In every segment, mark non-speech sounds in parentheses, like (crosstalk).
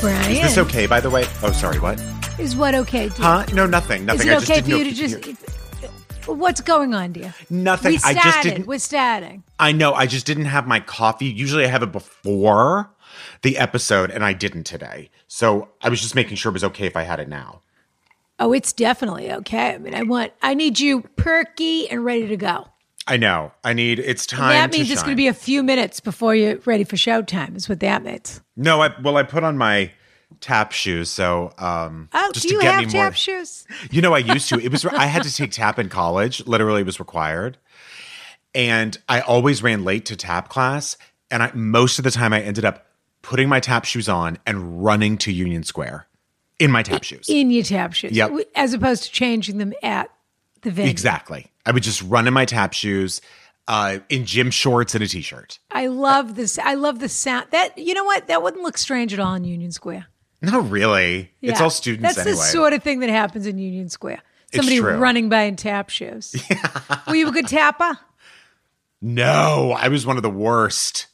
Brian, Is this okay, by the way? Oh, sorry, what? is what okay? Dear? Huh? No, nothing. Is Nothing. it I just okay didn't for you know to if just? What's going on, dear? Nothing. We I statted. just didn't- We're statting. I know. I just didn't have my coffee. Usually I have it before the episode, and I didn't today. So I was just making sure it was okay if I had it now. Oh, it's definitely okay. I mean, I want. I need you perky and ready to go. I know. I need. It's time. that means to it's shine. going to be a few minutes before you're ready for showtime. Is what that means. no. I well, I put on my tap shoes, so um. Oh, just do you to get have me tap more, shoes? You know, I used to. It was I had to take tap in college. Literally, it was required, and I always ran late to tap class. And I most of the time, I ended up putting my tap shoes on and running to Union Square in my tap shoes. In your tap shoes, Yep. As opposed to changing them at the venue. Exactly. I would just run in my tap shoes, uh, in gym shorts and a t-shirt. I love this. I love the sound. That you know what? That wouldn't look strange at all in Union Square. Not really. It's Yeah. all students That's anyway. the sort of thing that happens in Union Square. Somebody true. running by in tap (laughs) shoes. Were you a good tapper? no, I was one of the worst.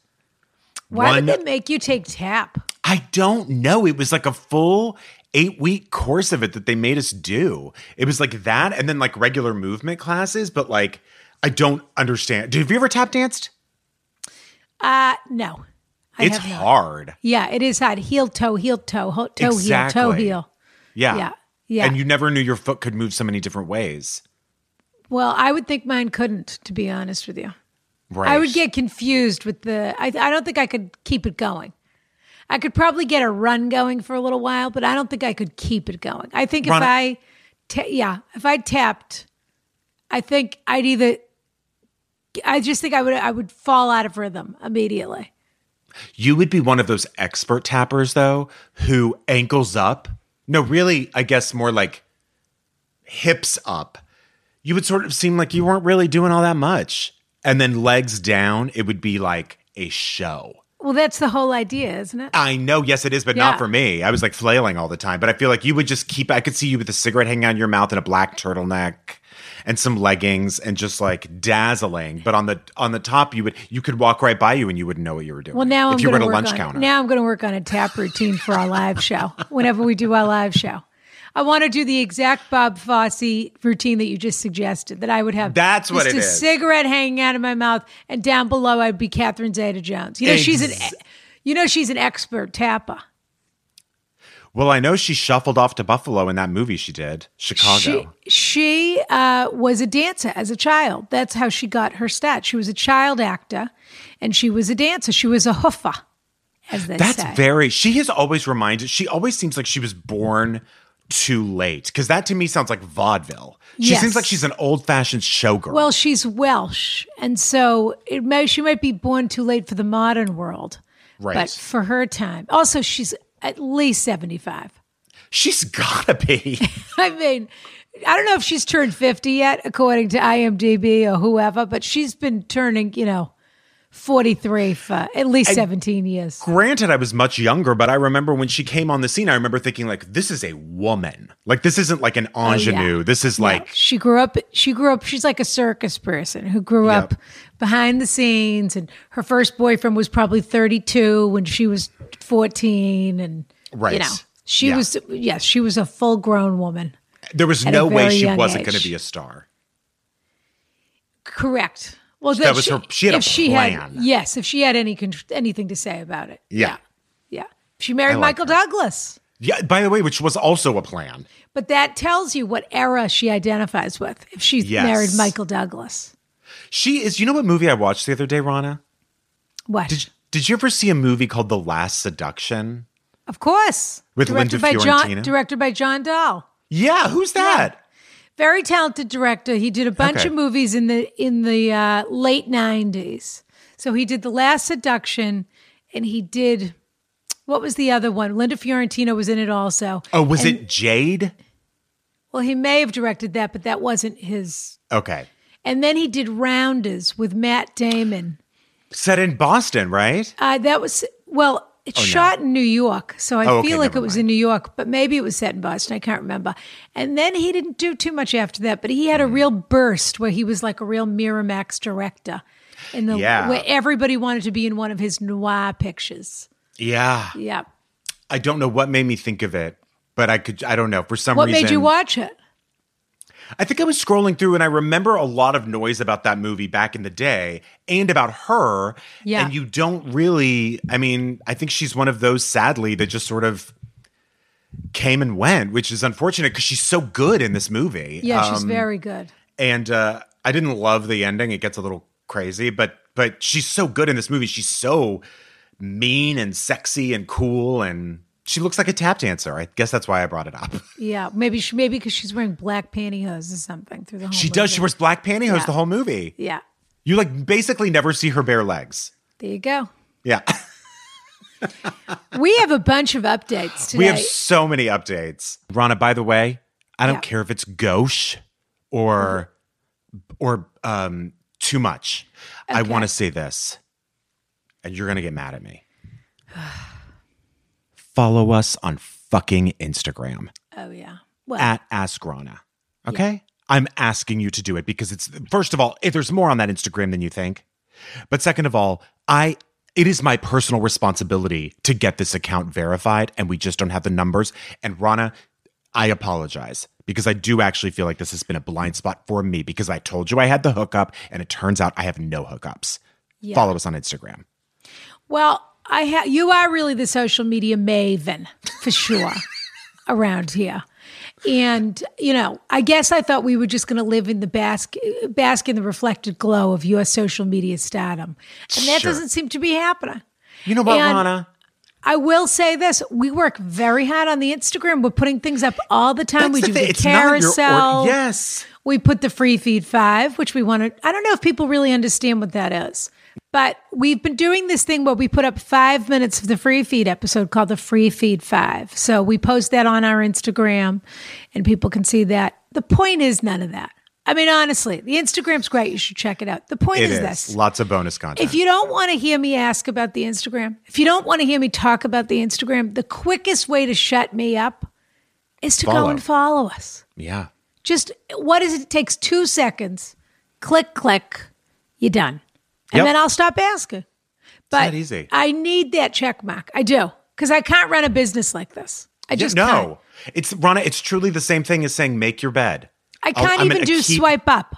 Why One- did they make you take tap? I don't know. It was like a full eight week course of it that they made us do. It was like that and then like regular movement classes, but like I don't understand. Have you ever tap danced? Uh no. I it's have not. hard. Yeah, it is hard. Heel toe, heel toe, ho- toe heel, toe Exactly. heel. Yeah. Yeah. Yeah. And you never knew your foot could move so many different ways. Well, I would think mine couldn't, to be honest with you. Right. I would get confused with the. I, I don't think I could keep it going. I could probably get a run going for a little while, but I don't think I could keep it going. I think Run- if I, ta- yeah, if I tapped, I think I'd either. I just think I would. I would fall out of rhythm immediately. You would be one of those expert tappers, though, who ankles up. No, really, I guess more like hips up. You would sort of seem like you weren't really doing all that much. And then legs down, it would be like a show. Well, that's the whole idea, isn't it? I know, yes, it is, but Yeah. not for me. I was like flailing all the time, but I feel like you would just keep, I could see you with a cigarette hanging out of your mouth and a black turtleneck and some leggings and just like dazzling but on the on the top you would you could walk right by you and you wouldn't know what you were doing Well, now if I'm you were going at to work a lunch on, counter Now I'm going to work on a tap routine for our live (laughs) show. Whenever we do our live show, I want to do the exact Bob Fosse routine that you just suggested. That I would have. That's what just it a is. cigarette hanging out of my mouth, and down below I'd be Catherine Zeta-Jones. You know she's an, e-, Ex- you know she's an expert tapper. Well, I know she shuffled off to Buffalo in that movie she did, Chicago. She she uh, was a dancer as a child. That's how she got her stat. She was a child actor, and she was a dancer. She was a hoofa, as they That's say. very. She has always reminded. She always seems like she was born too late because that to me sounds like vaudeville. She Yes. seems like she's an old-fashioned showgirl. Well, she's Welsh, and so it may, she might be born too late for the modern world, Right. But for her time, also she's at least seventy-five. (laughs) she's gotta be. I mean, I don't know if she's turned fifty yet, according to IMDb or whoever, but she's been turning, you know, forty-three for at least seventeen years. Granted, I was much younger, but I remember when she came on the scene. I remember thinking like, "This is a woman. Like this isn't like an Oh, ingenue. This is like." She grew up. She grew up. She's like a circus person who grew Yep. up behind the scenes, and her first boyfriend was probably thirty-two when she was fourteen, and Right. you know, She Yeah. was yes, she was a full grown woman. There was At a no way very she young wasn't age. going to be a star. Correct. Well, That was her- she had a if she had, plan. yes, if she had any con- anything to say about it. Yeah. Yeah. She married like Michael her. Douglas. Yeah, by the way, which was also a plan. But that tells you what era she identifies with if she Yes. married Michael Douglas. She is, you know what movie I watched the other day, Rana? What? Did, did you ever see a movie called The Last Seduction? of course. With directed Linda by John Fiorentino? directed by John Dahl. Yeah, who's that? Very talented director. He did a bunch Okay. of movies in the in the uh, late 90s. So he did The Last Seduction and he did what was the other one? Linda Fiorentino was in it also. Oh, was it Jade? Well, he may have directed that, but that wasn't his. Okay. And then he did Rounders with Matt Damon. Set in Boston, right? Uh, that was well, it's shot in New York, so I Oh, okay, feel like it never was mind. in New York, but maybe it was set in Boston. I can't remember. And then he didn't do too much after that, but he had Hmm. a real burst where he was like a real Miramax director, in the Yeah. where everybody wanted to be in one of his noir pictures. Yeah. Yeah. I don't know what made me think of it, but I could, I don't know. For some What reason, made you watch it? I think I was scrolling through and I remember a lot of noise about that movie back in the day and about her. Yeah. And you don't really, I mean, I think she's one of those, sadly, that just sort of came and went, which is unfortunate because she's so good in this movie. Yeah, Um, she's very good. and uh, I didn't love the ending. It gets a little crazy, but but she's so good in this movie. She's so mean and sexy and cool, and she looks like a tap dancer. I guess that's why I brought it up. Yeah, maybe she maybe because she's wearing black pantyhose or something through the whole. She does. She movie. wears black pantyhose Yeah. the whole movie. Yeah, You like basically never see her bare legs. there you go. Yeah, We have a bunch of updates today. we have so many updates, Rana. By the way, I don't Yeah. care if it's gauche or or um too much. I Mm-hmm. Okay. want to say this, and you're gonna get mad at me. (sighs) Follow us on fucking Instagram oh yeah. Well, at Ask Rana. Okay, I'm asking you to do it because it's first of all, if there's more on that Instagram than you think, but second of all, I. It is my personal responsibility to get this account verified, and we just don't have the numbers. And Rana, I apologize because I do actually feel like this has been a blind spot for me because I told you I had the hookup, and it turns out I have no hookups. Follow us on Instagram. well, I ha- you are really the social media maven for (laughs) sure around here. And you know, I guess I thought we were just going to live in the bask, bask in the reflected glow of your social media stardom, and that Sure. doesn't seem to be happening. You know what, And- Rana? I will say this: we work very hard on the Instagram. We're putting things up all the time. we the do thing. the It's not your carousel. or- yes. we put the free feed five, which we want to. I don't know if people really understand what that is, but we've been doing this thing where we put up five minutes of the free feed episode called the free feed five. So we post that on our Instagram, and people can see that. The point is none of that. I mean, honestly, the Instagram's great. You should check it out. The point It is is this. lots of bonus content. If you don't want to hear me ask about the Instagram, if you don't want to hear me talk about the Instagram, the quickest way to shut me up is to go Follow. and follow us. yeah. Just what is it? It takes two seconds. Click, click, you're done. And Yep. then I'll stop asking. But that easy. I need that check mark. I do. Because I can't run a business like this. I Yeah, just can't. no. It's Rana. It's truly the same thing as saying make your bed. I I'll- can't Oh, I'm even gonna do keep- swipe up.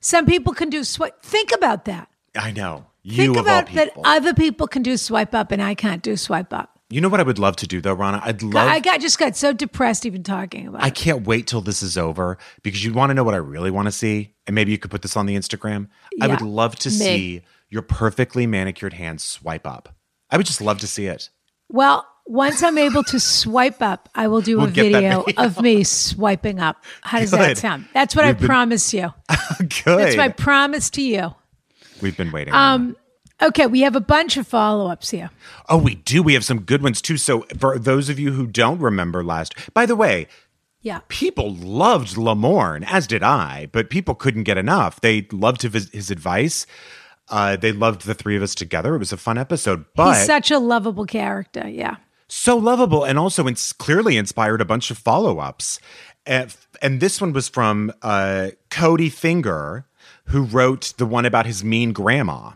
Some people can do swipe. Think about that. I know you Think of all about that people. other people can do swipe up and I can't do swipe up. you know what I would love to do though, Rana. I'd love. I I, got just got so depressed even talking about it. can't wait till this is over because you want to know what I really want to see, and maybe you could put this on the Instagram. I would Yeah. love to Me. see your perfectly manicured hands swipe up. I would just love to see it. Well, once I'm able to swipe up, I will do a We'll get that video of me swiping up. How does that Good. sound? That's what I promise you. Good. (laughs) That's my promise to you. We've been waiting. Um, Okay, we have a bunch of follow ups here. Oh, we do. We have some good ones too. So, for those of you who don't remember last, by the way, Yeah. people loved Lamorne, as did I, but people couldn't get enough. They loved his, his advice. Uh, they loved the three of us together. It was a fun episode, but He's such a lovable character. Yeah. so lovable and also ins- clearly inspired a bunch of follow ups. And, and this one was from uh, Cody Finger, who wrote the one about his mean grandma.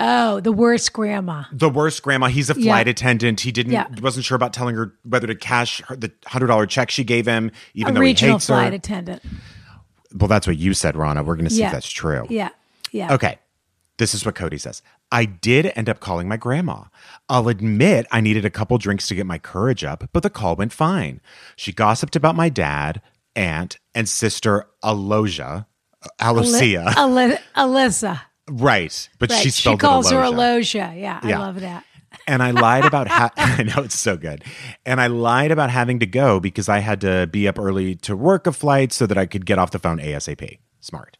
Oh, the worst grandma. the worst grandma. He's a flight Yeah. attendant. He didn't Yeah. wasn't sure about telling her whether to cash her, the hundred dollar check she gave him, even a though he regional hates her. flight attendant. well, that's what you said, Rana. We're going to see Yeah. if that's true. Yeah. Yeah. Okay. This is what Cody says. I did end up calling my grandma. I'll admit I needed a couple drinks to get my courage up, but the call went fine. She gossiped about my dad, aunt, and sister Alosia. Alosia. Ali- Alyssa. right. But Oh. Right. she She, spelled calls it her Alosia. Alosia. Yeah, Yeah. I love that. and I lied about ha- (laughs) I know it's so good. And I lied about having to go because I had to be up early to work a flight so that I could get off the phone ASAP. Smart.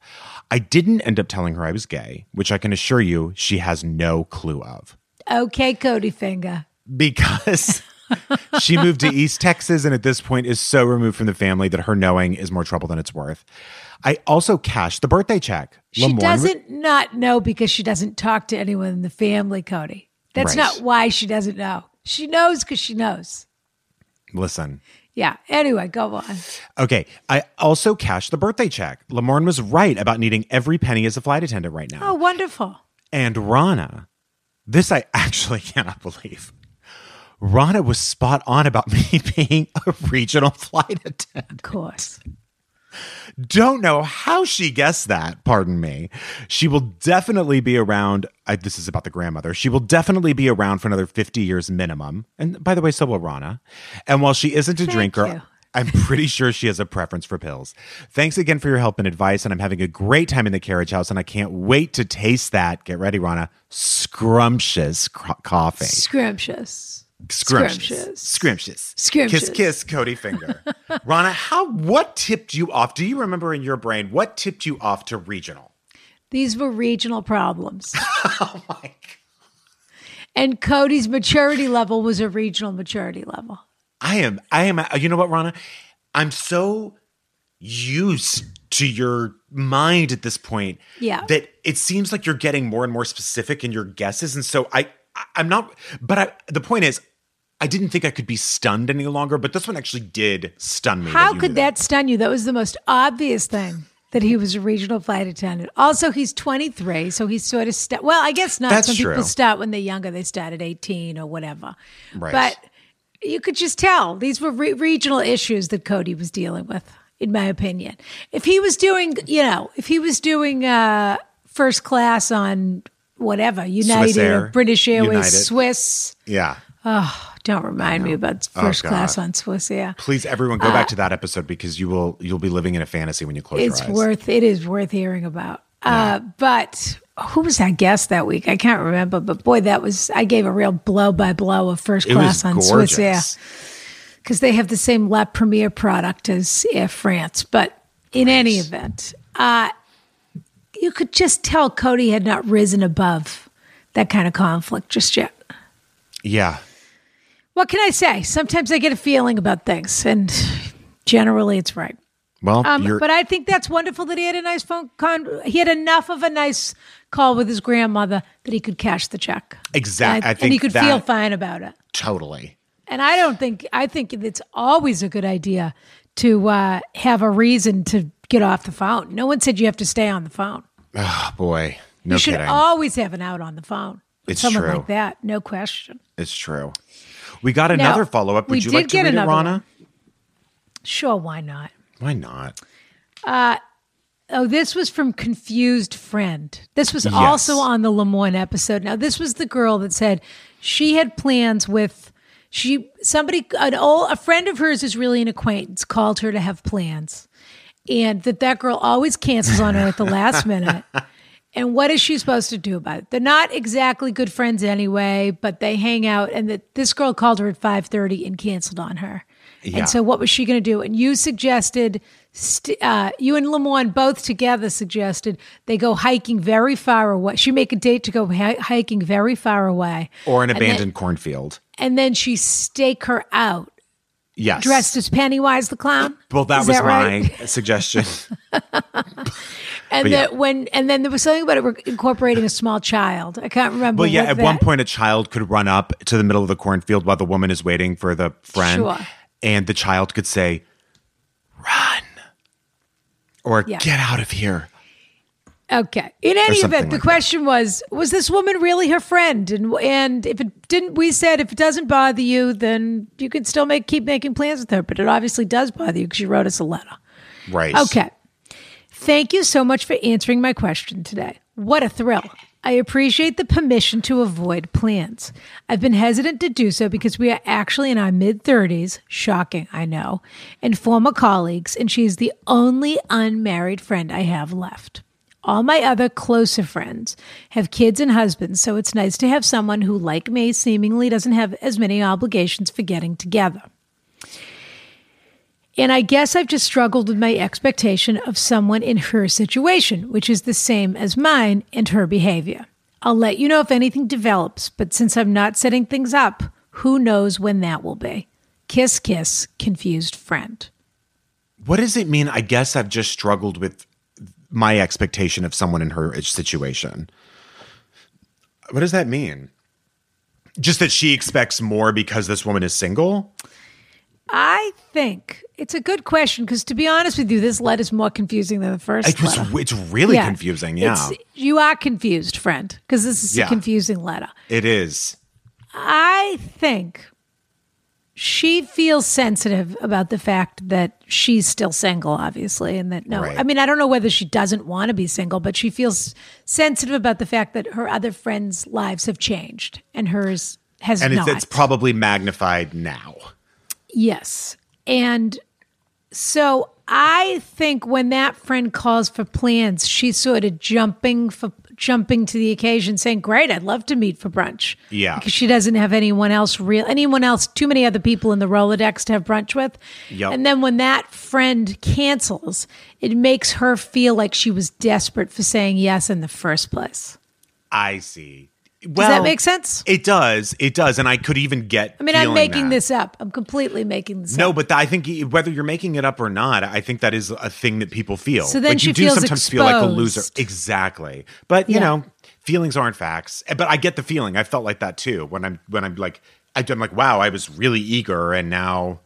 I didn't end up telling her I was gay, which I can assure you she has no clue of Okay, Cody Finger. because (laughs) she moved to East Texas and at this point is so removed from the family that her knowing is more trouble than it's worth. I also cashed the birthday check. She Lamorne- doesn't not know because she doesn't talk to anyone in the family, Cody. That's Right. not why she doesn't know. She knows because she knows. Listen. Yeah. Anyway, go on. Okay. I also cashed the birthday check. Lamorne was right about needing every penny as a flight attendant right now. Oh, wonderful. And Rana, this I actually (laughs) cannot believe. Rana was spot on about (laughs) me being a regional flight attendant. Of course. Don't know how she guessed that. Pardon me. She will definitely be around. I, this is about the grandmother. She will definitely be around for another 50 years minimum. And by the way, so will Rana. And while she isn't a drinker, you. I'm pretty sure she has a preference for pills. Thanks again for your help and advice. And I'm having a great time in the carriage house. And I can't wait to taste that. Get ready, Rana. Scrumptious cro- coffee. Scrumptious. Scrumptious. Scrumptious. Scrumptious. Scrumptious. Kiss, kiss, (laughs) Cody finger. Rana, how, what tipped you off? Do you remember in your brain what tipped you off to regional? These were regional (laughs) problems. oh, my God. And Cody's maturity level was a regional maturity level. I am, I am, uh, you know what, Rana? I'm so used to your mind at this point Yeah. that it seems like you're getting more and more specific in your guesses. And so I, I- I'm not, but I, the point is, I didn't think I could be stunned any longer, but this one actually did stun me. How you could knew that stun you? That was the most obvious thing that he was a regional flight attendant. Also, he's 23, so he's sort of st- well, I guess not. That's Some true. people start when they're younger; they start at 18 or whatever. Right. But you could just tell these were re- regional issues that Cody was dealing with, in my opinion. If he was doing, you know, if he was doing uh, first class on whatever United Air, or British Airways, United. Swiss, Yeah. don't remind me about first Oh, God. class on Swiss Air. Please, everyone, go back to that episode because you will you'll be living in a fantasy when you close Ah. it's your eyes. worth it is worth hearing about uh but who was that guest that week i can't remember but boy that was i gave a real blow by blow of first it class was on gorgeous. swiss air because they have the same la premiere product as air france but in any event uh you could just tell cody had not risen above that kind of conflict just yet Yeah, what can i say sometimes i get a feeling about things and generally it's right well, um, you're, but I think that's wonderful that he had a nice phone con. He had enough of a nice call with his grandmother that he could cash the check. exactly. I, And- think and he could that, feel fine about it. totally. And I don't think I think it's always a good idea to uh, have a reason to get off the phone. No one said you have to stay on the phone. Oh boy, no you should kidding. always have an out on the phone. with It's someone true. like that, no question. it's true. We got another follow up. Would we you did like to get read it, another Rana? one. Sure, why not? Why not? Oh, this was from Confused Friend. This was Yes. also on the Lemoyne episode. Now, this was the girl that said she had plans with she somebody an old a friend of hers is really an acquaintance called her to have plans, and that that girl always cancels on her at the last minute. And what is she supposed to do about it? They're not exactly good friends anyway, but they hang out. And that this girl called her at five thirty and canceled on her. Yeah. And so, what was she going to do? And you suggested, st- uh, you and Lemoine both together suggested they go hiking very far away. She make a date to go hi- hiking very far away, Or an And then- abandoned cornfield? and then she stake her out Yes. dressed as Pennywise the clown. well, that Is was right? (laughs) my suggestion. And yeah. that when and then there was something about it re- incorporating a small child. I can't remember. well, yeah. what At that- one point, a child could run up to the middle of the cornfield while the woman is waiting for the friend, Sure. and the child could say, "Run," or Yeah. "Get out of here." Okay. In any something event, the like that. question was: Was this woman really her friend? And and if it didn't, we said if it doesn't bother you, then you can still make keep making plans with her. But it obviously does bother you because you wrote us a letter. Right. Okay. Thank you so much for answering my question today. What a thrill. I appreciate the permission to avoid plans. I've been hesitant to do so because we are actually in our mid 30s, shocking, I know, and former colleagues, and she is the only unmarried friend I have left. All my other closer friends have kids and husbands, so it's nice to have someone who, like me, seemingly doesn't have as many obligations for getting together. And I guess I've just struggled with my expectation of someone in her situation, which is the same as mine and her behavior. I'll let you know if anything develops, but since I'm not setting things up, who knows when that will be? Kiss, kiss, confused friend. What does it mean? I guess I've just struggled with my expectation of someone in her situation. What does that mean? Just that she expects more because this woman is single? I think it's a good question because, to be honest with you, this letter is more confusing than the first. It was, letter. it's really Yeah. confusing. Yeah, It's- you are confused, friend, because this is a Yeah. confusing letter. it is. I think she feels sensitive about the fact that she's still single, obviously, and that no, Right. I mean, I don't know whether she doesn't want to be single, but she feels sensitive about the fact that her other friends' lives have changed and hers has And it's, not. it's probably magnified now. Yes. And so I think when that friend calls for plans, she's sort of jumping for jumping to the occasion saying, "Great, I'd love to meet for brunch." Yeah. Because she doesn't have anyone else real anyone else too many other people in the Rolodex to have brunch with. Yep. And then when that friend cancels, it makes her feel like she was desperate for saying yes in the first place. I see. Well, Does that make sense? It does. It does. And I could even get. I mean, I'm feeling making that. this up. I'm completely making this No, up. but I think y- whether you're making it up or not, I think that is a thing that people feel. So then like she you do feels sometimes feel like a loser. exposed. Exactly. But you Yeah. know, feelings aren't facts. Eh, But I get the feeling. I felt like that too when I'm when I'm like I- I'm like wow, I was really eager and now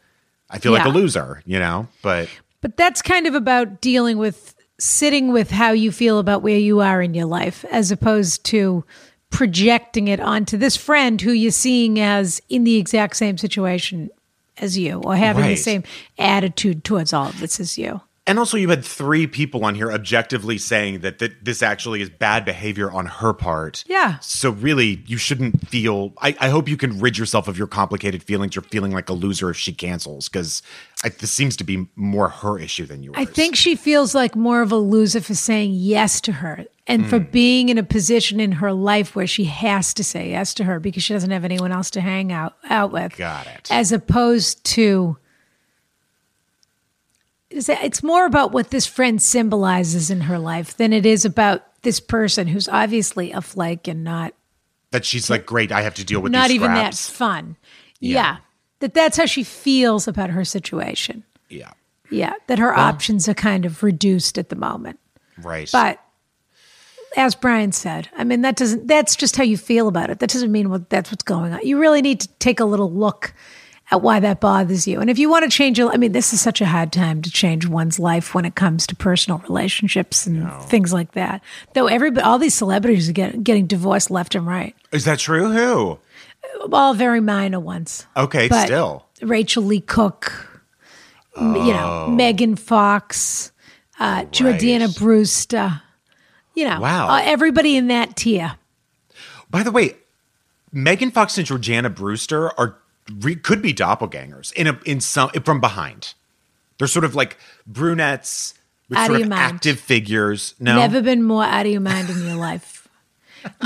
I feel like Yeah. a loser. You know, but But that's kind of about dealing with sitting with how you feel about where you are in your life as opposed to projecting it onto this friend who you're seeing as in the exact same situation as you or having the Right. same attitude towards all of this as you. and also you had three people on here objectively saying that th- this actually is bad behavior on her part. Yeah. So really, you shouldn't feel. I, I hope you can rid yourself of your complicated feelings. You're feeling like a loser if she cancels because this seems to be more her issue than yours. I think she feels like more of a loser for saying yes to her and Mm. for being in a position in her life where she has to say yes to her because she doesn't have anyone else to hang out, out with. Got it. As opposed to. Is that- It's more about what this friend symbolizes in her life than it is about this person who's obviously a flake and not that she's like, great, I have to deal with not these even that scraps. fun. yeah. That that's how she feels about her situation. Yeah, Yeah, that her options are kind of reduced at the moment. right. But as Brian said, I mean that doesn't that's just how you feel about it. That doesn't mean what that's what's going on. You really need to take a little look at why that bothers you. And if you want to change your I mean this is such a hard time to change one's life when it comes to personal relationships and things like that. Though everybody all these celebrities are get, getting divorced left and right. is that true? Who? All very minor ones. Okay, But still. Rachel Lee Cook, m- you Oh. know, Megan Fox, uh, Jordana Brewster, you know, Wow. uh, everybody in that tier. By the way, Megan Fox and Georgiana Brewster are re, could be doppelgangers in a in some from behind. They're sort of like brunettes with Out of sort your of mind. active figures. No, Never been more out of your mind in your (laughs) life.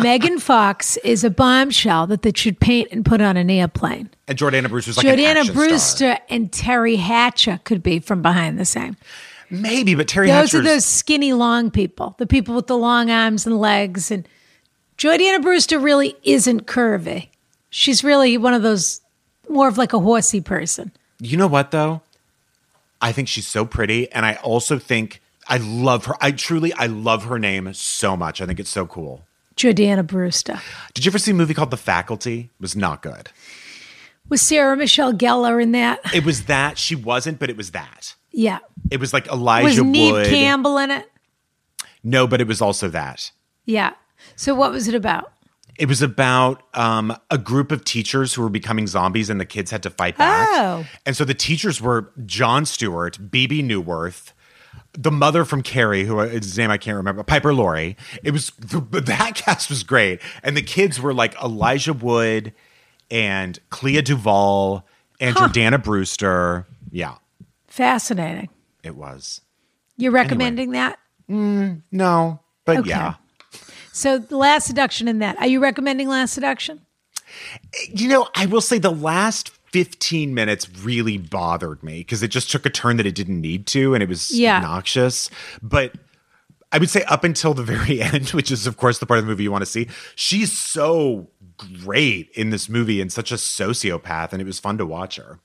Megan Fox is a bombshell that they should paint and put on an airplane. and Jordana Brewster's like an Jordana action star. Brewster and Terry Hatcher could be from behind the same. Maybe, but Terry Those are Hatcher's- those skinny, long people, the people with the long arms and legs. And Jordana Brewster really isn't curvy. She's really one of those, more of like a horsey person. You know what though? I think she's so pretty, and I also think I love her. I truly, I love her name so much. I think it's so cool. Jordana Brewster. Did you ever see a movie called The Faculty? It was not good. Was Sarah Michelle Gellar in that? It was that she wasn't, but it was that. Yeah. It was like Was Elijah Neve Wood. Campbell in it? No, but it was also that. Yeah. So what was it about? It was about um, a group of teachers who were becoming zombies, and the kids had to fight back. Oh. And so the teachers were John Stewart, BB Newworth, the mother from Carrie, who his name I can't remember, Piper Laurie. It was that (laughs) cast was great, and the kids were like Elijah Wood and Clea Duvall and Jordana Brewster. Yeah, Fascinating. it was You're recommending that? no, but Okay. yeah. So the last seduction in that. Are you recommending last seduction? You know, I will say the last 15 minutes really bothered me because it just took a turn that it didn't need to and it was Yeah. obnoxious. But I would say up until the (laughs) very end, which is, of course, the part of the movie you want to see, she's so great in this movie and such a sociopath. And it was fun to watch her.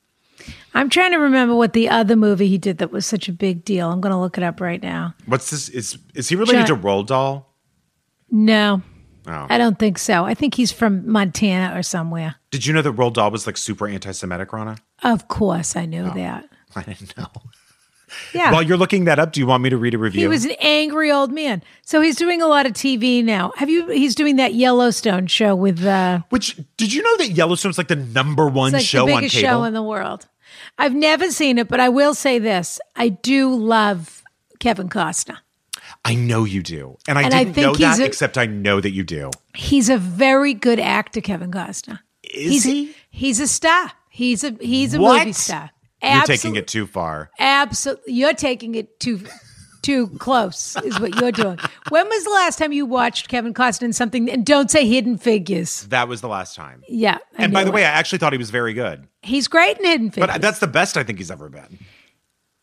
I'm trying to remember what the other movie he did that was such a big deal. I'm going to look it up right now. What's this? Is, is he related John- to Roald Dahl? No, Oh. I don't think so. I think he's from Montana or somewhere. Did you know that Roald Dahl was like super anti Semitic, Rana? Of course, I Oh, knew that. (laughs) I didn't know. Yeah. While you're looking that up, do you want me to read a he review? was an angry old man. So he's doing a lot of TV now. Have you? He's doing that Yellowstone show with uh, Which did you know that Yellowstone's like the number one it's like show the on biggest cable? show in the world. I've never seen it, but I will say this: I do love Kevin Costner. I know you do, and I And I didn't think know he's that. a- except I know that you do. He's a very good actor, Kevin Costner. he's, Is he? He's a star. He's a he's a What? movie star. You're Absol- taking it too far. Absolutely, you're taking it too too close. Is what you're doing. when was the last time you watched Kevin Costner in something? And don't say Hidden Figures. That was the last time. Yeah, I and by knew the way, it. I actually thought he was very good, he's great in Hidden Figures. but that's the best I think he's ever been.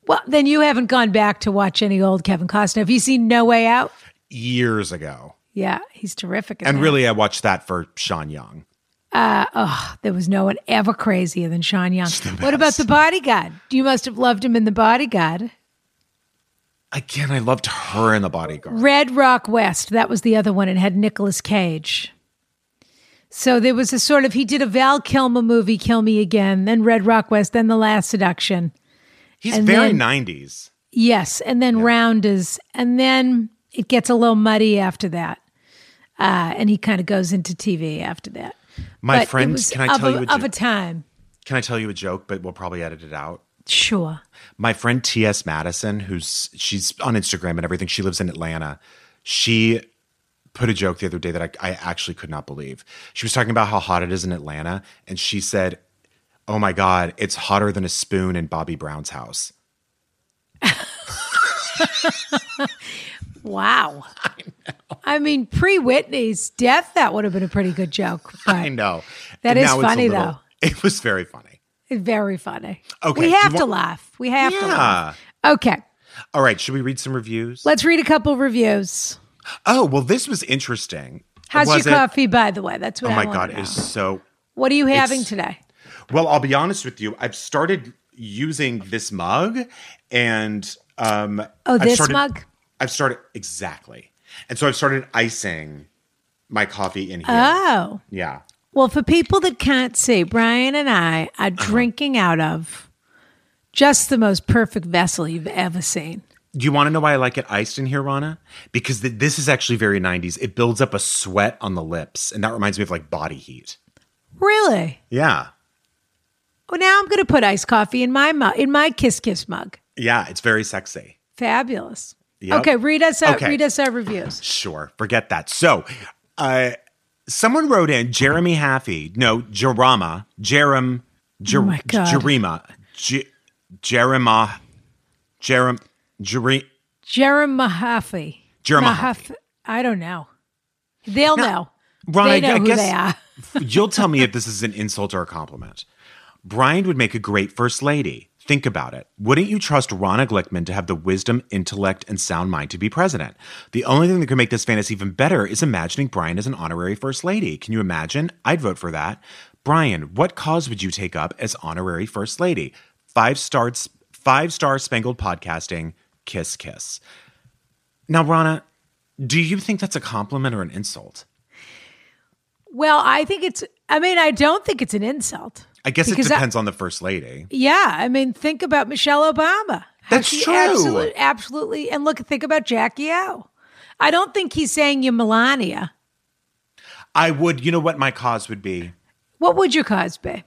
well, then you haven't gone back to watch any old Kevin Costner. Have you seen No Way Out? Years ago, Yeah, he's terrific. in and that. really, I watched that for Sean Young. oh, there was no one ever crazier than Sean Young. What about the Bodyguard? You must have loved him in the Bodyguard. Again, I loved her in The Bodyguard. Red Rock West. That was the other one. It had Nicolas Cage. So there was a sort of he did a Val Kilmer movie, Kill Me Again, then Red Rock West, then The Last Seduction. He's And very then- '90s. Yes, and then Rounders, and then it gets a little muddy after that, uh, and he kind of goes into TV after that. My But it friend, was can I of tell a, you a of a joke? time? Can I tell you a joke? But we'll probably edit it out. Sure. my friend T.S. Madison, who's she's on Instagram and everything, she lives in Atlanta. She put a joke the other day that I, I actually could not believe. She was talking about how hot it is in Atlanta, and she said, Oh my God, it's hotter than a spoon in Bobby Brown's house. (laughs) (laughs) Wow. I, mean, pre Whitney's death, that would have been a pretty good joke, I but know. That That is is funny, though. (laughs) It was very funny. very funny. Okay, We do you have to want- laugh. We have to laugh. Yeah. Okay. All right. Should we read some reviews? Let's read a couple reviews. Oh, well, this was interesting. How's Was your it- coffee, by the way? That's what Oh I my wanna God, know. it's so What are you having it's- today? Well, I'll be honest with you. I've started using this mug, and um, Oh, I've this started- mug? I've started exactly, and so I've started icing my coffee in here. Oh. yeah, Well, for people that can't see, Brian and I Uh-huh. are drinking out of just the most perfect vessel you've ever seen. Do you want to know why I like it iced in here, Rana? Because th- this is actually very '90s. It builds up a sweat on the lips, and that reminds me of like body heat. Really? Yeah, Well, now I'm going to put iced coffee in my mug, in my Kiss Kiss mug. yeah, it's very sexy. Fabulous. Yep. Okay, read us our, Okay. read us our reviews. Sure, forget that. So, uh, someone wrote in Jeremy Haffey. No, Jerama, Jerem, Jer- Oh my God. Jerema, J- Jerema, Jerem, Jere- Jerem Mahaffey. Jerem Mahaff- I don't know. They'll know. Ron, they I- know I who guess- they are. You'll tell me if this is an insult or a compliment. Brian would make a great first lady. Think about it. Wouldn't you trust Ronna Glickman to have the wisdom, intellect, and sound mind to be president? The only thing that could make this fantasy even better is imagining Brian as an honorary first lady. Can you imagine? I'd vote for that. Brian, what cause would you take up as honorary first lady? Five stars, five star spangled podcasting. Kiss, kiss. Now, Ronna, do you think that's a compliment or an insult? Well, I think it's. I mean, I don't think it's an insult. I guess Because it I- depends on the first lady. Yeah, I mean, think about Michelle Obama. How That's she true. absolute- absolutely, and look, think about Jackie O. I don't think he's saying you Melania. I would, you know what my cause would be? What would your cause be?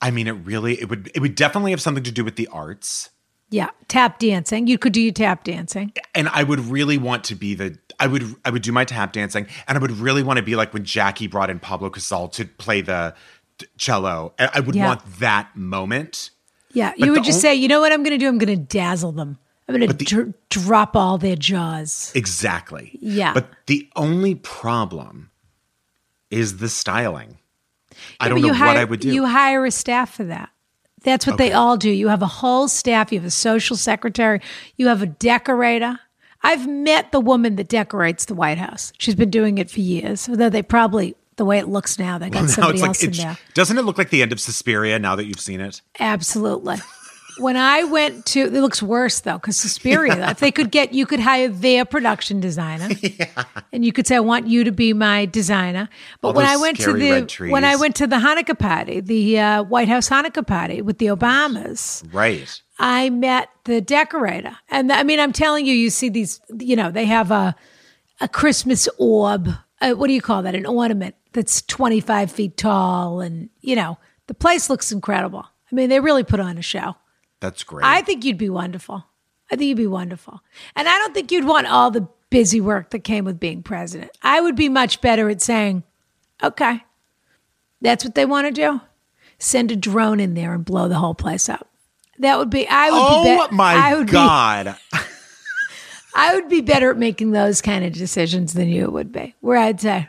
I mean, it really, it would, it would definitely have something to do with the arts. Yeah, tap dancing. You could do your tap dancing. And I would really want to be the, I would, I would do my tap dancing and I would really want to be like when Jackie brought in Pablo Casal to play the t- cello. I I would Yeah. want that moment. Yeah, But you would the just on- say, you know what I'm going to do? I'm going to dazzle them. I'm going to dr- drop all their jaws. Exactly. Yeah. But the only problem is the styling. I Yeah, don't but know you what hire- I would do. (laughs) You hire a staff for that. That's what they all do. You have a whole staff. You have a social secretary. You have a decorator. I've met the woman that decorates the White House. She's been doing it for years. Although they probably, the way it looks now, they got Well, now somebody it's like, else in it's- there. doesn't it look like the end of Suspiria now that you've seen it? Absolutely. when I went to, it looks worse though, because Suspiria, if they could get, you could hire their production (laughs) designer and you could say, I want you to be my designer. But All when those I went to scary the, red when I trees. went to the Hanukkah party, the uh, White House Hanukkah party with the Obamas, Right. I met the decorator. And I mean, I'm telling you, you see these, you know, they have a, a Christmas orb. Uh, what do you call that? An ornament that's 25 feet tall. And, you know, the place looks incredible. I mean, they really put on a show. That's great. I think you'd be wonderful. I think you'd be wonderful. And I don't think you'd want all the busy work that came with being president. I would be much better at saying, okay, that's what they want to do. Send a drone in there and blow the whole place up. That would be, I would oh be bet- my I would be- God. I would be better at making those kind of decisions than you would be, where I'd say,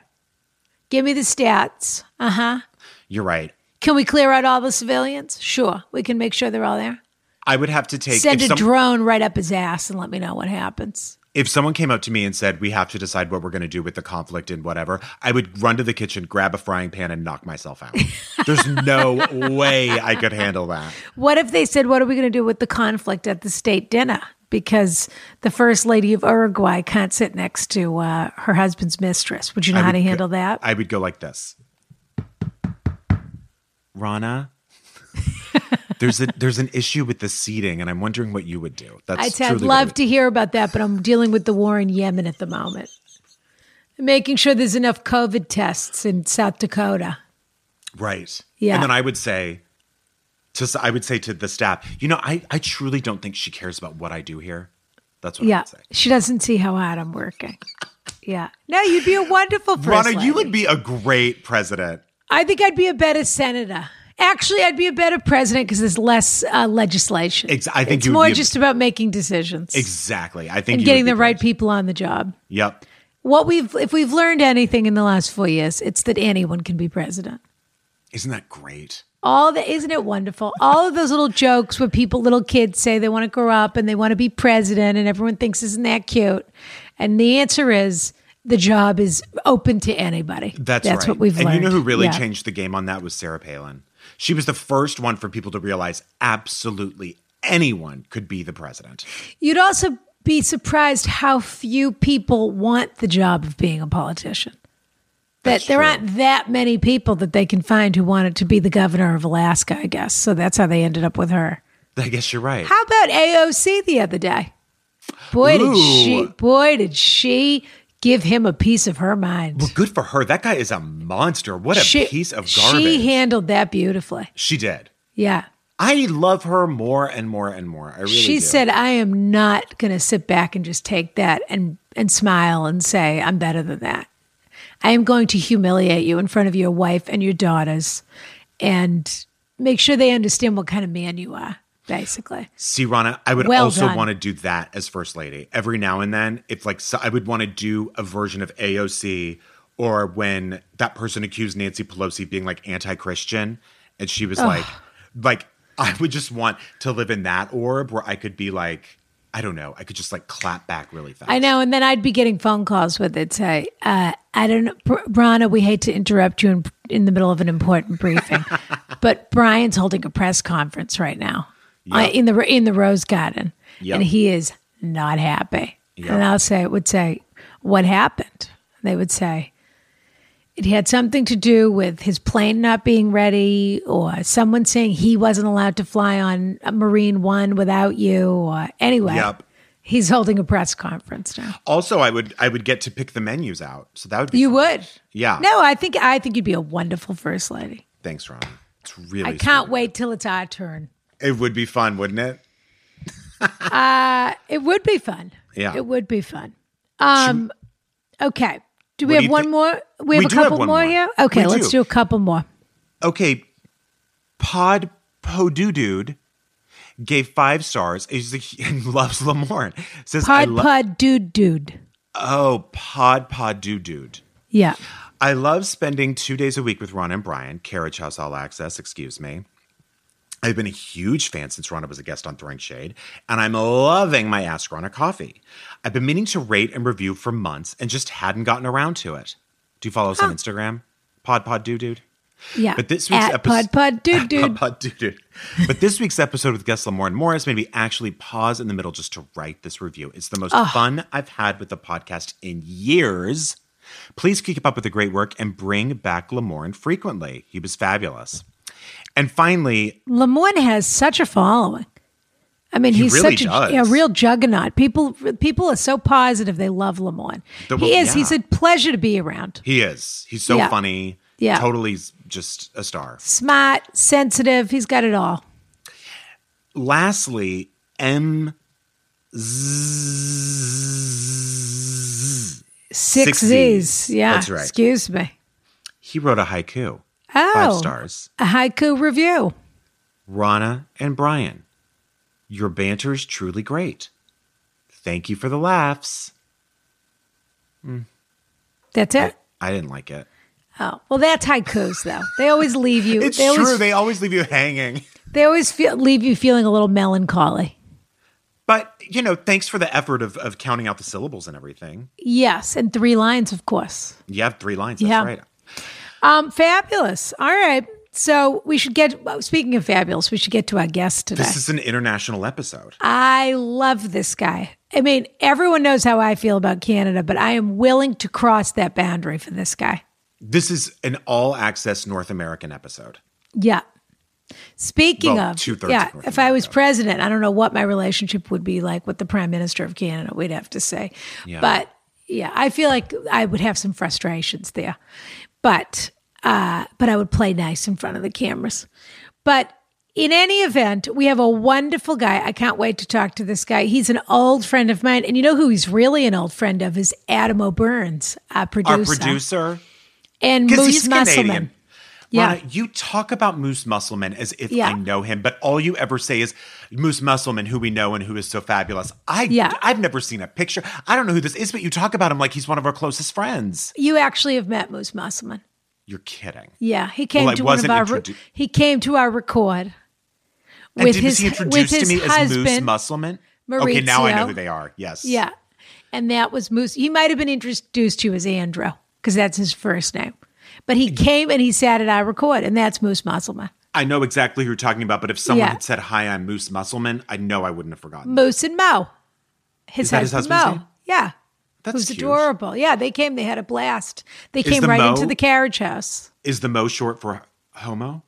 give me the stats. Uh huh. You're right. Can we clear out all the civilians? Sure. We can make sure they're all there. I would have to take Send if, a some- drone right up his ass and let me know what happens. if someone came up to me and said, We have to decide what we're going to do with the conflict and whatever, I would run to the kitchen, grab a frying pan, and knock myself (laughs) out. There's no way I could handle that. What if they said, What are we going to do with the conflict at the state dinner? Because the first lady of Uruguay can't sit next to uh, her husband's mistress. Would you know how to would go- handle that? I would go like this. (laughs) Rana, there's a there's an issue with the seating, and I'm wondering what you would do. That's I'd, say I'd truly love what to hear about that, but I'm dealing with the war in Yemen at the moment. Making sure there's enough COVID tests in South Dakota. it- right. Yeah. And then I would say to s- I would say to the staff, you know, I I truly don't think she cares about what I do here. That's what I Yeah. would say. She doesn't see how hard I'm working. Yeah. No, you'd be a wonderful Rana, person. you would be a great president. I think I'd be a better senator. Actually, I'd be a better president because there's less uh, legislation. Ex- I think it's you would more be a- just about making decisions Exactly. I think and you getting would be the right great. people on the job. Yep. What we've, if we've learned anything in the last four years, it's that anyone can be president. Isn't that great? All the isn't it wonderful? All of those little jokes where people, little kids, say they want to grow up and they want to be president, and everyone thinks isn't that cute? And the answer is the job is open to anybody. That's, right. what we've and learned. you know who really Yeah. changed the game on that was Sarah Palin. She was the first one for people to realize absolutely anyone could be the president. You'd also be surprised how few people want the job of being a politician. That That's there true. aren't that many people that they can find who wanted to be the governor of Alaska, I guess. So that's how they ended up with her. I guess you're right. How about AOC the other day? Boy did she Ooh. boy did she give him a piece of her mind. well, good for her. That guy is a monster. What a she, piece of garbage. she handled that beautifully. She did. Yeah. I love her more and more and more. I really she do. said, I am not gonna sit back and just take that and, and smile and say, I'm better than that. I am going to humiliate you in front of your wife and your daughters and make sure they understand what kind of man you are, basically. See, Rana, I would Well also done. want to do that as first lady every now and then. If like so I would want to do a version of AOC or when that person accused Nancy Pelosi of being like anti-Christian and she was like like I would just want to live in that orb where I could be like I don't know, I could just like clap back really fast. I know, and then I'd be getting phone calls where they'd say, uh, "I don't, know, Br- Brana, we hate to interrupt you in, in the middle of an important briefing, but Brian's holding a press conference right now uh, in the in the Rose Garden, Yep. and he is not happy." Yep. And I'll say, "Would say what happened?" They would say, "It had something to do with his plane not being ready, or someone saying he wasn't allowed to fly on uh, Marine One without you, or anyway." Yep. He's holding a press conference now. Also, I would I would get to pick the menus out, so that would be You fun. would. Yeah. No, I think I think you'd be a wonderful first lady. Thanks, Ron. It's really. I can't wait till it's our turn. sweet. It would be fun, wouldn't it? It would be fun. Yeah. It would be fun. Um okay. Do we What do have you one thi- more? We have We a do have couple one more, more. here. Okay, We let's do. do a couple more. Okay. Pod Podudude gave five stars. (laughs) He's a, and loves Lamorne. Says I Pod love pod dude dude. oh Pod Podudude. Yeah. I love spending two days a week with Ron and Brian, Carriage House All Access, excuse me. I've been a huge fan since Ronna was a guest on Throwing Shade, and I'm loving my Ask Ronna coffee. I've been meaning to rate and review for months and just hadn't gotten around to it. Do you follow us on Instagram? Pod Pod Doo Dude? Yeah. But this week's At pod episode pod (laughs) dude dude. Pod, pod, dude, dude. But this week's episode with guest Lamorne Morris made me actually pause in the middle just to write this review. It's the most fun I've had with the podcast in years. Please keep up with the great work and bring back Lamorne frequently. He was fabulous. And finally, Lemoyne has such a following. I mean, he's really such does. a, a real juggernaut. People people are so positive they love Lemoyne. The- he is. He's yeah. a pleasure to be around. he is. He's so Yeah. funny. Yeah. Totally s- just a star. Smart, sensitive. He's got it all. Lastly, M. Z- Six, Six Z's. Zs. Yeah. That's right. Excuse me. He wrote a haiku. Oh. Five stars. A haiku review. Rana and Brian, your banter is truly great. Thank you for the laughs. That's it. I didn't like it. Oh. Well, that's haikus though. They always leave you (laughs) It's they true. always they always leave you hanging. they always feel, leave you feeling a little melancholy. But, you know, thanks for the effort of, of counting out the syllables and everything. Yes, and three lines, of course. You have three lines. That's Yeah. right. Um, fabulous. All right. So we should get. well, Speaking of fabulous, we should get to our guest today. This is an international episode. I love this guy. I mean, everyone knows how I feel about Canada, but I am willing to cross that boundary for this guy. This is an all access North American episode. Yeah. Speaking Well, of, two-thirds yeah, of North if I was America. president, I don't know what my relationship would be like with the prime minister of Canada. We'd have to say, but yeah, I feel like I would have some frustrations there, but uh, but I would play nice in front of the cameras. But in any event, we have a wonderful guy. I can't wait to talk to this guy. He's an old friend of mine, and you know who he's really an old friend of is Adam O'Burns, our producer, Our producer, and because Moose he's Musselman. Canadian. Yeah. Rana, you talk about Moose Musselman as if Yeah. I know him, but all you ever say is Moose Musselman, who we know and who is so fabulous. I, Yeah. I've never seen a picture. I don't know who this is, but you talk about him like he's one of our closest friends. You actually have met Moose Musselman. You're kidding. Yeah, he came Well, I to one of wasn't our introdu- he came to our record And did, was he introduced to me as Moose Musselman? Okay, now I know Maurizio. who they are. Yes. yeah, and that was Moose. He might have been introduced to you as Andrew because that's his first name, but he came and he sat at our record, and that's Moose Musselman. I know exactly who you're talking about, but if someone Yeah. had said, Hi, I'm Moose Musselman, I know I wouldn't have forgotten. Moose and Mo, his Is that his husband husband's Mo. name? Yeah, That's who's huge. adorable. Yeah, they came. They had a blast. They came the right Mo- into the carriage house. Is the Mo short for homo?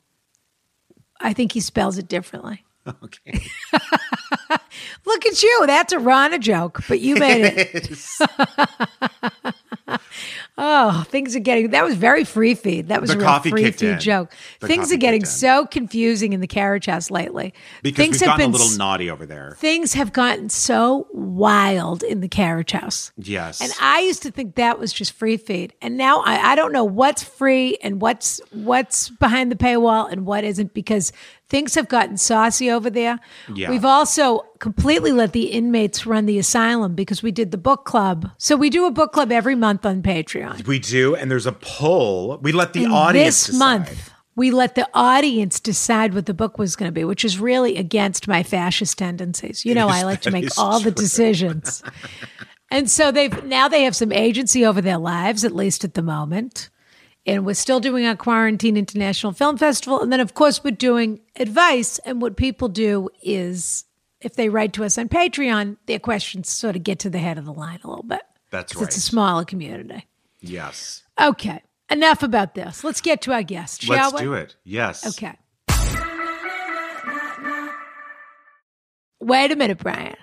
I think he spells it differently. (laughs) Okay. (laughs) Look at you. That's a Rana joke, but you made it. (laughs) (laughs) oh, things are getting that was very free feed. That was The a real coffee free kicked feed in. joke. The things coffee are getting kicked in. so confusing in the carriage house lately. Because things we've gotten a little s- naughty over there. things have gotten so wild in the carriage house. Yes. And I used to think that was just free feed. And now I, I don't know what's free and what's what's behind the paywall and what isn't because things have gotten saucy over there. Yeah. We've also completely let the inmates run the asylum because we did the book club. So we do a book club every month on Patreon. we do, and there's a poll. We let the audience this decide. month we let the audience decide what the book was going to be, which is really against my fascist tendencies. You know, I like to that make is all the true. decisions. and so they've now they have some agency over their lives, at least at the moment. And we're still doing our quarantine international film festival. And then of course we're doing advice. And what people do is if they write to us on Patreon, their questions sort of get to the head of the line a little bit. That's 'Cause It's a right. smaller community. Yes. Okay. Enough about this. Let's get to our guest, shall Let's we? do it. Yes. Okay. Wait a minute, Brian.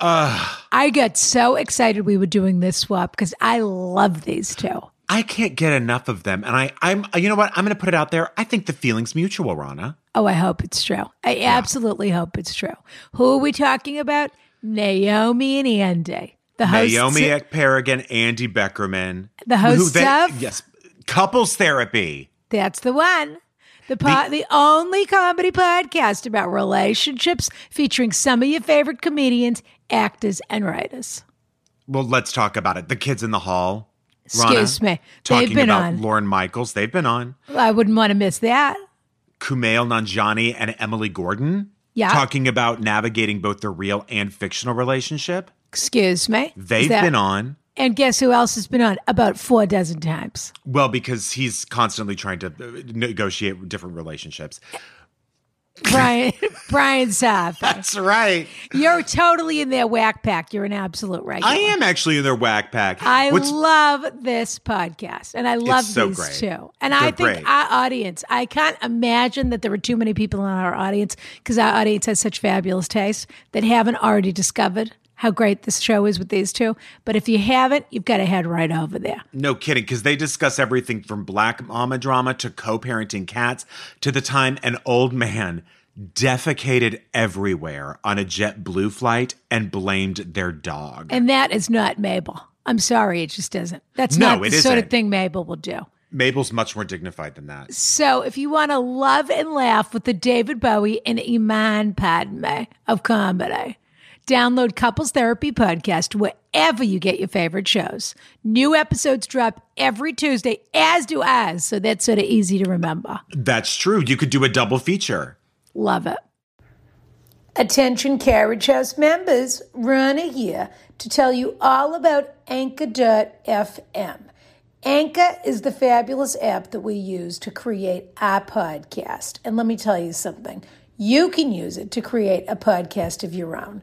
I got so excited we were doing this swap because I love these two. I can't get enough of them. And I, I'm, uh, you know what? I'm going to put it out there. I think the feeling's mutual, Rana. Oh, I hope it's true. I absolutely hope it's true. Who are we talking about? Naomi and Andy. The hosts, Naomi Ekparagon, Andy Beckerman. The host hosts of- Yes. Couples therapy. That's the one. The, po- the only comedy podcast about relationships featuring some of your favorite comedians, actors, and writers. Well, let's talk about it. The kids in the hall. Excuse me. Talking They've been about on. Lauren Michaels. They've been on. I wouldn't want to miss that. Kumail Nanjiani and Emily Gordon. Yeah. Talking about navigating both their real and fictional relationship. Excuse me. Is They've that- been on. And guess who else has been on? About four dozen (laughs) times. Well, because he's constantly trying to uh, negotiate (laughs) different relationships. Brian, Brian Safi. That's right. You're totally in their whack pack. You're an absolute regular. I am actually in their whack pack. I What's- love this podcast, and I love so these great. two. And I They're think great. our audience. I can't imagine that there were too many people in our audience because our audience has such fabulous taste that haven't already discovered how great this show is with these two. But if you haven't, you've got to head right over there. No kidding, because they discuss everything from black mama drama to co parenting cats to the time an old man defecated everywhere on a jet blue flight and blamed their dog. And that is not Mabel. I'm sorry, it just isn't. That's No, not the it sort of isn't. thing Mabel will do. Mabel's much more dignified than that. So if you want to love and laugh with the David Bowie and Iman Padme of comedy, download Couples Therapy Podcast wherever you get your favorite shows. New episodes drop every Tuesday, as do ours. So that's sort of easy to remember. That's true. You could do a double feature. Love it. Attention Carriage House members, Rana here to tell you all about Anchor.fm. Anchor is the fabulous app that we use to create our podcast. And let me tell you something you can use it to create a podcast of your own.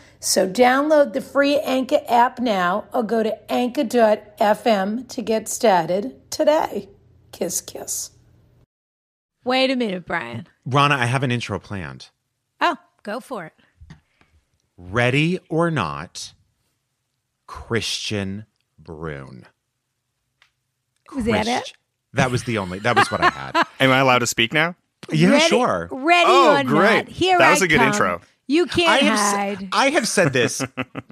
So download the free Anchor app now or go to anchor.fm to get started today. Kiss, kiss. Wait a minute, Brian. Rana, I have an intro planned. Oh, go for it. Ready or not, Christian Brune. Was that it? Christ- That was the only, that was what (laughs) I had. Am I allowed to speak now? Yeah, ready, sure. Ready Oh, or great. not. Here That was I a good come. intro. You can't s- hide. I have (laughs) said this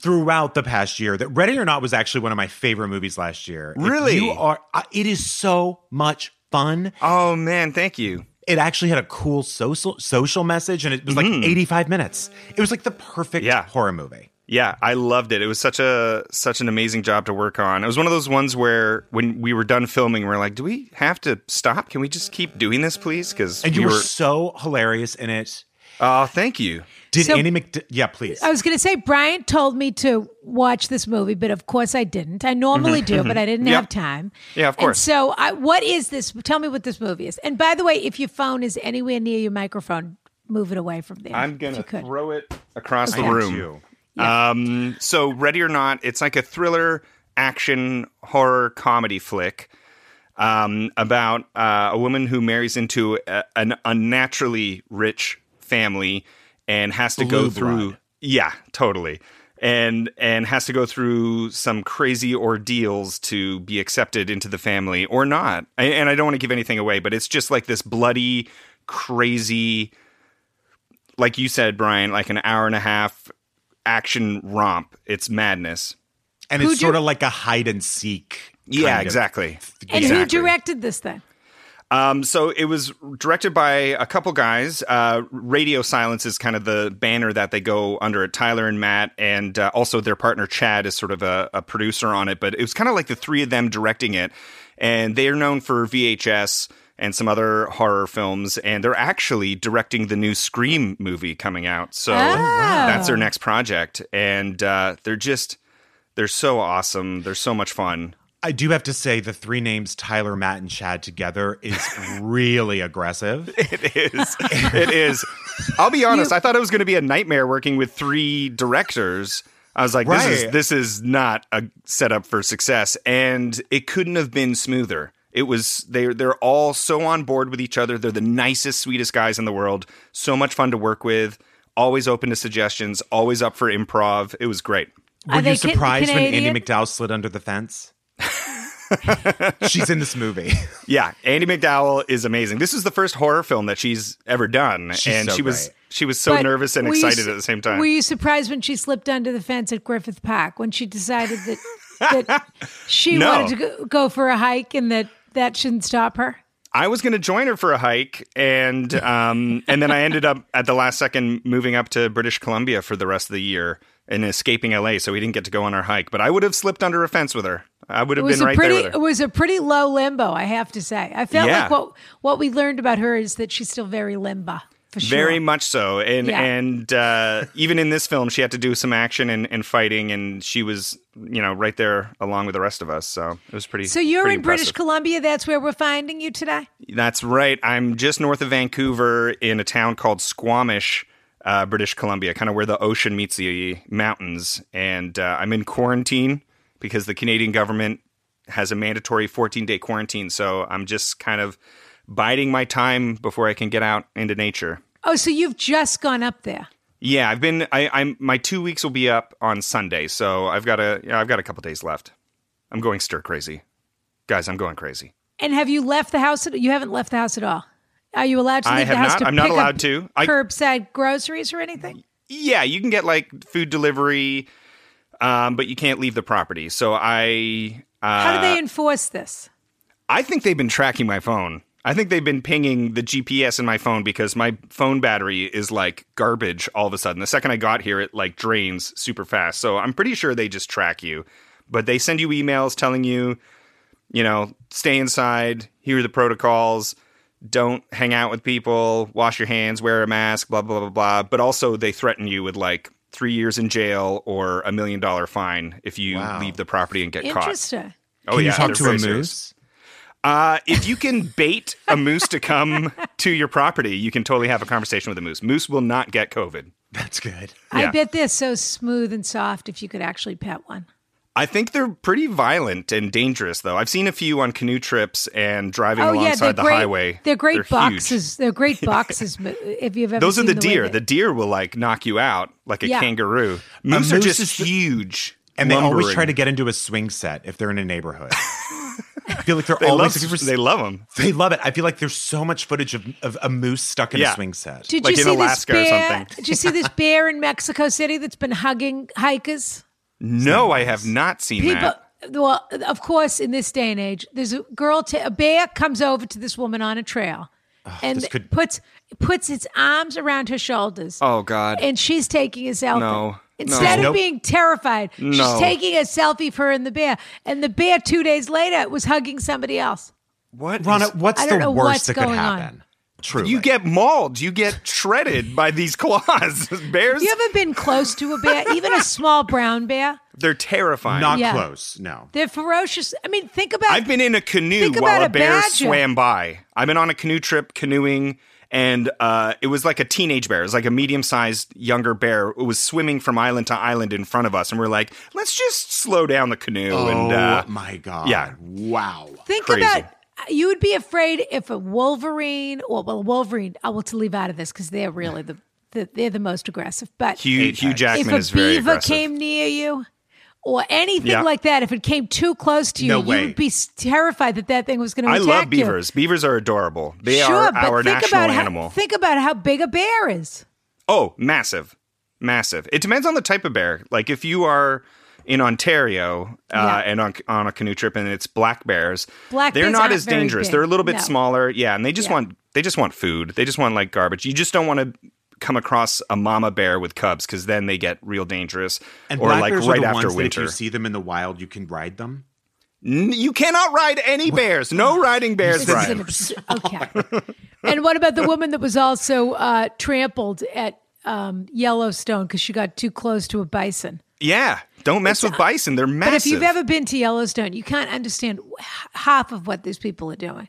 throughout the past year that Ready or Not was actually one of my favorite movies last year. If Really? you are. I- It is so much fun. Oh man, thank you. It actually had a cool social social message, and it was like Mm-hmm. 85 minutes. It was like the perfect Yeah. horror movie. Yeah, I loved it. It was such a such an amazing job to work on. It was one of those ones where when we were done filming, we are like, "Do we have to stop? Can we just keep doing this, please?" Because And you we were so hilarious in it. Oh, thank you. Did So- Annie McD- Yeah, please. I was going to say Brian told me to watch this movie, but of course I didn't. I normally do, but I didn't Mm-hmm. Yep. have time. Yeah, of And course. so, I, what is this? Tell me what this movie is. And by the way, if your phone is anywhere near your microphone, move it away from there. I'm if gonna you could. throw it across I the am room. too. Um, so Ready or Not, it's like a thriller, action, horror comedy flick um, about uh, a woman who marries into a, an unnaturally rich family and has to go Blue through. blood. Yeah, totally. And and has to go through some crazy ordeals to be accepted into the family or not. A- And I don't want to give anything away, but it's just like this bloody, crazy, like you said, Brian, like an hour and a half action romp. It's madness. And Who it's do- sort of like a hide and seek. Yeah, kind of- exactly. And who Exactly. directed this thing? Um, so it was directed by a couple guys. Uh, Radio Silence is kind of the banner that they go under at Tyler and Matt, and uh, also their partner Chad is sort of a, a producer on it. But it was kind of like the three of them directing it, and they are known for VHS and some other horror films. And they're actually directing the new Scream movie coming out, so that's their next project. And uh, they're just they're so awesome. They're so much fun. I do have to say the three names Tyler, Matt, and Chad together (laughs) is really aggressive. It is. It is. I'll be honest. I thought it was going to be a nightmare working with three directors. I was like, this is Right. this is not a setup for success, and it couldn't have been smoother. It was they they're all so on board with each other. They're the nicest, sweetest guys in the world. So much fun to work with. Always open to suggestions. Always up for improv. It was great. Are Were they you Ca- surprised when Canadian? Andy McDowell slid under the (laughs) fence? She's in this movie. Yeah, Andy McDowell is amazing. This is the first horror film that she's ever done, She's and so she was great. she was so But nervous and were you excited su- at the same time. Were you surprised when she slipped under the fence at Griffith Park when she decided that that (laughs) she No. wanted to go, go for a hike and that that shouldn't stop her? I was going to join her for a hike, (laughs) and um, and then I ended up at the last second moving up to British Columbia for the rest of the year and escaping LA, so we didn't get to go on our hike. But I would have slipped under a fence with her. I would It have was been a right pretty there with it her. was a pretty low limbo, I have to say. I felt Yeah. like what what we learned about her is that she's still very limbo. For sure. Very much so, and Yeah. and uh, even in this film, she had to do some action and, and fighting, and she was you know right there along with the rest of us. So it was pretty. So you're pretty in British impressive. Columbia, that's where we're finding you today? That's right. I'm just north of Vancouver in a town called Squamish, uh, British Columbia, kind of where the ocean meets the mountains. And uh, I'm in quarantine because the Canadian government has a mandatory 14 day quarantine. So I'm just kind of biding my time before I can get out into nature. Oh, so you've just gone up there. Yeah, I've been. I, I'm my two weeks will be up on Sunday, so I've got a. Yeah, I've got a couple days left. I'm going stir crazy, guys. I'm going crazy. And have you left the house? At, you haven't left the house at all. Are you allowed to I leave the have house not. to I'm not pick allowed up to. I- curbside groceries or anything? yeah, you can get like food delivery, um, but you can't leave the property. So I, uh, How do they enforce this? I think they've been tracking my phone. I think they've been pinging the GPS in my phone because my phone battery is like garbage all of a sudden. The second I got here, it like drains super fast. So I'm pretty sure they just track you, but they send you emails telling you, you know, stay inside, here are the protocols, don't hang out with people, wash your hands, wear a mask, blah, blah, blah, blah. But also they threaten you with like three years in jail or a million dollar fine if you Wow. leave the property and get caught. Interesting. Oh, Can you yeah, talk they're to a very moose? serious. Uh, if you can bait a moose to come to your property, you can totally have a conversation with a moose. Moose will not get COVID. That's good. Yeah. I bet they're so smooth and soft if you could actually pet one. I think they're pretty violent and dangerous, though. I've seen a few on canoe trips and driving Oh yeah, alongside they're the great. highway. They're great huge. boxes. They're (laughs) great boxes. but if you've ever Those are seen the way deer. that- The deer will like knock you out like a Yeah. kangaroo. Moose, are moose just is the- huge. And they always lumbering. try to get into a swing set if they're in a (laughs) neighborhood. I feel like they're They love, always they love them. They love it. I feel like there's so much footage of, of a moose stuck in Yeah. a swing set. did like you in see Alaska or this bear? something. Did you see (laughs) this bear in Mexico City that's been hugging hikers? No, I have not seen People, that. well, of course, in this day and age, there's a girl. ta- a bear comes over to this woman on a trail, and this could- puts puts its arms around her shoulders, Oh, God. and she's taking a selfie. No. Instead No. of being terrified, No. she's taking a selfie for her and the bear. And the bear, two days later, was hugging somebody else. What? Rana, is- what's I don't the know what's worst that could going on. happen? True. you get mauled. You get shredded by these (laughs) claws. Bears, (laughs) You ever been close to a bear, even a small brown bear? they're terrifying. not Yeah. close. No. They're ferocious. I mean, think about I've been in a canoe Think while about a, a bear badger. swam by. I've been on a canoe trip canoeing, and uh, it was like a teenage bear. It was like a medium sized younger bear. It was swimming from island to island in front of us, and we're like, let's just slow down the canoe. and uh, oh my god. yeah. Wow. Think Crazy. about uh, you would be afraid if a wolverine or well wolverine. I will to leave out of this because they're really the, the they're the most aggressive. But Hugh, Hugh if Jackman is a very beaver aggressive. came near you or anything Yeah. like that, if it came too close to you, No you way. would be s- terrified that that thing was going to I attack love you. beavers. Beavers are adorable. They sure, are but our think national about animal. How, think about how big a bear is. Oh, massive. Massive. It depends on the type of bear. Like if you are in Ontario uh, Yeah. and on, on a canoe trip and it's black bears, Black they're bears not aren't as very dangerous. big. They're a little bit No. smaller. Yeah, and they just Yeah. want they just want food. They just want like garbage. You just don't want to come across a mama bear with cubs cuz then they get real dangerous And or black like bears right are the after ones that winter. if you see them in the wild, you can ride them. N- you cannot ride any bears. (laughs) No riding bears, This is an Brian. abs- (laughs) Oh. okay. and what about the woman that was also uh, trampled at um, Yellowstone because she got too close to a bison? Yeah. Don't mess with bison. They're massive. But if you've ever been to Yellowstone, you can't understand wh- half of what these people are doing.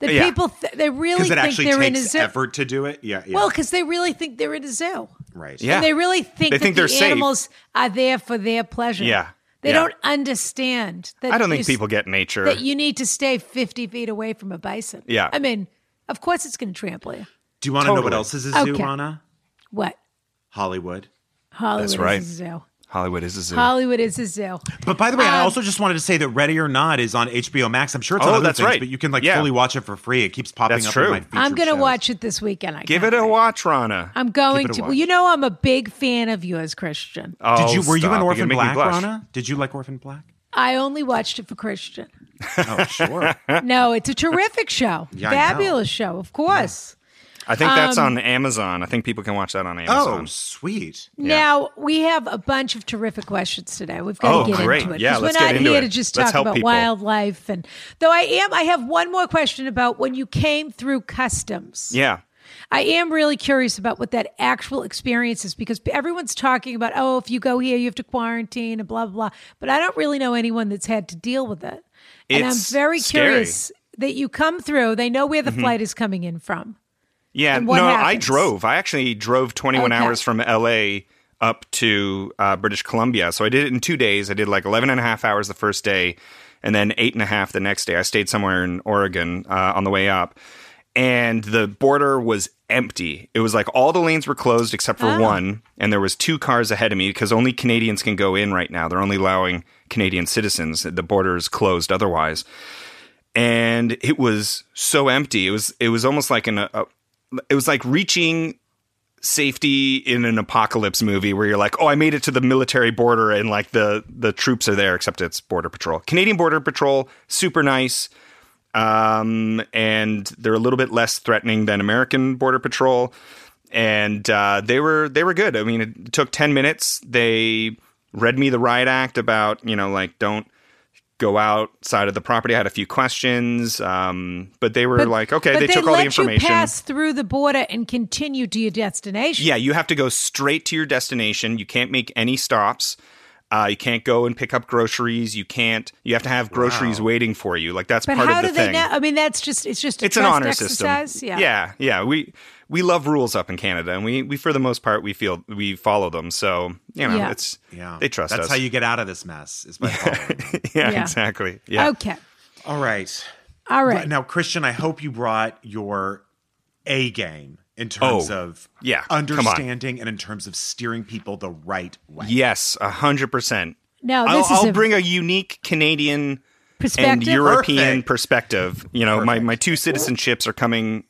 The Yeah. people, th- they really because it think actually they're in a takes zoo. effort to do it. Yeah, yeah, Well, because they really think they're in a zoo. right. Yeah. And they really think They that think the they're safe. animals are there for their pleasure. Yeah. They Yeah. don't understand that I don't you think s- people get nature. that you need to stay 50 feet away from a bison. Yeah. I mean, of course it's going to trample you. Do you want to know what Totally. else is a zoo, Okay. Anna? What? Hollywood. Hollywood right. is a zoo. Hollywood is a zoo. Hollywood is a zoo. But by the way, I Um, also just wanted to say that Ready or Not is on HBO Max. I'm sure it's Oh, on other that's things, right. but you can like Yeah. fully watch it for free. It keeps popping That's up. true. In my featured I'm going to shows. watch it this weekend. I Give can't it a wait. watch, Rana. I'm going Give it a to. Well, watch. you know I'm a big fan of yours, Christian. Oh, Did you? Were you stop. an You're Orphan making me Black, blush. Rana? Did you like Orphan (laughs) Black? I only watched it for Christian. Oh, sure. No, it's a terrific show. Yeah, I know. Fabulous show, of course. I think that's on Amazon. I think people can watch that on Um, oh, Amazon. sweet. Now we have a bunch of terrific questions today. We've got Oh, to get great. into it Yeah, because we're let's get not into here it. to just Let's talk help about people. wildlife. And though I am, I have one more question about when you came through customs. Yeah. I am really curious about what that actual experience is because everyone's talking about, oh, if you go here, you have to quarantine and blah, blah, blah. But I don't really know anyone that's had to deal with it. and I'm It's very scary. Mm-hmm. curious that you come through, they know where the flight is coming in from. Yeah, And what no, I happens? drove. I actually drove 21 Okay. hours from LA up to uh, British Columbia. So I did it in two days. I did like 11 and a half hours the first day and then eight and a half the next day. I stayed somewhere in Oregon uh, on the way up. And the border was empty. It was like all the lanes were closed except for Oh. one. And there was two cars ahead of me because only Canadians can go in right now. They're only allowing Canadian citizens. The border is closed otherwise and it was so empty. It was it was almost like an a, it was like reaching safety in an apocalypse movie where you're like, oh, I made it to the military border and like the the troops are there, except it's border patrol. Canadian border patrol, super nice. Um, and they're a little bit less threatening than American border patrol. And uh, they were they were good. I mean, it took ten minutes. They read me the riot act about you know like don't go outside of the property. I had a few questions, um, but they were like, okay, but they, took all let the information. You pass through the border and continue to your destination. Yeah, you have to go straight to your destination. You can't make any stops. Uh, you can't go and pick up groceries. You can't. You have to have groceries waiting for you. Like that's But part how of the do they thing. know? I mean, that's just it's just a It's an trust honor exercise. system. Yeah. yeah, yeah. We we love rules up in Canada, and we we for the most part we feel we follow them. So you know, Yeah. it's Yeah. they trust That's us. how you get out of this mess. Is by following. (laughs) yeah, Yeah. Oh. exactly. Yeah. Okay. All right. All right. Now, Christian, I hope you brought your A game in terms Oh, of yeah. Come on. understanding and in terms of steering people the right way. Yes, a hundred percent. Now, I'll, Oh, this is I'll a bring a unique Canadian and Perspective. European Perfect. perspective. You know, my my two citizenships are coming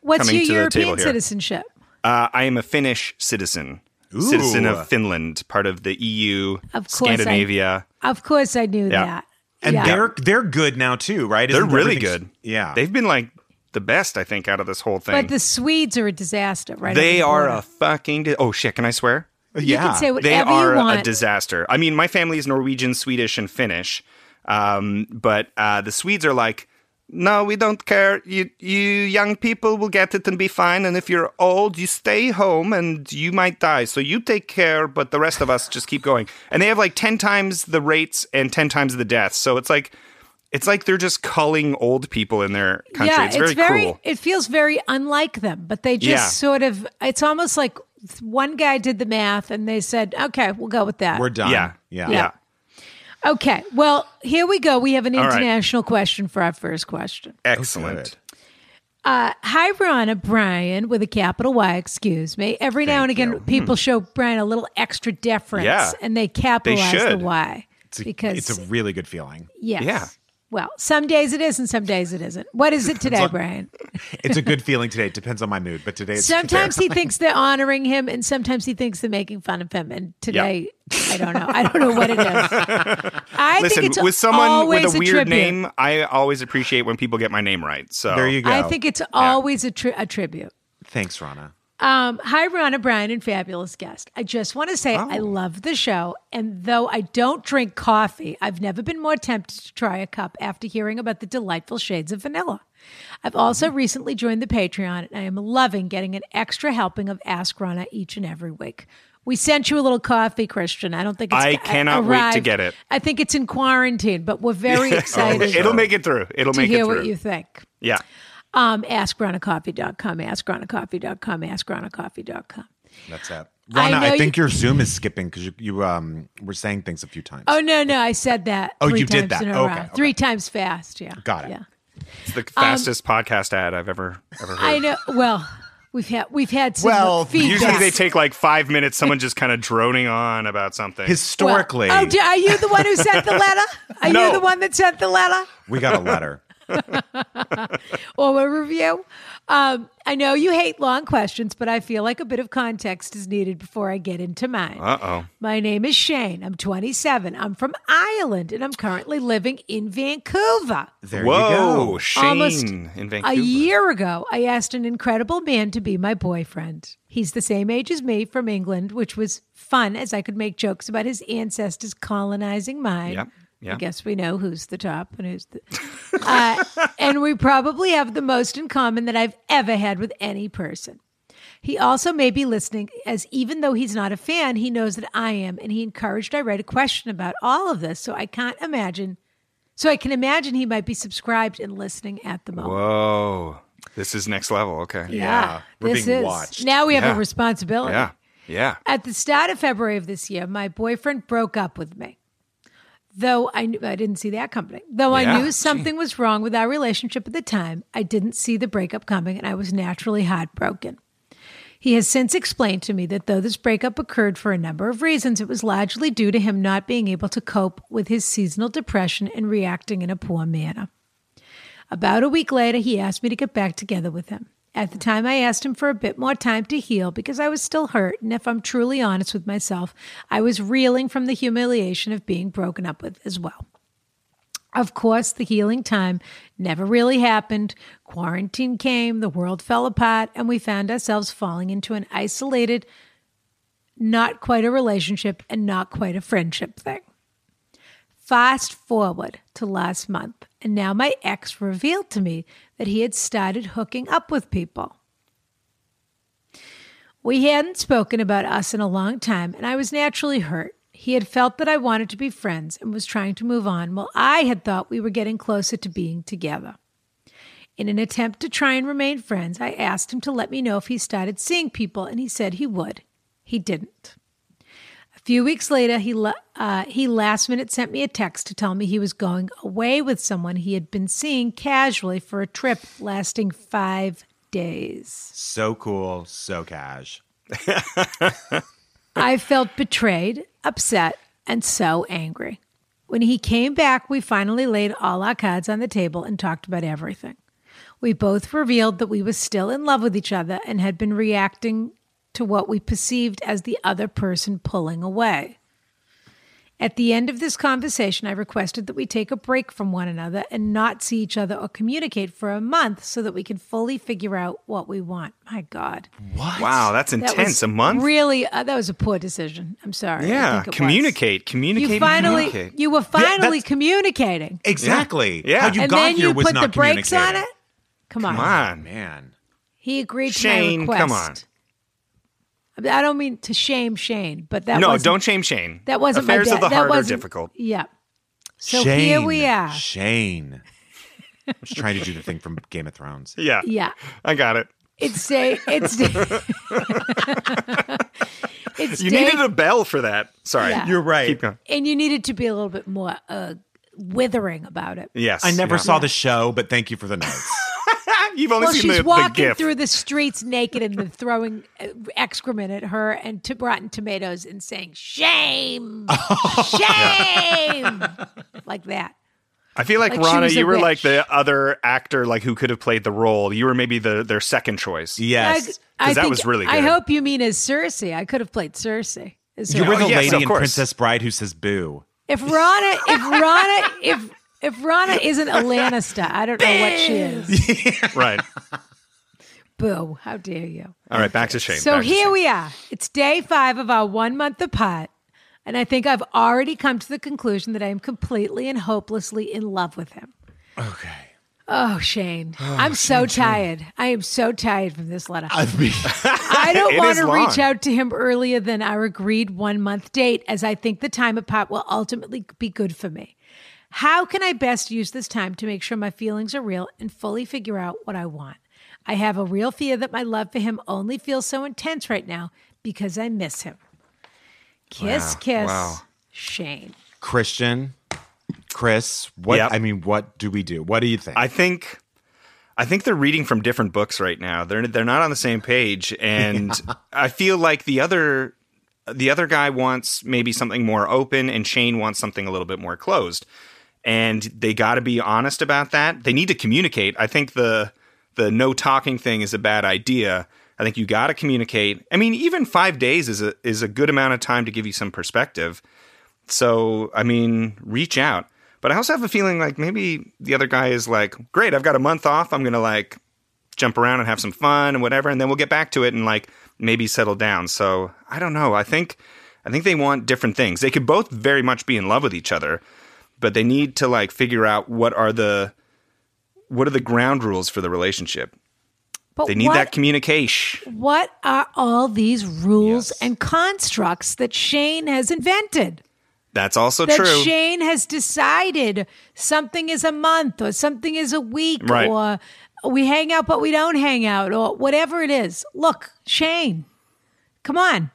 What's your coming to the table European here. citizenship? Uh, I am a Finnish citizen, citizen of Finland, part of the EU, Of course I- Scandinavia. Of course, I knew Yeah. that. And yeah. they're they're good now too, right? They're Isn't really everything's- good. Yeah. they've been like the best, I think, out of this whole thing. but the Swedes are a disaster, right? they on the are border. a fucking. Di- oh shit! Can I swear? You yeah. can say they whatever are you a want. disaster. I mean, my family is Norwegian, Swedish, and Finnish, um, but uh, the Swedes are like, no, we don't care. You, you young people will get it and be fine, and if you're old, you stay home and you might die. So you take care, but the rest of us just keep going. And they have like ten times the rates and ten times the deaths. So it's like, it's like they're just culling old people in their country. Yeah, it's very, cruel. It feels very unlike them, but they just Yeah. sort of. It's almost like one guy did the math and they said, "Okay, we'll go with that." We're done. Yeah, Yeah. yeah. Okay. Well, here we go. We have an right. international question for our first question. Uh, Excellent. Hi, Ronna Brian with a capital Y, excuse me. Every now and again, people show Brian a little extra deference Hmm. Yeah. and they capitalize the should. Y. It's a- because, it's a really good feeling. yes. Yeah. Well, some days it is and some days it isn't. What is (laughs) it today, on- Brian? (laughs) It's a good feeling today. It depends on my mood, but today it's Sometimes he thinks they're honoring him and sometimes he thinks they're making fun of him. And today, I don't know. I don't know what it is. I (laughs) Listen, think it's with someone with always a weird tribute. name, I always appreciate when people get my name right. So There you go. I think it's always a, tri- a tribute. Thanks, Rana. Um, hi, Ronna Brian and fabulous guest. I just want to say I Oh. love the show. And though I don't drink coffee, I've never been more tempted to try a cup after hearing about the delightful shades of vanilla. I've also Mm-hmm. recently joined the Patreon and I am loving getting an extra helping of Ask Ronna each and every week. We sent you a little coffee, Christian. I don't think it's I a- cannot wait to arrived. get it. I think it's in quarantine, but we're very (laughs) excited It'll make it through. It'll to make hear it through. what you think. yeah. Um, askronacoffee.com, askronacoffee.com, askronacoffee.com. That's that. I Rana, I, know think your Zoom is skipping because you, you um were saying things a few times. Oh, no, no, I said that. Oh, three you did times that. in a Okay, row. okay. Three times fast, yeah. Got it. Yeah. It's the fastest podcast ad I've ever ever Um, heard. I know. Well, we've had we've had some Well, feedback. Usually they take like five minutes, someone just kind of droning on about something. Well- Historically, oh, d- are you the one who sent the letter? Are No. you the one that sent the letter? we got a letter. or a review. Um, I know you hate long questions, but I feel like a bit of context is needed before I get into mine. uh oh. My name is Shane. I'm 27. I'm from Ireland and I'm currently living in Vancouver. There you Whoa, go. Shane Almost in Vancouver. A year ago, I asked an incredible man to be my boyfriend. He's the same age as me from England, which was fun as I could make jokes about his ancestors colonizing mine. Yep, yep. I guess we know who's the top and who's the. (laughs) uh, and we probably have the most in common that I've ever had with any person. He also may be listening, as even though he's not a fan, he knows that I am, and he encouraged I write a question about all of this. So I can't imagine. So I can imagine he might be subscribed and listening at the moment. Whoa. This is next level. Okay. Yeah, we're this being is. watched. Now we have Yeah. a responsibility. Yeah. Yeah. At the start of February of this year, my boyfriend broke up with me. Though I knew, I didn't see that coming. Though Yeah, I knew gee. something was wrong with our relationship at the time, I didn't see the breakup coming and I was naturally heartbroken. He has since explained to me that though this breakup occurred for a number of reasons, it was largely due to him not being able to cope with his seasonal depression and reacting in a poor manner. About a week later, he asked me to get back together with him. At the time, I asked him for a bit more time to heal because I was still hurt. And if I'm truly honest with myself, I was reeling from the humiliation of being broken up with as well. Of course, the healing time never really happened. Quarantine came, the world fell apart, and we found ourselves falling into an isolated, not quite a relationship and not quite a friendship thing. Fast forward to last month, and now my ex revealed to me that he had started hooking up with people. We hadn't spoken about us in a long time, and I was naturally hurt. He had felt that I wanted to be friends and was trying to move on, while I had thought we were getting closer to being together. In an attempt to try and remain friends, I asked him to let me know if he started seeing people, and he said he would. He didn't. A few weeks later, he la- uh, he last minute sent me a text to tell me he was going away with someone he had been seeing casually for a trip lasting five days. So cool. So cash. I felt betrayed, upset, and so angry. When he came back, we finally laid all our cards on the table and talked about everything. We both revealed that we were still in love with each other and had been reacting to what we perceived as the other person pulling away. At the end of this conversation, I requested that we take a break from one another and not see each other or communicate for a month so that we can fully figure out what we want. My God. Wow, that's That intense. was a month? Really, uh, that was a poor decision. I'm sorry. I yeah. think it was. Communicate. Communicate. You finally, communicate. you were finally that's- communicating, Exactly. Yeah. How you and got then here you was put not the brakes on it. communicated. Come on. Come on. Man. He agreed to Shane, my request. come on. I mean, I don't mean to shame Shane, but that No, wasn't- don't shame Shane. That wasn't Affairs my dad. of the that heart are wasn't, difficult. Yeah. So Shane, here we are. (laughs) Shane. I'm just trying to do the thing from Game of Thrones. Yeah. Yeah. I got it. It's day. It's day. (laughs) it's You day needed a bell for that. Sorry. Yeah. You're right. Keep going. and you needed to be a little bit more uh, withering about it. Yes. I never yeah. saw the show, but thank you for (laughs) the notes. (laughs) You've only Well, seen she's the, the walking gif. through the streets naked and then throwing uh, excrement at her and to Rotten Tomatoes and saying (laughs) "shame, shame," like that. I feel like, Like she Rana, was a you were like witch. the other actor, like who could have played the role. You were maybe the their second choice. yes. I, I that think- was really I good. hope you mean as Cersei. I could have played Cersei. As You're her. with a Oh, yes, lady of in course. Princess Bride who says boo. if Rana, if Rana, if if Rana isn't a Lannister, I don't know (laughs) what she is. right. Boo! How dare you? All right. Back to Shane. So back to here Shane. we are. It's day five of our one month apart. And I think I've already come to the conclusion that I am completely and hopelessly in love with him. Okay. Oh, (sighs) Shane, I'm so tired. I am so tired from this letter. I mean, (laughs) I It don't is want to reach long. out to him earlier than our agreed one month date, as I think the time apart will ultimately be good for me. How can I best use this time to make sure my feelings are real and fully figure out what I want? I have a real fear that my love for him only feels so intense right now because I miss him. Kiss, Wow. kiss, Wow. Shane. (laughs) Christian, Chris, what Yep. I mean, what do we do? What do you think? I think I think they're reading from different books right now. They're they're not on the same page, and I feel like the other the other guy wants maybe something more open, and Shane wants something a little bit more closed. And they got to be honest about that. They need to communicate. I think the the no talking thing is a bad idea. I think you got to communicate. I mean, even five days is a is a good amount of time to give you some perspective. So, I mean, reach out. But I also have a feeling like maybe the other guy is like, great, I've got a month off. I'm going to like jump around and have some fun and whatever. And then we'll get back to it and like maybe settle down. So I don't know. I think, I think they want different things. They could both very much be in love with each other, but they need to like figure out what are the, what are the ground rules for the relationship. But They need what that communication. What are all these rules and constructs that Shane has invented? That's also That true. Shane has decided something is a month or something is a week Right. or we hang out but we don't hang out or whatever it is. Look, Shane, come on.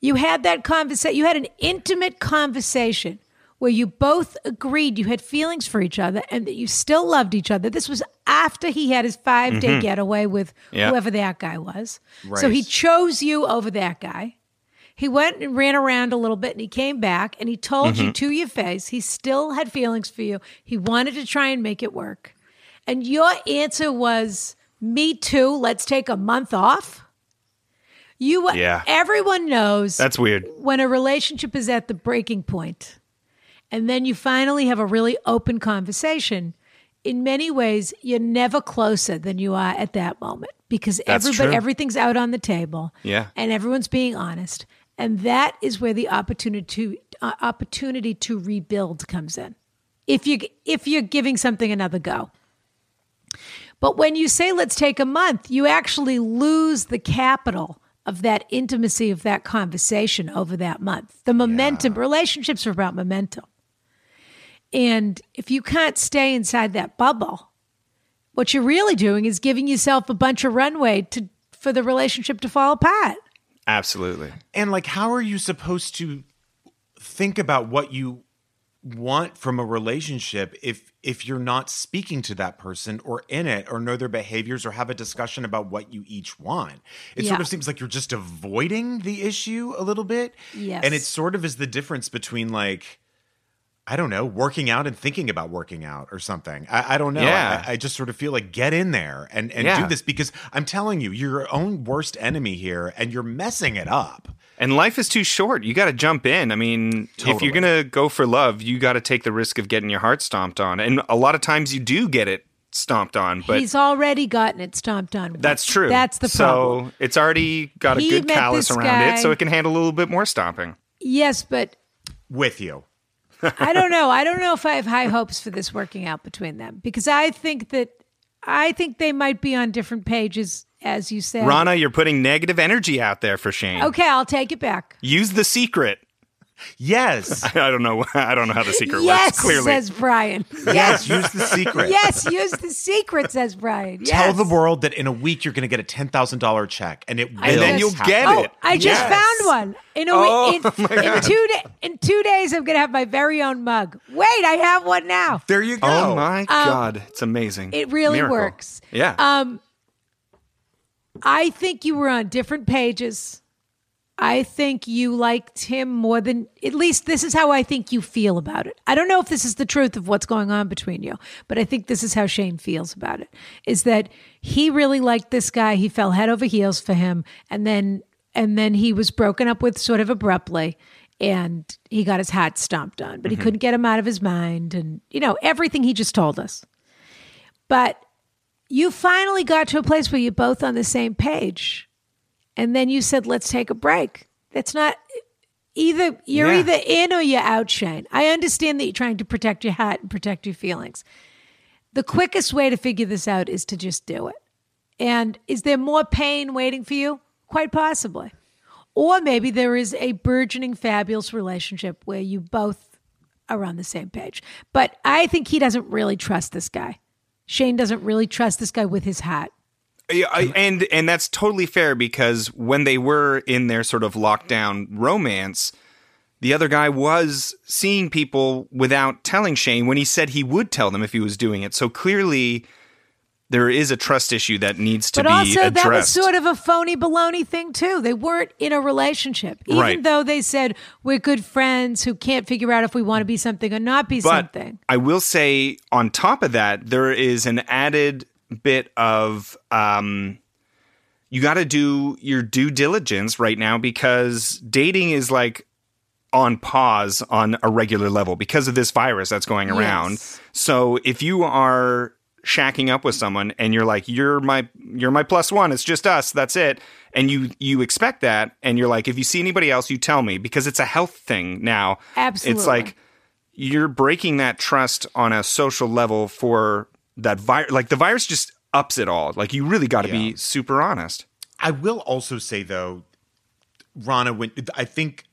You had that conversation, you had an intimate conversation where you both agreed you had feelings for each other and that you still loved each other. This was after he had his five day getaway with Mm-hmm. Yeah. whoever that guy was. So he chose you over that guy. He went and ran around a little bit and he came back and he told Mm-hmm. you to your face he still had feelings for you. He wanted to try and make it work. And your answer was, Me too, let's take a month off. You uh, Yeah. everyone knows That's weird. when a relationship is at the breaking point and then you finally have a really open conversation, in many ways, you're never closer than you are at that moment because That's everybody, true. everything's out on the table. Yeah. And everyone's being honest. And that is where the opportunity to, uh, opportunity to rebuild comes in. If you if you're giving something another go. But when you say let's take a month, you actually lose the capital of that intimacy of that conversation over that month. The momentum, relationships are about momentum. And if you can't stay inside that bubble, what you're really doing is giving yourself a bunch of runway to for the relationship to fall apart. Absolutely. and like, how are you supposed to think about what you want from a relationship if if you're not speaking to that person or in it or know their behaviors or have a discussion about what you each want? It sort Yeah. of seems like you're just avoiding the issue a little bit. Yes. And it sort of is the difference between like I don't know, working out and thinking about working out or something. I, I don't know. Yeah. I, I just sort of feel like get in there and, and Yeah. do this because I'm telling you, you're your own worst enemy here and you're messing it up. And life is too short. You got to jump in. I mean, if you're going to go for love, you got to take the risk of getting your heart stomped on. And a lot of times you do get it stomped on, but He's already gotten it stomped on. once. that's true. That's the so problem. it's already got a He good met callus this around guy- it, so it can handle a little bit more stomping. Yes, but With you. I don't know. I don't know if I have high hopes for this working out between them because I think that I think they might be on different pages, as you said. Rana, you're putting negative energy out there for Shane. Okay, I'll take it back. Use the secret. (laughs) Yes. I don't know. I don't know how the secret yes, works. Clearly, says (laughs) Brian. yes. Use the secret. yes, use the secret, says Brian. Yes. Tell the world that in a week you're going to get a $10,000 check and it will and then Yes. you'll happen. get Oh, it. I just Yes. found one. In a (laughs) Oh, week, in, in two da- in two days, I'm gonna have my very own mug. Wait, I have one now. There you go. Oh my god, it's amazing. Um, It really Miracle. works. Yeah. Um, I think you were on different pages. I think you liked him more than, at least this is how I think you feel about it. I don't know if this is the truth of what's going on between you, but I think this is how Shane feels about it is that he really liked this guy. He fell head over heels for him. And then, and then he was broken up with sort of abruptly and he got his hat stomped on, Mm-hmm. but he couldn't get him out of his mind. And, you know, everything he just told us but you finally got to a place where you're both on the same page and then you said let's take a break that's not either you're Yeah. either in or you're out shane i understand that you're trying to protect your heart and protect your feelings The quickest way to figure this out is to just do it. And is there more pain waiting for you? Quite possibly. Or maybe there is a burgeoning, fabulous relationship where you both are on the same page. But I think he doesn't really trust this guy. Shane doesn't really trust this guy with his hat. Yeah, I, and and that's totally fair because when they were in their sort of lockdown romance, the other guy was seeing people without telling Shane when he said he would tell them if he was doing it. So clearly, there is a trust issue that needs to But be also, addressed. that was sort of a phony baloney thing, too. They weren't in a relationship, even Right. though they said we're good friends who can't figure out if we want to be something or not be but something. I will say, on top of that, there is an added bit of um, you got to do your due diligence right now because dating is like on pause on a regular level because of this virus that's going around. Yes. So if you are shacking up with someone and you're like you're my you're my plus one it's just us that's it and you you expect that and you're like if you see anybody else you tell me because it's a health thing now Absolutely. it's like you're breaking that trust on a social level for that virus like the virus just ups it all like you really got to be super honest I will also say though, Rana, when I think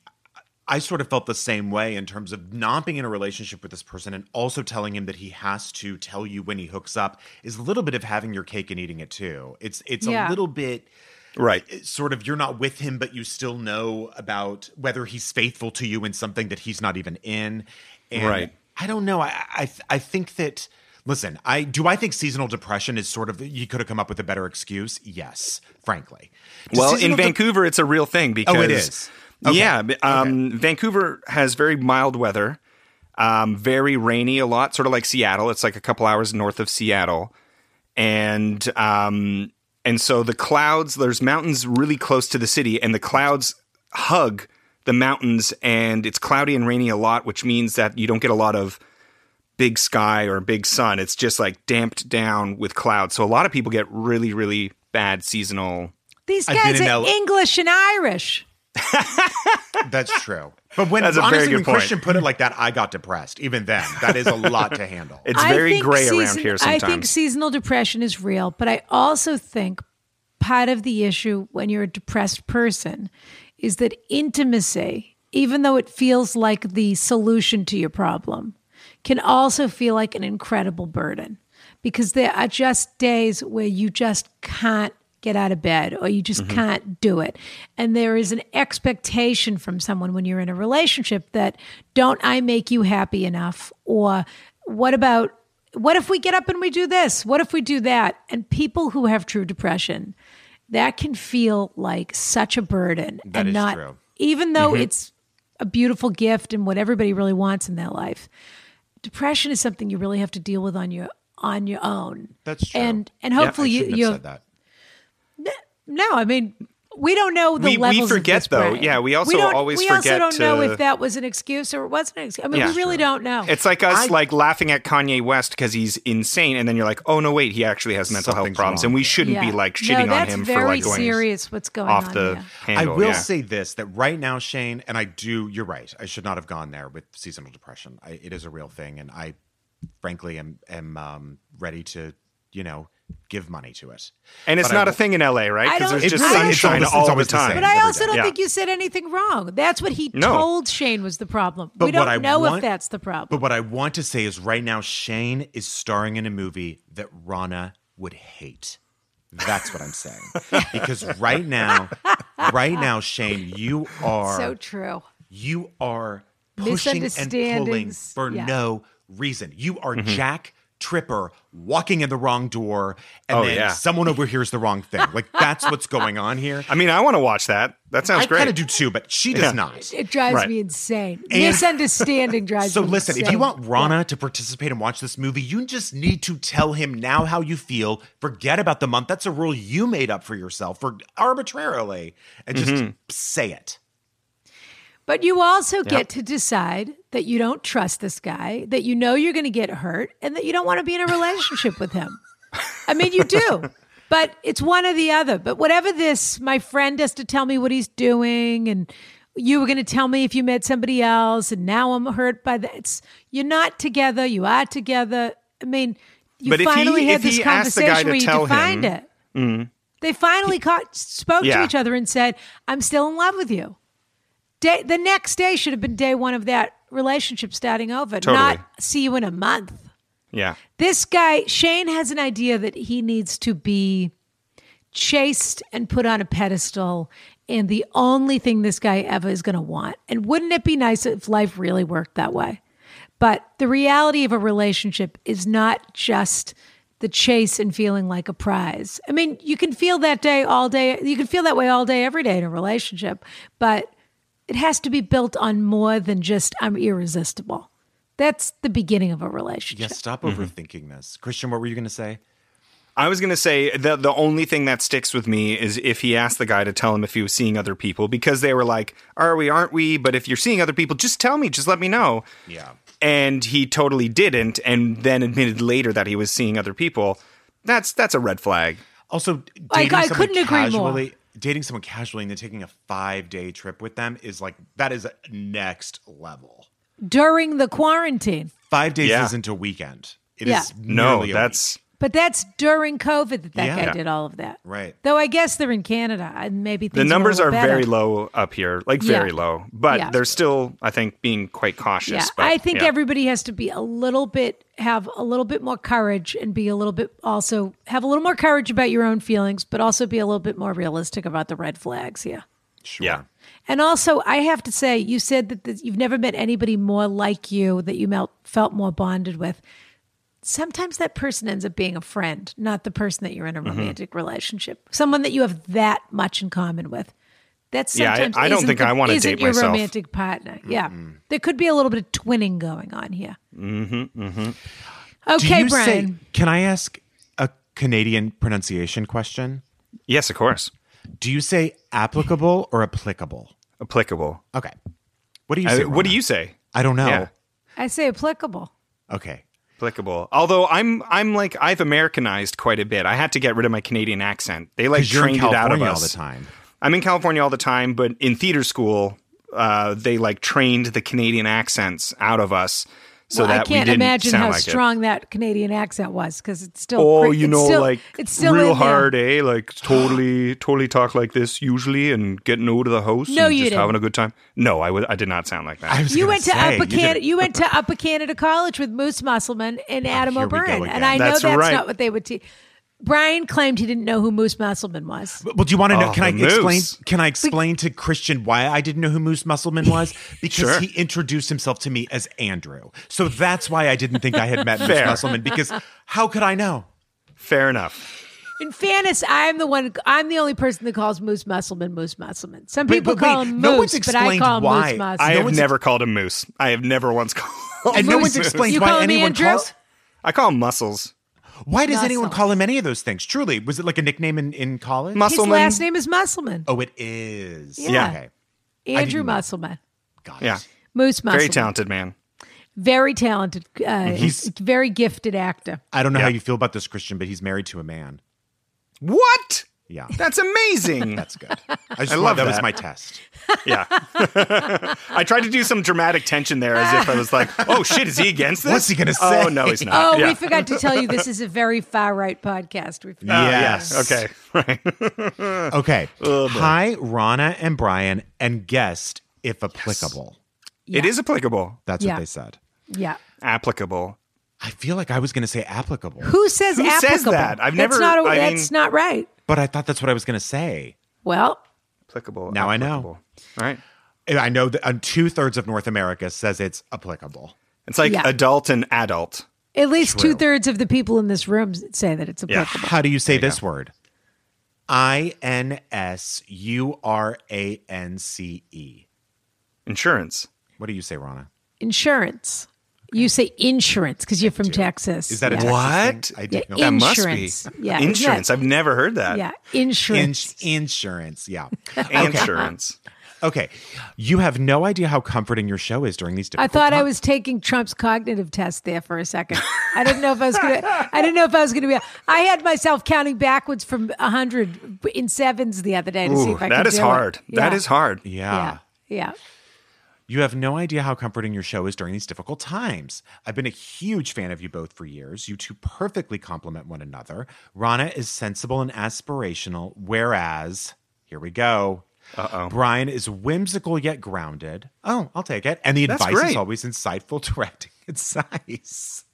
I sort of felt the same way in terms of not being in a relationship with this person and also telling him that he has to tell you when he hooks up is a little bit of having your cake and eating it too. It's it's Yeah. a little bit right it's sort of you're not with him, but you still know about whether he's faithful to you in something that he's not even in. And Right. I don't know. I I, I think that. Listen, I do. I think seasonal depression is sort of. You could have come up with a better excuse. Yes, frankly. Does well in seasonal de- vancouver it's a real thing because Oh, is? Okay. yeah b- um, vancouver has very mild weather um, very rainy a lot sort of like seattle it's like a couple hours north of seattle and um, and so the clouds there's mountains really close to the city and the clouds hug the mountains and it's cloudy and rainy a lot which means that you don't get a lot of big sky or big sun it's just like damped down with clouds so a lot of people get really really bad seasonal These I've been guys in are L- English and Irish. That's true. But when That's a very honestly, good when point. Christian put it like that, I got depressed. Even then, that is a lot to (laughs) handle. It's very think gray around season- here I think sometimes. seasonal depression is real, but I also think part of the issue when you're a depressed person is that intimacy, even though it feels like the solution to your problem, can also feel like an incredible burden because there are just days where you just can't get out of bed or you just can't do it. And there is an expectation from someone when you're in a relationship that don't I make you happy enough? Or what about what if we get up and we do this? What if we do that? And people who have true depression, that can feel like such a burden and is not true. even though Mm-hmm. it's a beautiful gift and what everybody really wants in their life depression is something you really have to deal with on your on your own. That's true. And and Yeah, I hopefully shouldn't have you you said that. no, I mean we don't know the We- we levels. of forget, this though. brain. Yeah, we also don't- always we forget also don't know to- if that was an excuse or it wasn't an excuse. I mean, Yeah, we really don't know. It's like us I- like laughing at Kanye West because he's insane, and then you're like, oh no, wait, he actually has mental health Something's problems, wrong and we there. shouldn't Yeah. be like No, shitting on that's him for very like going serious. What's going off on the here. handle. I will yeah. say this: that right now, Shane, and I do. You're right. I should not have gone there with seasonal depression. I, it is a real thing, and I, frankly, am am um, ready to, you know, give money to it. and it's but I not a will- thing in LA, right? I Because don't- there's just It really is sunshine always- it's all the always the time. same. but I every also day. don't Yeah. think you said anything wrong. That's what he No. told Shane was the problem. But we don't what I know if want- that's the problem. But what I want to say is, right now, Shane is starring in a movie that Rana would hate. That's what I'm saying. (laughs) because right now, right now, Shane, you are so true. you are pushing and pulling Misunderstandings. for Yeah. no reason. You are Mm-hmm. Jack Tripper walking in the wrong door, and Oh, then yeah. someone overhears the wrong thing. Like that's what's going on here. (laughs) I mean, I want to watch that. That sounds I kind great. of do too, but she does not. It drives Right. me insane. (laughs) Misunderstanding drives So me listen, if insane. you want Rana to participate and watch this movie, you just need to tell him now how you feel. Forget about the month. That's a rule you made up for yourself for arbitrarily and just Mm-hmm. say it. But you also get to decide that you don't trust this guy, that you know you're going to get hurt, and that you don't want to be in a relationship with him. I mean, you (laughs) do, but it's one or the other. But whatever this, my friend has to tell me what he's doing, and you were going to tell me if you met somebody else, and now I'm hurt by that. It's, you're not together, you are together. I mean, You But if he- finally had if this he asked the guy conversation to where you tell defined him- mm. it. They finally caught, spoke to Yeah. each other and said, "I'm still in love with you." Day, the next day should have been day one of that relationship starting over, Totally. not see you in a month. Yeah. This guy Shane has an idea that he needs to be chased and put on a pedestal, and the only thing this guy ever is going to want. And wouldn't it be nice if life really worked that way? But the reality of a relationship is not just the chase and feeling like a prize. I mean, you can feel that day all day. You can feel that way all day, every day in a relationship, but it has to be built on more than just I'm irresistible. That's the beginning of a relationship. Yeah, stop Mm-hmm. overthinking this. Christian, what were you going to say? I was going to say the the only thing that sticks with me is if he asked the guy to tell him if he was seeing other people because they were like, "Are we? Aren't we?" But if you're seeing other people, just tell me. Just let me know. Yeah. And he totally didn't, and then admitted later that he was seeing other people. That's that's a red flag. Also, dating Like, I someone couldn't agree more. casually, Dating someone casually and then taking a five day trip with them is like, that is next level. during the quarantine. Five days Yeah. isn't a weekend. It is Yeah. No, merely a that's But that's during COVID that that Yeah. guy did all of that. Right. Though I guess they're in Canada and maybe the things numbers a are little better. very low up here, like Yeah. very low. But Yeah. they're still, I think, being quite cautious. Yeah, but, I think yeah. everybody has to be a little bit have a little bit more courage and be a little bit also have a little more courage about your own feelings, but also be a little bit more realistic about the red flags. Yeah. Sure. yeah. And also, I have to say, you said that this, you've never met anybody more like you that you melt, felt more bonded with. Sometimes that person ends up being a friend, not the person that you're in a Mm-hmm. romantic relationship. Someone that you have that much in common with. That's Yeah, I- sometimes I don't isn't think the- I wanna isn't date your myself. romantic partner. Yeah, there could be a little bit of twinning going on here. Mm-hmm. mm-hmm. Do Okay, you say- Brian. can I ask a Canadian pronunciation question? Yes, of course. Do you say applicable or applicable? Applicable. Okay. What do you Uh, say? what do Rona? you say? I don't know. Yeah. I say applicable. Okay. applicable. Although I'm I'm like I've Americanized quite a bit. I had to get rid of my Canadian accent. They like Because you're in trained it out of California us. all the time. I'm in California all the time, but in theater school, uh, they like trained the Canadian accents out of us so Well, that I we can't didn't imagine sound how like it. strong that Canadian accent was because it's still. Oh, cre- you it's know, still- like it's still in there. real hard, eh? Like totally, totally talk like this usually, and getting over to the host. No, and you just didn't. having a good time. No, I would. I did not sound like that. I was You gonna went to say, Upper you Canada. did- You went to (laughs) Upper Canada College with Moose Musselman and Adam Oh, here we go O'Brien, again. and I That's know that's right. not what they would teach. Brian claimed he didn't know who Moose Musselman was. Well, do you want to know? Oh, can I the explain? moose. Can I explain to Christian why I didn't know who Moose Musselman (laughs) was? Because Sure. he introduced himself to me as Andrew. So that's why I didn't think I had met Moose Fair. Musselman. Because how could I know? Fair enough. In fairness, I'm the one. I'm the only person that calls Moose Musselman Moose Musselman. Some people but call wait, him no Moose, one's but I explained call him why. Moose Musselman. I No have one's- never called him moose. I have never once called. (laughs) And him no Oh, moose. one's explained You why call me anyone Andrew? calls. I call him muscles. Why does Muscle. anyone call him any of those things? Truly, was it like a nickname in, in college? Muscle- His Musselman. last name is Musselman. oh, it is. Yeah. Okay. Andrew Musselman. Got Yeah. it. Moose Musselman. Very talented man. Very talented. Uh, Mm, He's- very gifted actor. I don't know how Yeah. you feel about this, Christian, but he's married to a man. What? (laughs) Yeah. That's amazing. That's good. I, just I wanted- love that. was that. my test. yeah. I tried to do some dramatic tension there as if I was like, oh shit, is he against this? What's he gonna Oh say? no, he's not. Uh, Oh, yeah. we forgot to tell you (laughs) this is a very far right podcast. We forgot. yes. Oh, Okay. Right. Okay. Hi, Rana and Brian, and guest, if applicable. It is applicable. That's Yeah. what they said. Yeah. Applicable. I feel like I was going to say applicable, Who says Who says applicable? that? I've That's never- Not a- I mean- that's not right. but I thought that's what I was going to say. Well, Applicable. Now I know. applicable. All right. And I know that two thirds of North America says it's applicable. It's like Yeah. adult and adult. at least two thirds of the people in this room say that it's applicable. How do you say this word? I N S U R A N C E. Insurance. What do you say, Rana? Insurance. You say insurance because you're from Texas. Is that a yeah. Texas What? thing? I Yeah, didn't know. That that. Insurance. must be. Yeah, Insurance. yeah. I've never heard that. Yeah, In- insurance. insurance. Yeah. (laughs) Insurance. Okay. You have no idea how comforting your show is during these I difficult thought I times. was taking Trump's cognitive test there for a second. I didn't know if I was gonna. I didn't know if I was gonna be. I had myself counting backwards from hundred in sevens the other day to see Ooh, if I could that is do it. hard. That Yeah. is hard. Yeah. Yeah. Yeah. You have no idea how comforting your show is during these difficult times. I've been a huge fan of you both for years. You two perfectly complement one another. Rana is sensible and aspirational, whereas, here we go. Uh-oh. Brian is whimsical yet grounded. Oh, I'll take it. And the That's advice is great. always insightful, (laughs) direct, and concise.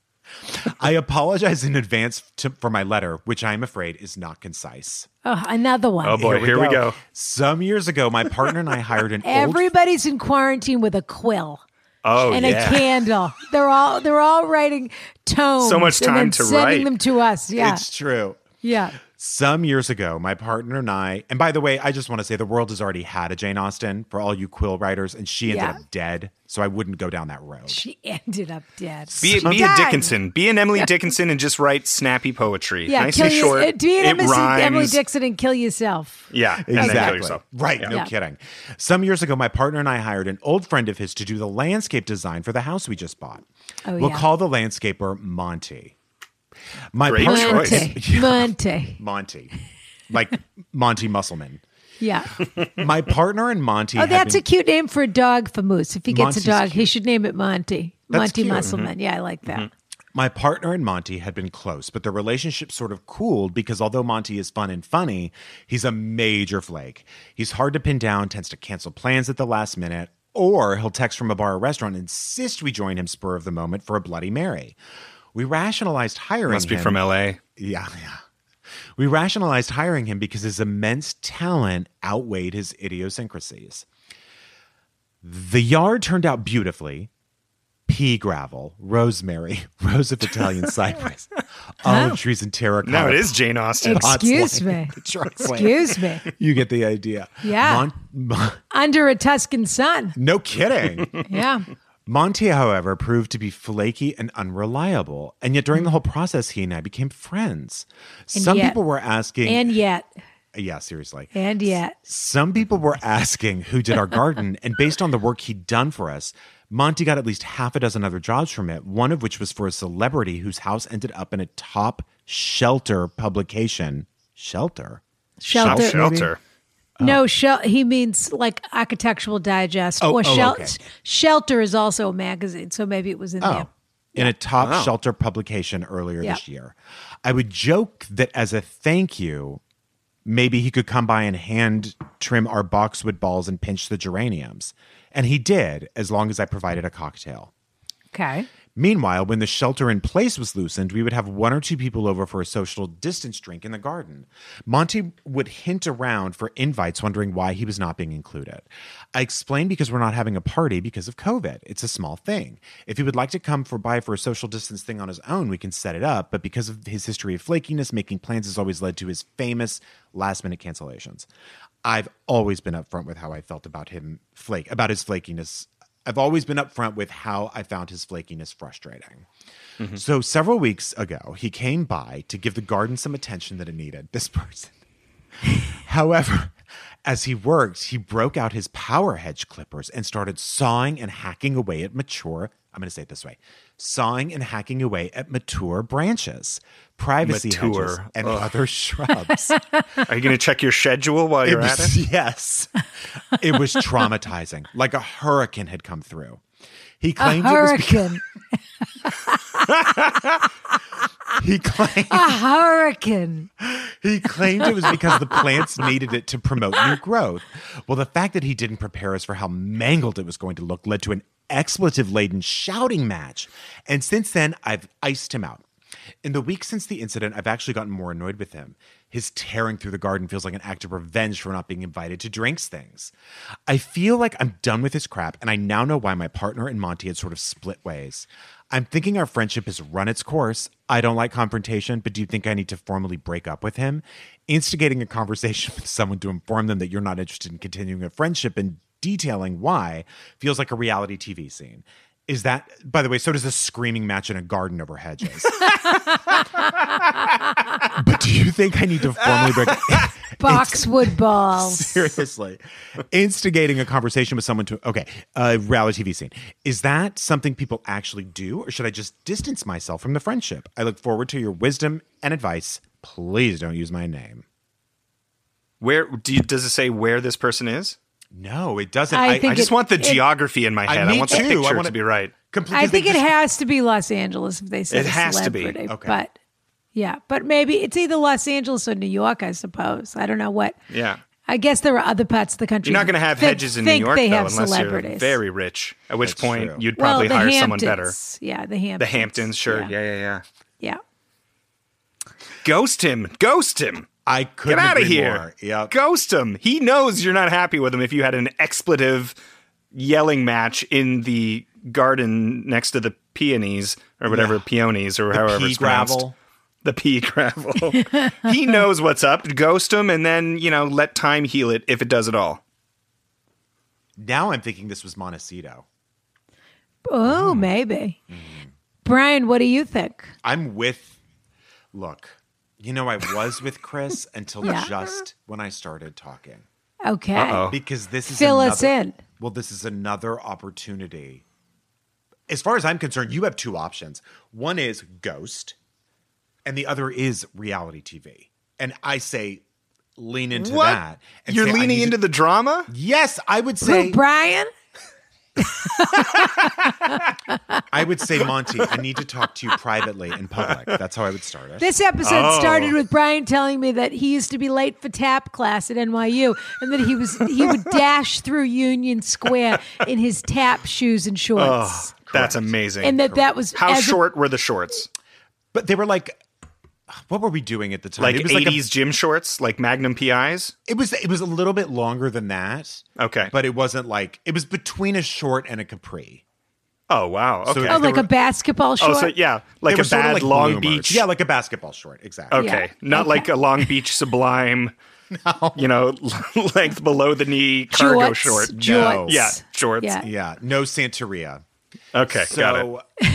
I apologize in advance to, for my letter, which I am afraid is not concise. Oh, another one. Oh, boy, here we go. Some years ago, my partner and I (laughs) hired an old Everybody's in quarantine with a quill Oh, and yeah. a candle. They're all they're all writing tones. So much and time then to sending write. them to us. Yeah, It's true. yeah. Some years ago, my partner and I, and by the way, I just want to say the world has already had a Jane Austen for all you quill writers, and she ended Yeah. up dead. So I wouldn't go down that road. She ended up dead. Be, be a Done. Dickinson. Be an Emily Dickinson and just write snappy poetry. Yeah, nice kill and your- short. uh, do you it Emily, Emily rhymes. Dixon and kill yourself? Yeah, and then kill yourself. Right, no Yeah. kidding. Some years ago, my partner and I hired an old friend of his to do the landscape design for the house we just bought. Oh, we'll yeah. call the landscaper Monty. My Great partner, choice. Monte, (laughs) Monte. (laughs) Monty, like Monty Musselman. Yeah. (laughs) My partner and Monty. Oh, had that's been- a cute name for a dog for Moose. If he gets Monty's a dog, he should name it Monty. That's Monty cute. Musselman. Mm-hmm. Yeah, I like that. My partner and Monty had been close, but their relationship sort of cooled because although Monty is fun and funny, he's a major flake. He's hard to pin down, tends to cancel plans at the last minute, or he'll text from a bar or restaurant and insist we join him spur of the moment for a Bloody Mary. We rationalized hiring Must be him- from L.A. yeah, yeah. We rationalized hiring him because his immense talent outweighed his idiosyncrasies. The yard turned out beautifully. Pea gravel, rosemary, (laughs) rows of (laughs) Italian cypress, olive trees, and terracotta. Now it is Jane Austen. Ex- pots Excuse lining (laughs) me. the driveway. Excuse me. You get the idea. Yeah. Mon- Under a Tuscan (laughs) sun. no kidding. Yeah. Monty, however, proved to be flaky and unreliable. And yet, during the whole process, he and I became friends. And Some yet- people were asking. And yet, yeah, seriously. and yet. Some people were asking who did our garden, and based on the work he'd done for us, Monty got at least half a dozen other jobs from it, one of which was for a celebrity whose house ended up in a top shelter publication. Shelter? Shop Shelter. shelter. Oh. No, shel- he means like architectural digest Oh, or oh, shel- okay. shelter is also a magazine, so maybe it was in Oh. there. in a top shelter publication earlier Yeah. this year. I would joke that as a thank you, maybe he could come by and hand trim our boxwood balls and pinch the geraniums. And he did, as long as I provided a cocktail. Okay. Meanwhile, when the shelter in place was loosened, we would have one or two people over for a social distance drink in the garden. Monty would hint around for invites, wondering why he was not being included. I explained because we're not having a party because of COVID. It's a small thing. If he would like to come for by for a social distance thing on his own, we can set it up. But because of his history of flakiness, making plans has always led to his famous last minute cancellations. I've always been upfront with how I felt about him flake about his flakiness I've always been upfront with how I found his flakiness frustrating. So several weeks ago, he came by to give the garden some attention that it needed. This person. (laughs) However, as he worked, he broke out his power hedge clippers and started sawing and hacking away at mature. I'm going to say it this way: sawing and hacking away at mature branches, privacy Mature. hedges, and other shrubs. Are you going to check your schedule while It you're at was, (laughs) it? Yes. It was traumatizing. like a hurricane had come through. He A claimed it was because, hurricane. he claimed a (laughs) hurricane. he claimed it was because the plants needed it to promote new growth. Well, the fact that he didn't prepare us for how mangled it was going to look led to an expletive laden shouting match. And since then, I've iced him out. In the week since the incident, I've actually gotten more annoyed with him. His tearing through the garden feels like an act of revenge for not being invited to drinks things. I feel like I'm done with his crap, and I now know why my partner and Monty had sort of split ways. I'm thinking our friendship has run its course. I don't like confrontation, but do you think I need to formally break up with him? Instigating a conversation (laughs) with someone to inform them that you're not interested in continuing a friendship and detailing why feels like a reality TV scene. Is that, by the way, so does a screaming match in a garden over hedges. but do you think I need to formally break up? Boxwood (laughs) (laughs) balls. Seriously. Instigating a conversation with someone to, okay, uh, reality TV scene. Is that something people actually do, or should I just distance myself from the friendship? I look forward to your wisdom and advice. Please don't use my name. Where do you, does it say where this person is? No, it doesn't. I I, I, think I just it- want the it- geography in my I- head. I, me want the too. I picture wanna- to be right. completely I think it just- has to be Los Angeles if they say It has to be. celebrity, Okay. But yeah, but maybe it's either Los Angeles or New York, I suppose. I don't know what. Yeah. I guess there are other parts of the country. You're not going to have that hedges in New think York they though, have unless celebrities. you're very rich. At which That's point true. you'd Well, probably the hire Hamptons. someone better. Yeah, the Hamptons. The Hamptons, sure. Yeah. yeah, yeah, yeah. Ghost him. Ghost him. I Get couldn't out of agree here. more. Yep. Ghost him. He knows you're not happy with him if you had an expletive yelling match in the garden next to the peonies or whatever peonies or however pea it's pronounced. gravel. The pea (laughs) gravel. (laughs) he knows what's up. Ghost him and then, you know, let time heal it if it does at all. Now I'm thinking this was Montecito. Oh, Mm-hmm. maybe. Brian, what do you think? I'm with. Look, you know I was (laughs) with Chris until Yeah. just when I started talking Okay. Uh-oh. because this is Fill us another- in. Well, this is another opportunity. As far as I'm concerned, you have two options. One is Ghost, and the other is reality TV. And I say, lean into What? that. and You're say, I leaning need into to- the drama? Yes, I would Who, say. Brian? I would say, Monty, I need to talk to you privately in public. That's how I would start it. This episode Oh. started with Brian telling me that he used to be late for tap class at NYU and that he was he (laughs) would dash through Union Square in his tap shoes and shorts. That's amazing. and that that was Oh, How as a- short were the shorts? Uh, But they were like, what were we doing at the time? Like it was 80s a- gym shorts, like Magnum PIs? it was it was a little bit longer than that. Okay. but it wasn't like it was between a short and a capri. Oh, wow. So Okay. it- oh, like a basketball short. Oh, so yeah, They like were a sorta bad like Long bloomers. Beach. Yeah, like a basketball short. Exactly. okay, Yeah. not Okay. like a Long (laughs) Beach Sublime. You know, (laughs) length below the knee cargo Jorts. short. No. Jorts. Yeah, shorts. Yeah. Yeah. No Santeria. Okay, got it. so, (laughs)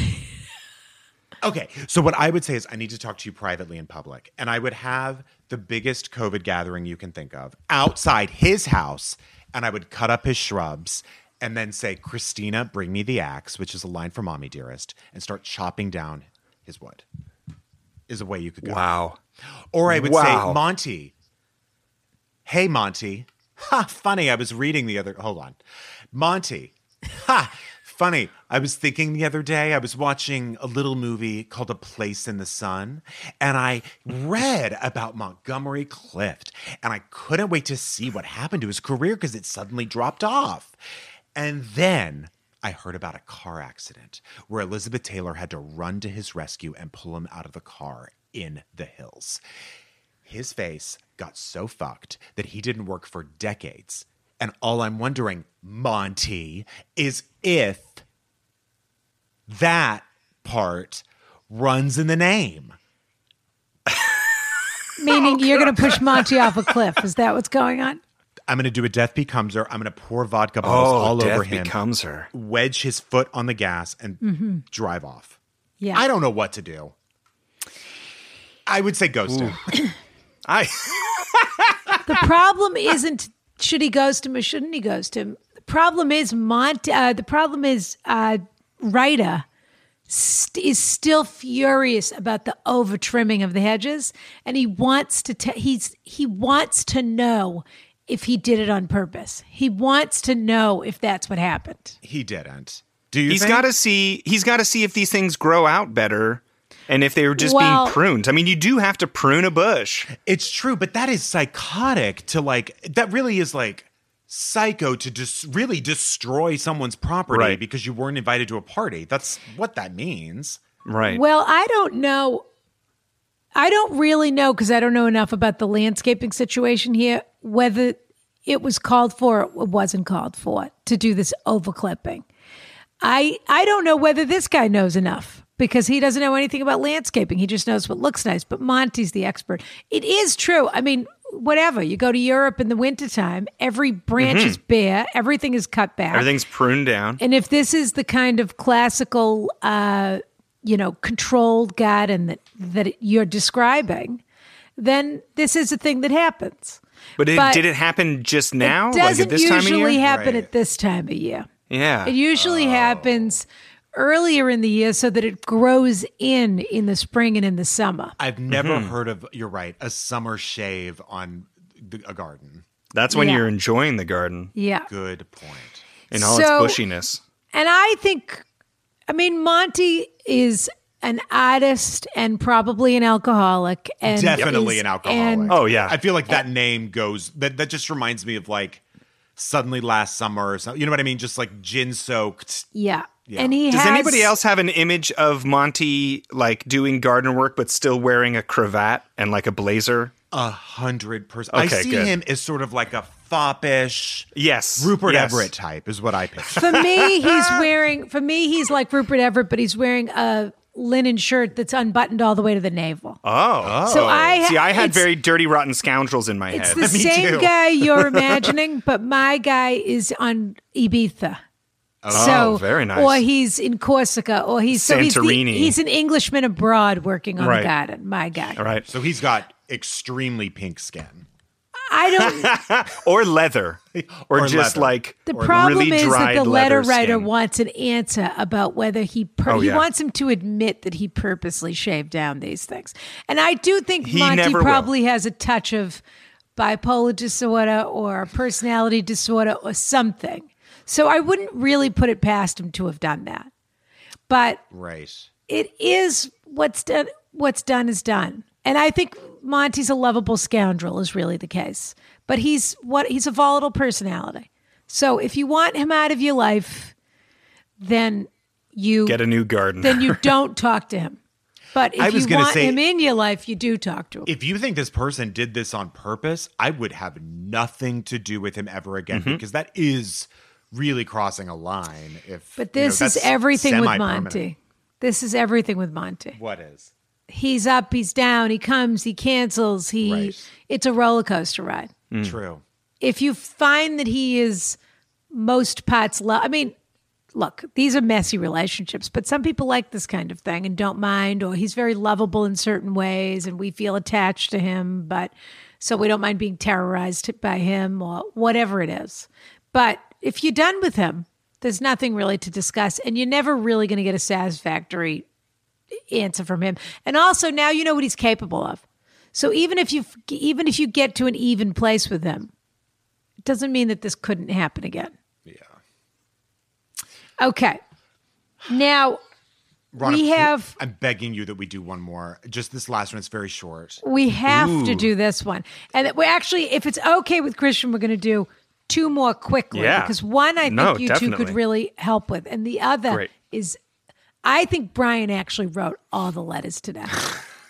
okay. So what I would say is I need to talk to you privately in public. And I would have the biggest COVID gathering you can think of outside his house. And I would cut up his shrubs and then say, Christina, bring me the axe, which is a line from Mommy Dearest, and start chopping down his wood. Is a way you could go. Wow. Or I would Wow. say, Monty. Hey, Monty. Ha, funny. I was reading the other. Hold on. Monty. Ha, funny. I was thinking the other day, I was watching a little movie called A Place in the Sun, and I read about Montgomery Clift, and I couldn't wait to see what happened to his career because it suddenly dropped off. And then I heard about a car accident where Elizabeth Taylor had to run to his rescue and pull him out of the car in the hills. His face got so fucked that he didn't work for decades. And all I'm wondering, Monty, is if that part runs in the name. Meaning Oh, you're going to push Monty off a cliff. Is that what's going (laughs) on? I'm going to do a death becomes her. I'm going to pour vodka bottles Oh, all death over him, becomes her. wedge his foot on the gas, and drive off. Yeah. I don't know what to do. I would say ghost him. I The problem isn't should he ghost him or shouldn't he ghost him. The problem is Mont. Uh, the problem is uh, Rita st- is still furious about the over trimming of the hedges, and he wants to. Te- he's he wants to know if he did it on purpose. He wants to know if that's what happened. He didn't. Do you? he's think? got to see he's got to see if these things grow out better and if they were just Well- being pruned. I mean, you do have to prune a bush. It's true, but that is psychotic to like, that really is like psycho to just really destroy someone's property Right. because you weren't invited to a party. That's what that means. Right. Well, I don't know. I don't really know because I don't know enough about the landscaping situation here, whether it was called for or it wasn't called for to do this overclipping. I I don't know whether this guy knows enough because he doesn't know anything about landscaping. He just knows what looks nice. But Monty's the expert. It is true. I mean, whatever. You go to Europe in the wintertime, every branch is bare, everything is cut back. Mm-hmm. Everything's pruned down. And if this is the kind of classical, uh, you know, controlled garden that that you're describing, then this is a thing that happens. But, it, but- did it happen just now? like Doesn't at this time of year? Uh, oh. usually happen Right. at this time of year. yeah. It usually happens earlier in the year so that it grows in in the spring and in the summer. Mm-hmm. I've never heard of, you're right, a summer shave on the, a garden. That's when Yeah. you're enjoying the garden Yeah. Good point. in all So- its bushiness. And I think, I mean, Monty is an artist and probably an alcoholic. And Definitely is- an alcoholic. and- Oh, yeah. I feel like that name goes that that just reminds me of like suddenly last summer or something. You know what I mean? Just like gin soaked. yeah. And he Does has, anybody else have an image of Monty like doing garden work but still wearing a cravat and like a blazer? A hundred percent. I Okay, see good. him as sort of like a foppish Yes. Rupert yes. Everett type is what I (laughs) picture. For me, he's wearing. For me, he's like Rupert Everett, but he's wearing a linen shirt that's unbuttoned all the way to the navel. Oh. So I See, I had it's- very dirty, rotten scoundrels in my It's (laughs) head. the same too. guy (laughs) you're imagining, but my guy is on Ibiza. so Oh, very nice. Or he's in Corsica, or he's so he's, the- Santorini. he's an Englishman abroad working on Right. the garden. My guy, All right. So he's got extremely pink skin. I (laughs) don't. (laughs) Or leather. Or, Or just leather. like The problem really is that dried the letter leather writer skin. wants an answer about whether he pur- Oh, he yeah. wants him to admit that he purposely shaved down these things. And I do think He Monty never will. probably has a touch of bipolar disorder or personality disorder or something. So I wouldn't really put it past him to have done that. But Right. it is what's done what's done is done and i think monty's a lovable scoundrel is really the case but he's what he's a volatile personality so if you want him out of your life then you Get a new garden. then you don't talk to him but if I was you gonna want say- him in your life you do talk to him If you think this person did this on purpose, I would have nothing to do with him ever again Mm-hmm. because that is really crossing a line. If but this is everything with monty this is everything with monty What is? he's up he's down he comes he cancels he Right. it's a roller coaster ride Mm. True. if you find that he is most parts love, I mean, look, these are messy relationships, but some people like this kind of thing and don't mind, or he's very lovable in certain ways and we feel attached to him, but so we don't mind being terrorized by him or whatever it is. But if you're done with him, there's nothing really to discuss, and you're never really going to get a satisfactory answer from him. And also now you know what he's capable of. So even if you even if you get to an even place with him, it doesn't mean that this couldn't happen again. Yeah. Okay. Now Ron, We I'm- have- I'm begging you that we do one more. Just this last one. It's very short. we have to do this one. And we actually, if it's okay with Christian, we're going to do two more quickly. Yeah. Because one I think No, you two definitely. could really help with. And the other Great. is I think Brian actually wrote all the letters today.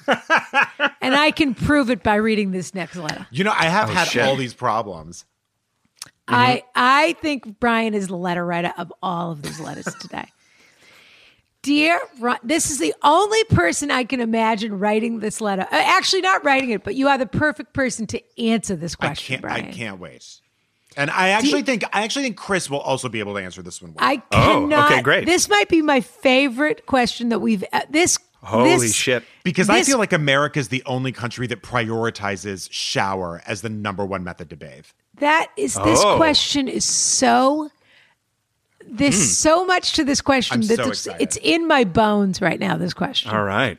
(laughs) and I can prove it by reading this next letter. You know, I have had Oh, shit. all these problems. Mm-hmm. I I think Brian is the letter writer of all of these letters today. (laughs) Dear Ron, this is the only person I can imagine writing this letter. Uh, Actually, not writing it, but you are the perfect person to answer this I question, can't. Brian. I can't wait. And I actually think I actually think Chris will also be able to answer this one. well. I Oh, okay, cannot. great. This might be my favorite question that we've uh, this. Holy this- shit. Because I This- feel like America is the only country that prioritizes shower as the number one method to bathe. That is this Oh. question is so there's so much to this question Hmm. I'm that so it's, excited. it's in my bones right now. This question. (laughs) All right.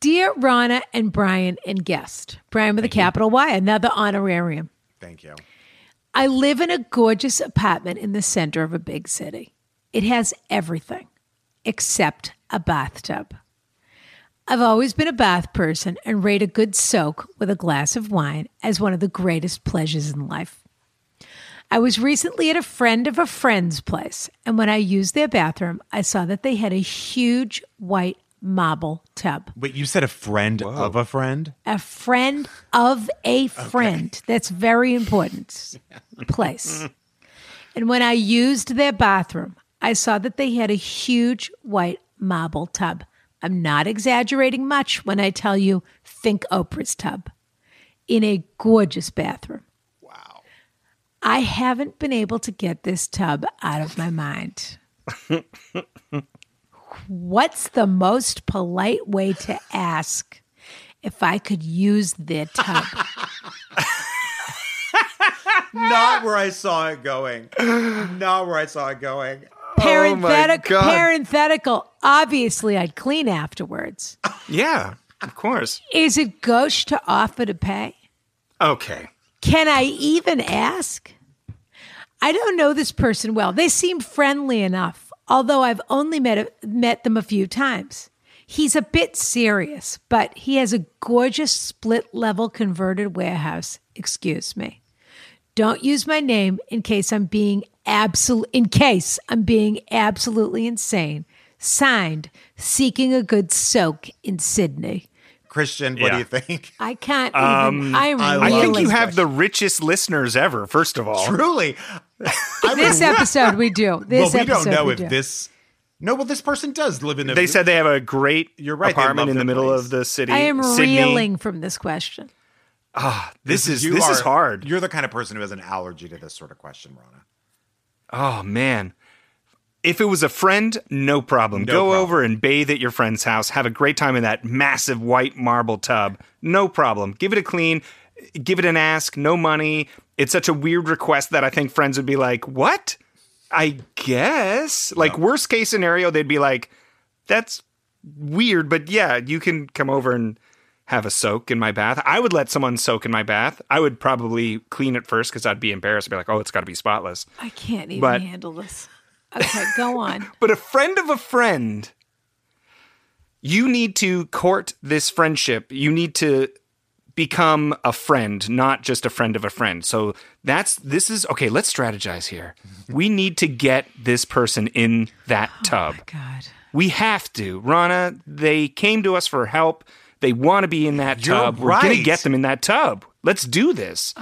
Dear Rana and Brian and guest, Brian with a capital Y, another honorarium. Thank you. I live in a gorgeous apartment in the center of a big city. It has everything except a bathtub. I've always been a bath person and rate a good soak with a glass of wine as one of the greatest pleasures in life. I was recently at a friend of a friend's place, and when I used their bathroom, I saw that they had a huge white marble tub. Wait, you said a friend of a friend? a friend of a friend. That's very important place. And when I used their bathroom, I saw that they had a huge white marble tub. I'm not exaggerating much when I tell you, think Oprah's tub in a gorgeous bathroom. Wow. I haven't been able to get this tub out of my mind. What's the most polite way to ask if I could use their tub? Not where I saw (sighs) it going. Not where I saw it going. Parenthetic, God. parenthetical. Obviously, I'd clean afterwards. Yeah, of course. Is it gauche to offer to pay? Okay. Can I even ask? I don't know this person well. They seem friendly enough, although I've only met, met them a few times. He's a bit serious, but he has a gorgeous split level converted warehouse. Excuse me. Don't use my name in case I'm being absolute in case I'm being absolutely insane. Signed, seeking a good soak in Sydney. Christian, what do Yeah. you think? (laughs) I can't even. I Um, I really. think you have the richest listeners ever, first of all. Truly. (laughs) I this would- episode we do. This well, we don't episode know we if do. this. No, well, this person does live in a. They said they have a great You're right, they love apartment in their the middle place. of the city. I am Sydney. reeling from this question. This is you this is are- hard. You're the kind of person who has an allergy to this sort of question, Rana. Oh man. If it was a friend, no problem. Go problem. over and bathe at your friend's house. Have a great time in that massive white marble tub. No problem. Give it a clean. Give it an ask. No money. It's such a weird request that I think friends would be like, "What?" I guess. Like worst case scenario, they'd be like, "That's weird, but yeah, you can come over and have a soak in my bath. I would let someone soak in my bath. I would probably clean it first because I'd be embarrassed. I'd be like, oh, it's got to be spotless. I can't even But- handle this. Okay, (laughs) go on. But a friend of a friend, you need to court this friendship. You need to become a friend, not just a friend of a friend. So that's this is okay, let's strategize here. We need to get this person in that tub. God. We have to. Rana, they came to us for help. They want to be in that You're tub. We're going right. to get them in that tub. Let's do this.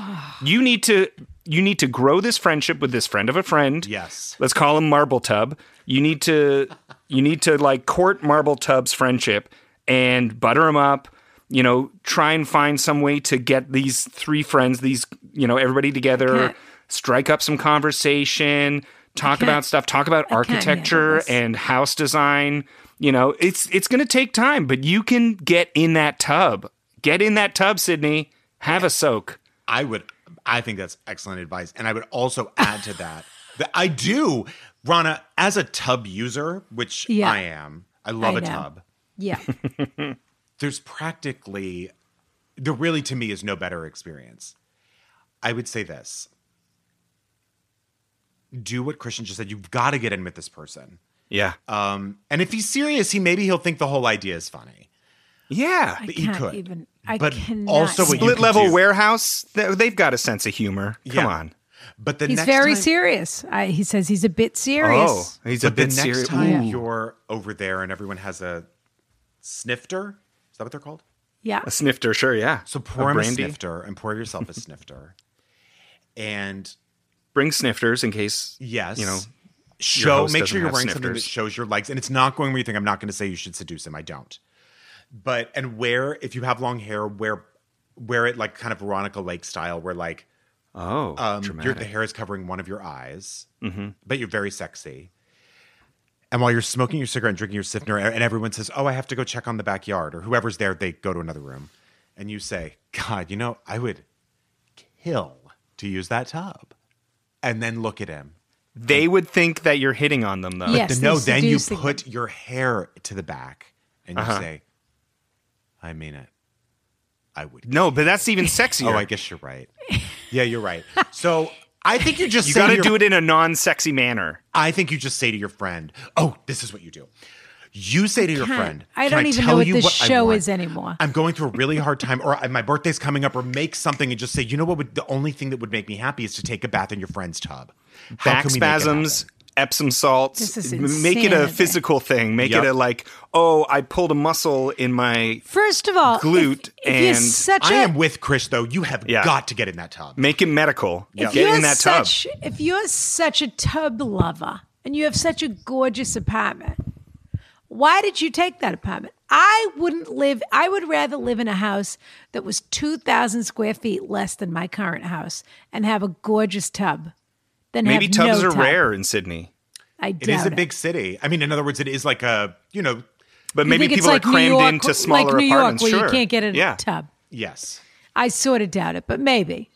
you need to you need to grow this friendship with this friend of a friend. Yes. Let's call him Marble Tub. You need to you need to like court Marble Tub's friendship and butter him up. You know, try and find some way to get these three friends, these you know, everybody together, can't. strike up some conversation, talk can't. about stuff, talk about I can't handle architecture this. and house design. You know, it's it's going to take time, but you can get in that tub. Get in that tub, Sydney. Have a soak. I would. I think that's excellent advice, and I would also add to that (laughs) that I do, Rana, as a tub user, which Yeah. I am. I love I a know. tub. Yeah. there's practically there really to me is no better experience. I would say this. Do what Christian just said. You've got to get in with this person. Yeah. Um, and if he's serious, he maybe he'll think the whole idea is funny. yeah. I But you can't could. even. I But cannot. also what you Split could level do- warehouse, th- they've got a sense of humor. Come Yeah. on. But the he's next very time, serious. I, he says he's a bit serious. Oh, he's a But the bit next serious. time you're over there and everyone has a snifter, is that what they're called? Yeah. A snifter, sure, yeah. So pour him a brandy. snifter and pour yourself a snifter, and Bring snifters in case. Yes. You know, show host make doesn't sure you're have wearing something that snifters. shows your legs. And it's not going where you think I'm not going to say you should seduce him. I don't. But and wear if you have long hair, wear wear it like kind of Veronica Lake style, where like Oh, um, your- dramatic. Mm-hmm. the hair is covering one of your eyes, but you're very sexy. And while you're smoking your cigarette and drinking your sifter, and everyone says, "Oh, I have to go check on the backyard," or whoever's there, they go to another room, and you say, "God, you know, I would kill to use that tub," and then look at him They would think that you're hitting on them, though. Yes. then no, they then you seducing put your hair to the back and you Uh-huh. say, I mean it. I would. No, but that's even sexier. Oh, I guess you're right. Yeah, you're right. So I think you just you say got to to your- do it in a non sexy manner. I think you just say to your friend, "Oh, this is what you do." You say to your can't. friend, I "Can don't even tell know what you this I show want? is anymore." I'm going through a really hard time, or I- my birthday's coming up, or make something and just say, you know what? Would, the only thing that would make me happy is to take a bath in your friend's tub. How Back can we make it happen?" spasms, Epsom salts. This is M- make it a insanity. physical thing. Make Yep. it a like, oh, I pulled a muscle in my. First of all, if- Glute if, you're and- such I a- am with Chris though. You have Yeah. got to get in that tub. Make it medical. If Get you're in that tub. such, If you're such a tub lover and you have such a gorgeous apartment, why did you take that apartment? I wouldn't live, I would rather live in a house that was 2,000 square feet less than my current house and have a gorgeous tub than Maybe have tubs no are tub. rare in Sydney. I doubt It is a big city. I mean, in other words, it is like a you know, But You maybe think it's people like are New crammed York- into smaller like New York, apartments. where sure. you can't get in yeah. a tub. yes, I sort of doubt it, but maybe.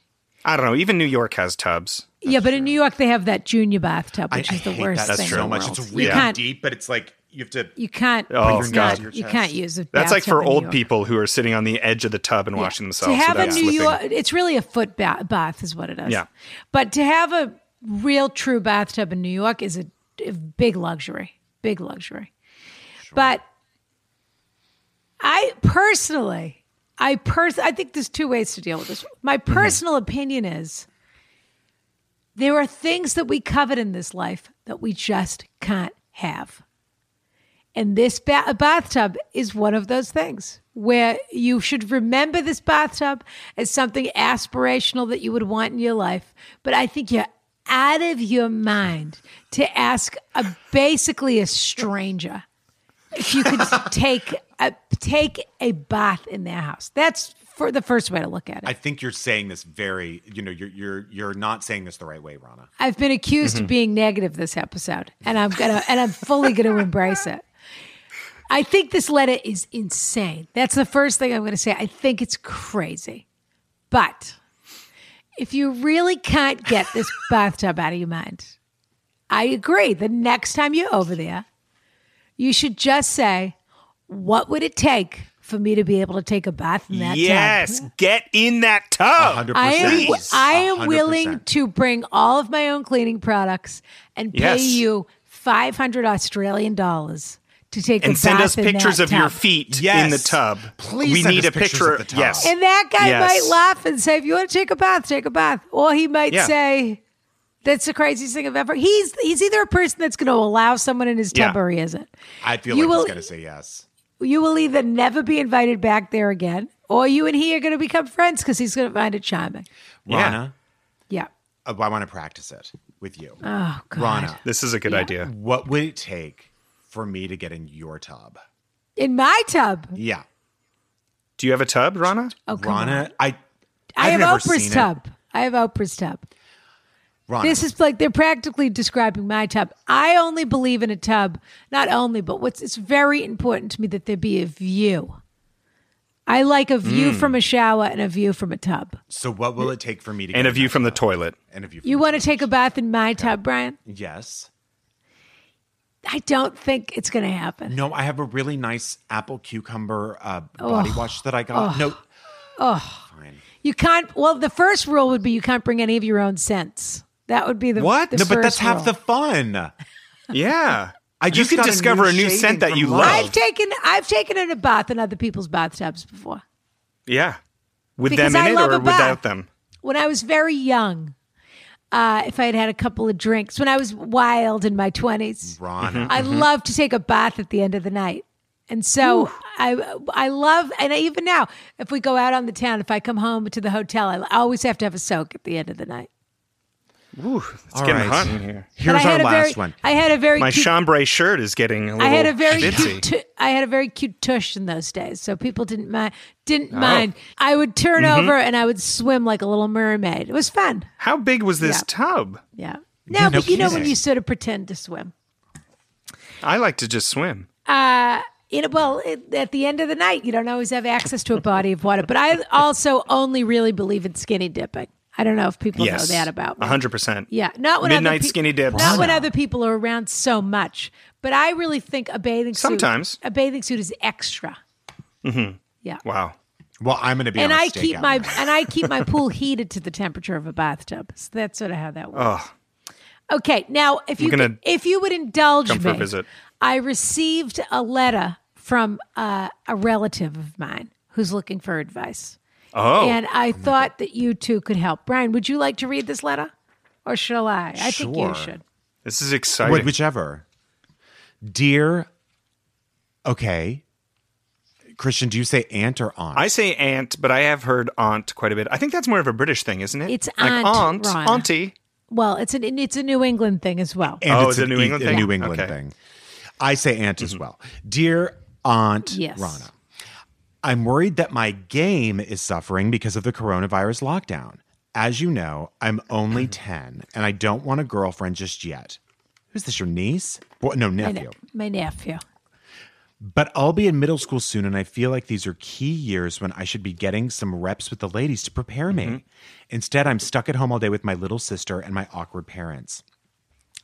I don't know. Even New York has tubs. yeah, but in New York they have that junior bathtub, which I, I is the hate worst that thing. so in the much. world. It's You really can't- deep, but it's like you have to. You can't. Oh, it's God. not- you can't use it. That's like for old people who are sitting on the edge of the tub and washing themselves. To have a without New slipping. York, it's really a foot ba- bath, is what it is. Yeah. But to have a real true bathtub in New York is a, a big luxury, big luxury. But I personally, I pers- I think there's two ways to deal with this. My Mm-hmm. personal opinion is there are things that we covet in this life that we just can't have. And this ba- bathtub is one of those things where you should remember this bathtub as something aspirational that you would want in your life. But I think you're out of your mind to ask a basically a stranger if you could take a, take a bath in their house. That's for the first way to look at it. I think you're saying this very. You know, you're you're you're not saying this the right way, Rana. I've been accused of being negative this episode, and I'm gonna and I'm fully gonna embrace it. I think this letter is insane. That's the first thing I'm gonna say. I think it's crazy. But if you really can't get this bathtub out of your mind, I agree. The next time you're over there, you should just say, What would it take for me to be able to take a bath in that tub?" Yes, get in that tub. Hundred I am, percent. I am willing to bring all of my own cleaning products and pay Yes. you 500 Australian dollars to take a And send bath us in that pictures of your tub. feet Yes. in the tub. Please we send need us a pictures picture. of the tub. Yes, And that guy Yes. might laugh and say, if you want to take a bath, take a bath. Or he might Yeah. say, that's the craziest thing I've ever. He's he's either a person that's going to allow someone in his tub Yeah. or he isn't. I feel You like will- he's going to say yes. You will either never be invited back there again, or you and he are going to become friends because he's going to find it charming. Yeah. Rana, Yeah. uh, I want to practice it with you. Oh God. Rana, this is a good idea. what would it take for me to get in your tub? In my tub. Yeah, Do you have a tub, Rana? Oh, come on. Rana, I. I I've have never Oprah's seen it. tub. I have Oprah's tub. Rana, This is like they're practically describing my tub. I only believe in a tub, not only, but what's it's very important to me that there be a view. I like a Hmm. view from a shower and a view from a tub. so what will it take for me to get And a in view that from the tub? toilet. And a view. You from- want to take a bath in my tub, Brian? Yes. I don't think it's going to happen. No, I have a really nice apple cucumber uh, body wash that I got. No. Fine. You can't. Well, the first rule would be you can't bring any of your own scents. That would be the What? the no, but that's first half rule. the fun. Yeah. I you just can got a discover new a new shading scent that from you Love. love. I've taken I've taken in a bath in other people's bathtubs before. yeah. With Because them I in it love or a bath. without them. when I was very young, uh, if I had had a couple of drinks, when I was wild in my 20s, Rana. I love to take a bath at the end of the night. And so I, I love, and I, even now, if we go out on the town, if I come home to the hotel, I always have to have a soak at the end of the night. Ooh, it's All getting right. hot in here. But Here's I our had a last very, one. I had a very, My cute, chambray shirt is getting a little I had a very schvitzy. cute, tu- I had a very cute tush in those days, so people didn't mind. Oh. Didn't mind. I would turn Mm-hmm. over and I would swim like a little mermaid. It was fun. How big was this Yeah. tub? Yeah. No, no but you know when kidding. you sort of pretend to swim. I like to just swim. Uh, you know, well, it, at the end of the night, you don't always have access to a body of water. But I also only really believe in skinny dipping. I don't know if people yes. know that about me. 100%. Yeah, not when other Midnight peop- skinny dips. Not when Wow. other people are around so much. But I really think a bathing suit Sometimes. a bathing suit is extra. Mm-hmm. Yeah, Wow. Well, I'm going to be and on a I stakeout keep my now. and (laughs) I keep my pool heated to the temperature of a bathtub. So that's sort of how that works. Oh, Okay, now if you gonna could- if you would indulge come for me, a visit. I received a letter from uh, a relative of mine who's looking for advice, oh. and I thought that you two could help. Brian, would you like to read this letter, or shall I? I think you Sure. should. this is exciting. Wh- whichever. Dear. Okay. Christian, do you say aunt or aunt? I say aunt, but I have heard aunt quite a bit. I think that's more of a British thing, isn't it? It's like aunt, aunt, Ron. auntie. Well, it's an it's a New England thing as well. And Oh, it's is it an a New e- England a thing? New England Okay. Mm-hmm. thing. I say aunt as well. Dear Aunt Yes. Rana, I'm worried that my game is suffering because of the coronavirus lockdown. As you know, I'm (clears throat) only 10 and I don't want a girlfriend just yet. Who's this, your niece? Boy, no, My, ne- nephew. my nephew. But I'll be in middle school soon, and I feel like these are key years when I should be getting some reps with the ladies to prepare me. Instead, I'm stuck at home all day with my little sister and my awkward parents.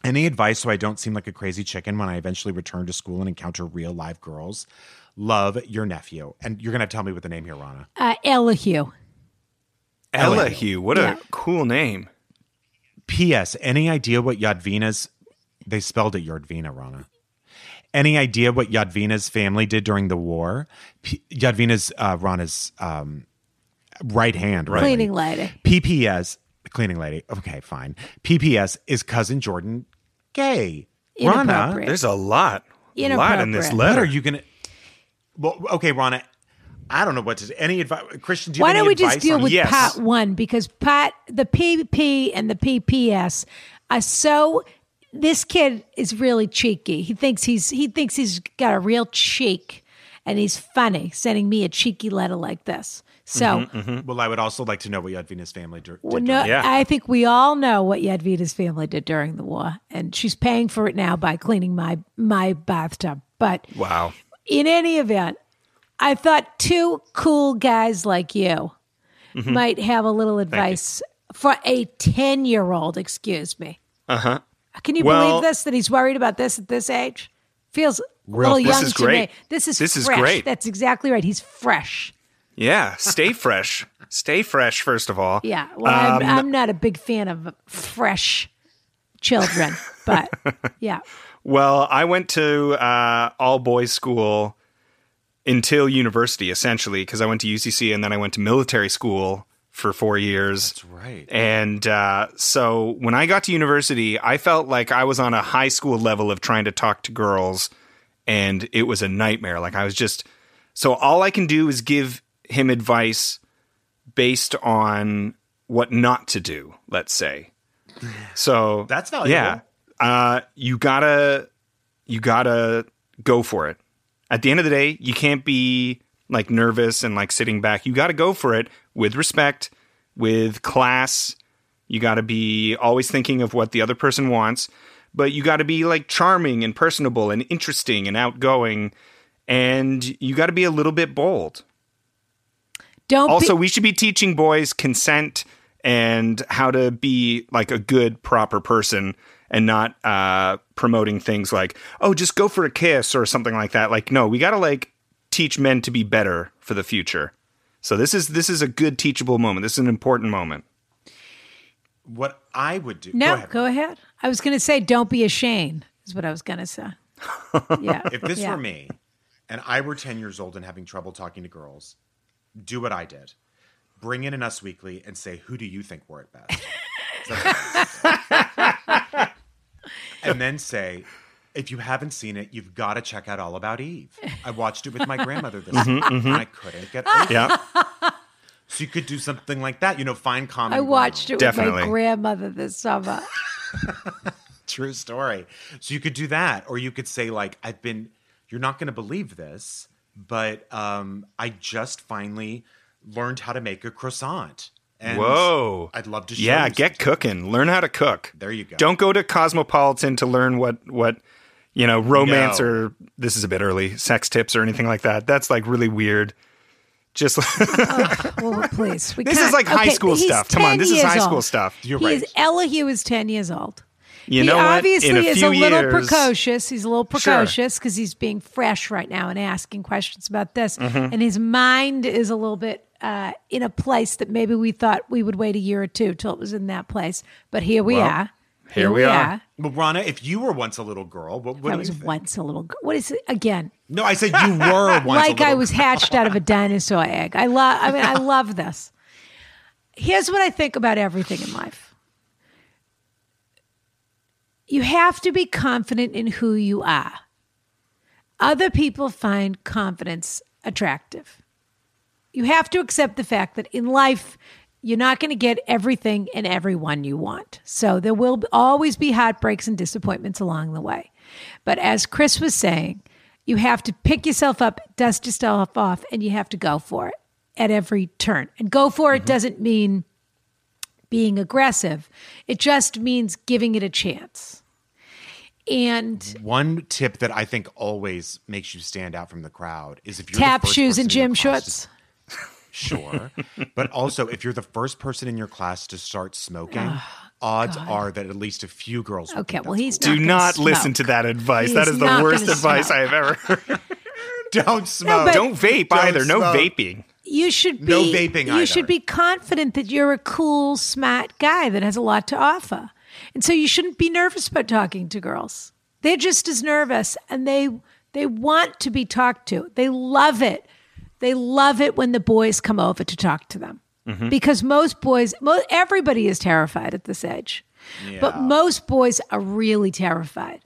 Any advice so I don't seem like a crazy chicken when I eventually return to school and encounter real live girls? Love your nephew. And you're going to have to tell me what the name here, Rana. Uh, Elihu. Elihu. What a cool name. P.S. Any idea what Yadvina's, they spelled it Yadvina, Rana. Any idea what Yadvina's family did during the war? P- Yadvina's, uh, Rana's um, right hand, right? Cleaning lady. PPS, the cleaning lady. Okay, fine. PPS is cousin Jordan gay. Rana, Inappropriate. There's a lot. A lot in this Inappropriate. what letter. are you gonna? Well, okay, Rana. I don't know what to. Any advice, Christian? Do you Why have don't any we just advice deal on- with Yes. pot one? Because pot, the PP and the PPS are so. This kid is really cheeky. He thinks he's he thinks he's got a real cheek, and he's funny sending me a cheeky letter like this. So Well, I would also like to know what Yadvina's family Mm-hmm, did. Well, no, Yeah. I think we all know what Yadvita's family did during the war, and she's paying for it now by cleaning my my bathtub. But Wow. in any event, I thought two cool guys like you Mm-hmm. might have a little advice for a ten year old. Excuse me. Uh huh. Can you Uh-huh. Well- believe this? That he's worried about this at this age? Feels a little This young is to great. me. This is This is fresh. great. That's exactly right. He's fresh. Yeah. (laughs) Stay fresh. Stay fresh, first of all. Yeah, well, Um, I'm, I'm not a big fan of fresh children, (laughs) but yeah, Well, I went to uh, all boys school until university, essentially, because I went to UCC and then I went to military school for four years. That's right. And uh, so when I got to university, I felt like I was on a high school level of trying to talk to girls, and it was a nightmare. Like I was just so all I can do is give him advice based on what not to do. Let's say. So That's valuable. Yeah, uh, you gotta you gotta go for it. At the end of the day, you can't be like nervous and like sitting back. You gotta go for it with respect, with class. You gotta be always thinking of what the other person wants, but you gotta be like charming and personable and interesting and outgoing, and you gotta be a little bit bold. don't Also, be, we should be teaching boys consent and how to be like a good, proper person and not uh, promoting things like, oh, just go for a kiss or something like that. Like, no, we got to like teach men to be better for the future. So this is this is a good teachable moment. This is an important moment. What I would do? no. Go Go ahead. ahead. I was going to say, don't be ashamed. Is what I was going to (laughs) say. Yeah. If this Yeah. were me, and I were ten years old and having trouble talking to girls, do what I did. Bring in an Us Weekly and say, "Who do you think were at best?" So that's what I would say. and then say, "If you haven't seen it, you've got to check out All About Eve." I watched it with my grandmother this week, and I couldn't get over. it. Yeah. So you could do something like that. You know, find common. I watched ground. it with Definitely. my grandmother this (laughs) summer. True story. So you could do that, or you could say like, "I've been." You're not going to believe this, but um, I just finally learned how to make a croissant. And Whoa. I'd love to. Show yeah, you get cooking. Learn how to cook. There you go. Don't go to Cosmopolitan to learn what what you know romance No. or this is a bit early sex tips or anything like that. That's like really weird. Just (laughs) well, please. We This can't- is like high okay, school he's stuff. Come on, 10 this is years high school old. stuff. You're he right. is Elihu is ten years old. You he know what? obviously In a is few a little years- precocious. He's a little Sure. precocious because he's being fresh right now and asking questions about this, Mm-hmm. and his mind is a little bit uh, in a place that maybe we thought we would wait a year or two till it was in that place. But here we are. here we are. Well, Rana, if you were once a little girl, what would I you was think? once a little. gr- What is it again? No, I said you were (laughs) once. a like little I was girl. hatched out of (laughs) a dinosaur egg. I love. I mean, I love this. Here's what I think about everything in life. You have to be confident in who you are. Other people find confidence attractive. You have to accept the fact that in life, you're not going to get everything and everyone you want. So there will always be heartbreaks and disappointments along the way. But as Chris was saying, you have to pick yourself up, dust yourself off, and you have to go for it at every turn. And go for Mm-hmm. it doesn't mean being aggressive, it just means giving it a chance. And One tip that I think always makes you stand out from the crowd is if you're the tap first shoes person and in your gym class to shorts. (laughs) Sure. but also, if you're the first person in your class to start smoking, odds are that at least a few girls will Okay, well, he's Do gonna not listen smoke. to that advice. He's that is the not worst gonna advice smoke. I have ever heard. (laughs) don't smoke. but- Don't vape Don't either. No smoke. vaping. You should be No vaping You either. should be confident that you're a cool, smart guy that has a lot to offer, and so you shouldn't be nervous about talking to girls. They're just as nervous, and they they want to be talked to. They love it. They love it when the boys come over to talk to them Mm-hmm. because most boys, mo everybody is terrified at this age, but most boys are really terrified,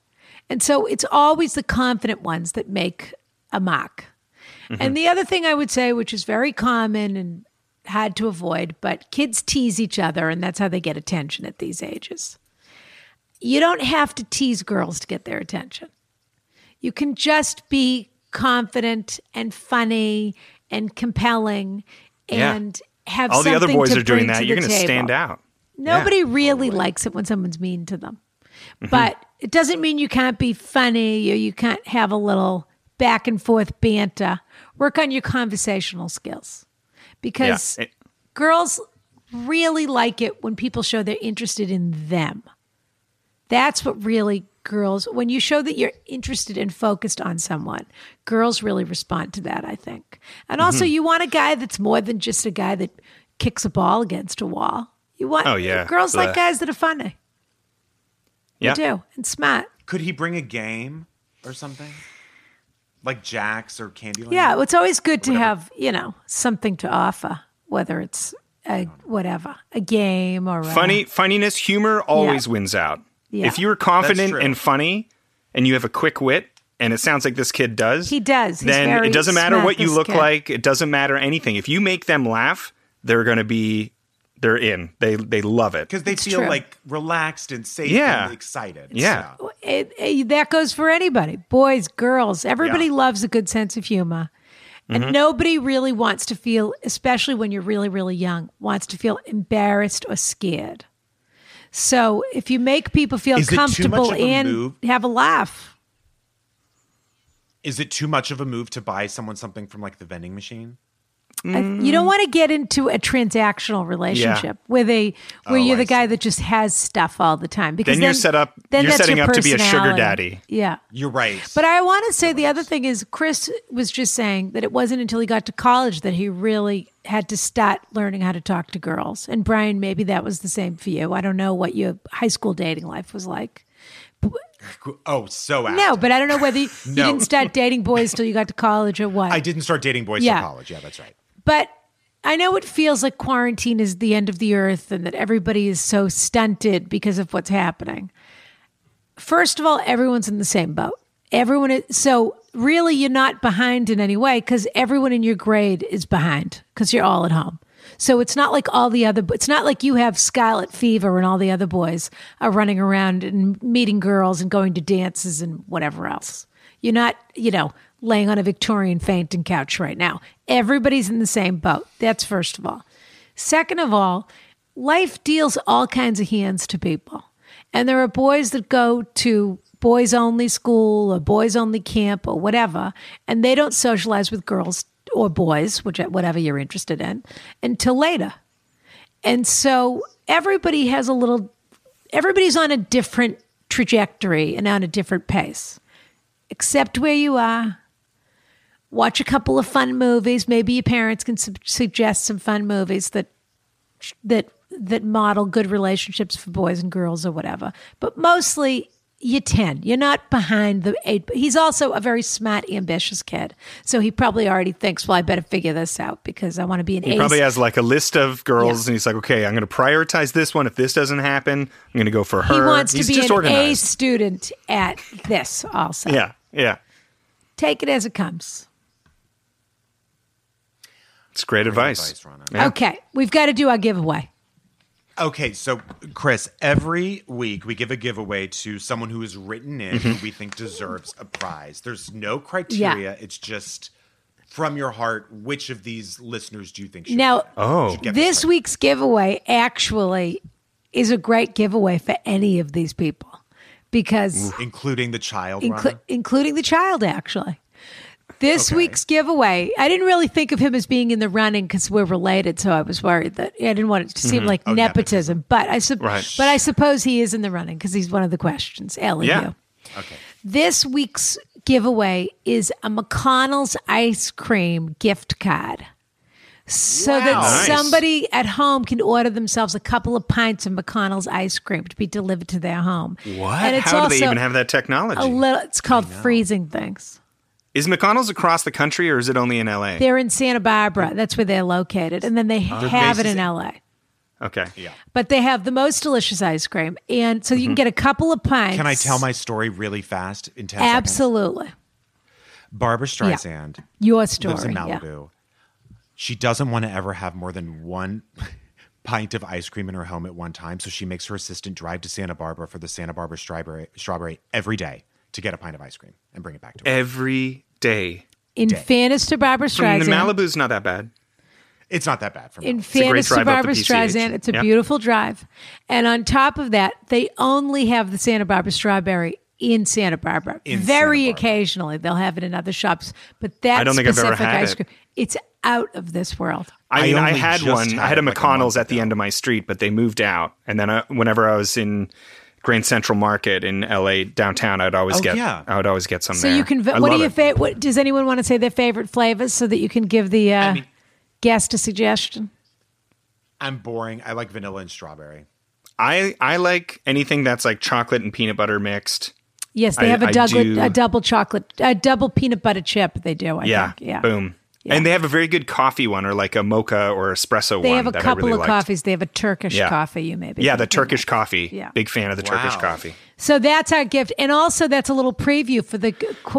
and so it's always the confident ones that make a mark. Mm-hmm. And the other thing I would say, which is very common and had to avoid, but kids tease each other, and that's how they get attention at these ages. You don't have to tease girls to get their attention. You can just be confident and funny and compelling Yeah. and have All the other something boys to are doing bring to that. You're the going to stand table. out. Nobody really likes it when someone's mean to them. But it doesn't mean you can't be funny or you can't have a little back and forth banter. Work on your conversational skills because It- girls really like it when people show they're interested in them. That's what really girls, when you show that you're interested and focused on someone, girls really respond to that, I think. And also, Mm-hmm. you want a guy that's more than just a guy that kicks a ball against a wall. You want, Oh, yeah. Girls Blech. like guys that are funny. Yeah. They do. And smart. Could he bring a game or something? Like Jax or Candyland? Yeah. It's always good to have, you know, something to offer, whether it's a, whatever, a game or a, Funny, funniness, humor always wins out. Uh-huh. Yeah. If you're That's confident true. and funny, and you have a quick wit, and it sounds like this kid does, He does. He's Then very it doesn't matter smart, what you this look kid. like. It doesn't matter anything. If you make them laugh, they're going to be, they're in. They they love it. Because they feel true. like relaxed and safe Yeah. and excited. Yeah. So, it, it- that goes for anybody boys girls everybody Yeah. loves a good sense of humor and Mm-hmm. nobody really wants to feel especially when you're really really young wants to feel embarrassed or scared so if you make people feel Is it too much comfortable of a and move? have a laugh Is it too much of a move to buy someone something from like the vending machine? I- you Mm. don't want to get into a transactional relationship with a where Oh, you're the I guy that just has stuff all the time because Then you're set up- then you're that's setting your up to be a sugar personality. daddy. yeah You're right. But I want to say the other thing is Chris was just saying that it wasn't until he got to college that he really had to start learning how to talk to girls. And Brian, maybe that was the same for you. I don't know what your high school dating life was like. oh, so active. No, but I don't know whether you, (laughs) you No. didn't start dating boys till you got to college or what. I didn't start dating boys Yeah. in college. Yeah, that's right. But I know it feels like quarantine is the end of the earth and that everybody is so stunted because of what's happening. First of all, everyone's in the same boat. Everyone is so really you're not behind in any way because everyone in your grade is behind because you're all at home. So it's not like all the other, it's not like you have scarlet fever and all the other boys are running around and meeting girls and going to dances and whatever else. You're not, you know, laying on a Victorian fainting couch right now. Everybody's in the same boat. That's first of all. Second of all, life deals all kinds of hands to people. And there are boys that go to boys only school or boys only camp or whatever, and they don't socialize with girls or boys, which whatever you're interested in, until later. And so everybody has a little everybody's on a different trajectory and on a different pace. Accept where you are. Watch a couple of fun movies. Maybe your parents can su- suggest some fun movies that that that model good relationships for boys and girls or whatever. But mostly you're 10. You're not behind the eight. But he's also a very smart, ambitious kid. So he probably already thinks, well, I better figure this out because I want to be an He ace. probably has like a list of girls, and he's like, okay, I'm going to prioritize this one. If this doesn't happen, I'm going to go for her. He wants He's to be just an A organized. student at this also. Yeah, yeah. Take it as it comes. It's great advice. advice, Rana. Yeah. Okay. We've got to do our giveaway. Okay, so Chris, every week we give a giveaway to someone who is written in Mm-hmm. who we think deserves a prize. There's no criteria. It's just from your heart, which of these listeners do you think should Now, Oh, get this right? week's giveaway actually is a great giveaway for any of these people because including the child inclu- Rana? including the child actually This week's giveaway, I didn't really think of him as being in the running because we're related, so I was worried that I didn't want it to seem like nepotism. But I sup- Mm-hmm. Oh, Right. but I suppose he is in the running because he's one of the questions. Ellie, Yeah. This week's giveaway is a McConnell's ice cream gift card. So that Nice. somebody at home can order themselves a couple of pints of McConnell's ice cream to be delivered to their home. What? And it's How also do they even have that technology? a little. It's called freezing things. is McConnell's across the country or is it only in LA? They're in Santa Barbara. That's where they're located. And then they have it in LA. Okay. Yeah. But they have the most delicious ice cream. And so you Mm-hmm. can get a couple of pints. Can I tell my story really fast in 10 seconds? Absolutely. Barbara Streisand Your story. lives in yeah. Malibu. She doesn't want to ever have more than one (laughs) pint of ice cream in her home at one time, so she makes her assistant drive to Santa Barbara for the Santa Barbara strawberry, strawberry every day to get a pint of ice cream and bring it back to her. Every day. In fairness to Barbara I mean, Streisand. the Malibu's not that bad. It's not that bad for me. in a great fairness to drive up the Barbara PCH. Streisand, it's a Yeah. beautiful drive. And on top of that, they only have the Santa Barbara strawberry in Santa Barbara. In Very Santa Barbara. occasionally, they'll have it in other shops. But that I don't think I've ever specific had ice it. cream, it's out of this world. I I mean, I only had just one. had I had a it like a McConnell's month at the end of my street, but they moved out. And then I, whenever I was in Grand Central Market in LA downtown, I'd always Oh, get. yeah. I would always get some. So there. you can. I What do love you it. fa- what Does anyone want to say their favorite flavors so that you can give the uh, guest a suggestion? I'm boring. I like vanilla and strawberry. I I like anything that's like chocolate and peanut butter mixed. Yes, they I- have a I double, do- a double chocolate, a double peanut butter chip. They do. I Yeah. think. yeah. Boom. And they have a very good coffee one, or like a mocha or espresso They one. have a that I couple really of liked. coffees. They have a Turkish Yeah. coffee. You maybe. Yeah, the Turkish coffee. Yeah. Big fan of the Turkish Wow. coffee. So that's our gift, and also that's a little preview for the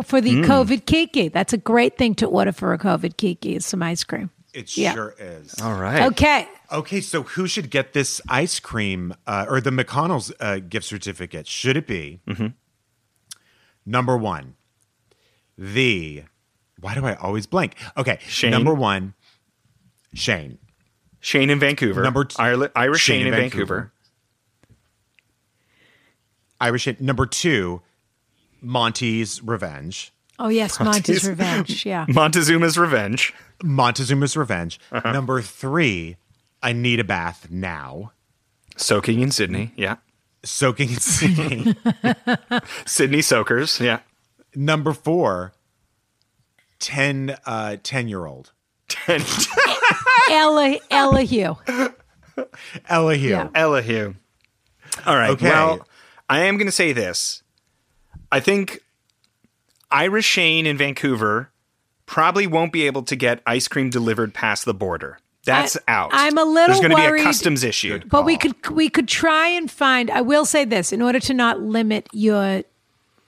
for the Mm. COVID Kiki. That's a great thing to order for a COVID Kiki is some ice cream. It Yeah. sure is. All right. Okay. Okay, so who should get this ice cream uh, or the McConnell's uh, gift certificate? Should it be Mm-hmm. number one? The why do I always blank? Okay, Shane. number one, Shane. Shane in Vancouver. Number t- Irla- Irish Shane, Shane in in Vancouver. Irish. Shane. Number two, Monty's Revenge. Oh (laughs) yes, Monty's Revenge. Yeah. Montezuma's Revenge. Montezuma's Revenge. Uh-huh. Number three, I need a bath now. Soaking in Sydney. Yeah. Soaking (laughs) and singing. Sydney Soakers. Yeah. (laughs) number four, 10 uh, 10 year old. Ella Elahue. Elihu. Yeah. Elihu. All right. Okay. Well, I am going to say this. I think Irish Shane in Vancouver probably won't be able to get ice cream delivered past the border. That's I- out. I'm a little There's gonna be worried- a customs issue. But we could we could try and find. I will say this in order to not limit your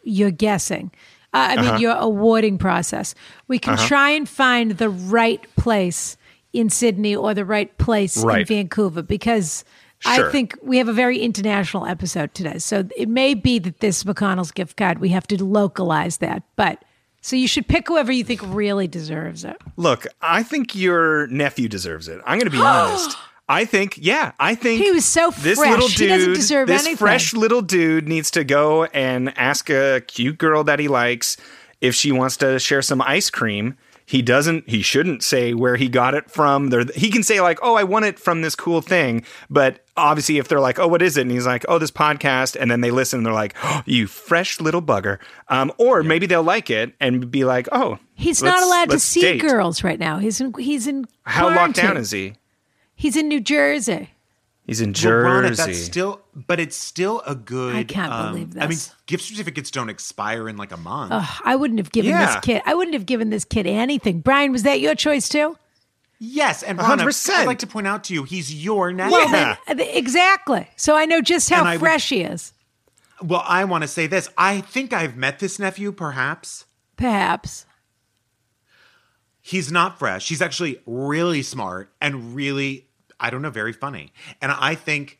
your guessing. Uh, I Uh-huh. mean your awarding process. We can try and find the right place in Sydney or the right place in Right. Vancouver because I Sure. think we have a very international episode today. So it may be that this McConnell's gift card we have to localize that. But so you should pick whoever you think really deserves it. Look, I think your nephew deserves it. I'm going to (gasps) be honest. I think, yeah, I think He was so This fresh. little dude, He doesn't deserve this anything. fresh little dude needs to go and ask a cute girl that he likes if she wants to share some ice cream. He doesn't. He shouldn't say where he got it from. There, he can say like, "Oh, I won it from this cool thing." But obviously, if they're like, "Oh, what is it?" and he's like, "Oh, this podcast," and then they listen, and they're like, oh, "You fresh little bugger," um, or maybe they'll like it and be like, "Oh, He's let's- not allowed to let's see date. girls right now. He's in he's in How locked quarantine. down is he? He's in New Jersey. He's in Jersey. Veronica, that's still, but it's still a good. um, I can't believe I mean, this. gift certificates don't expire in like a month. Ugh, I wouldn't have given Yeah. this kid. I wouldn't have given this kid anything. Brian, was that your choice too? yes, and Ron, I- 100%. I'd like to point out to you, he's your nephew. Well, Well, then- Uh, th- (laughs) Exactly. So I know just how And I would- fresh he is. I want to say this. I think I've met this nephew, perhaps. Perhaps. He's not fresh. He's actually really smart and really, I don't know, very funny. And I think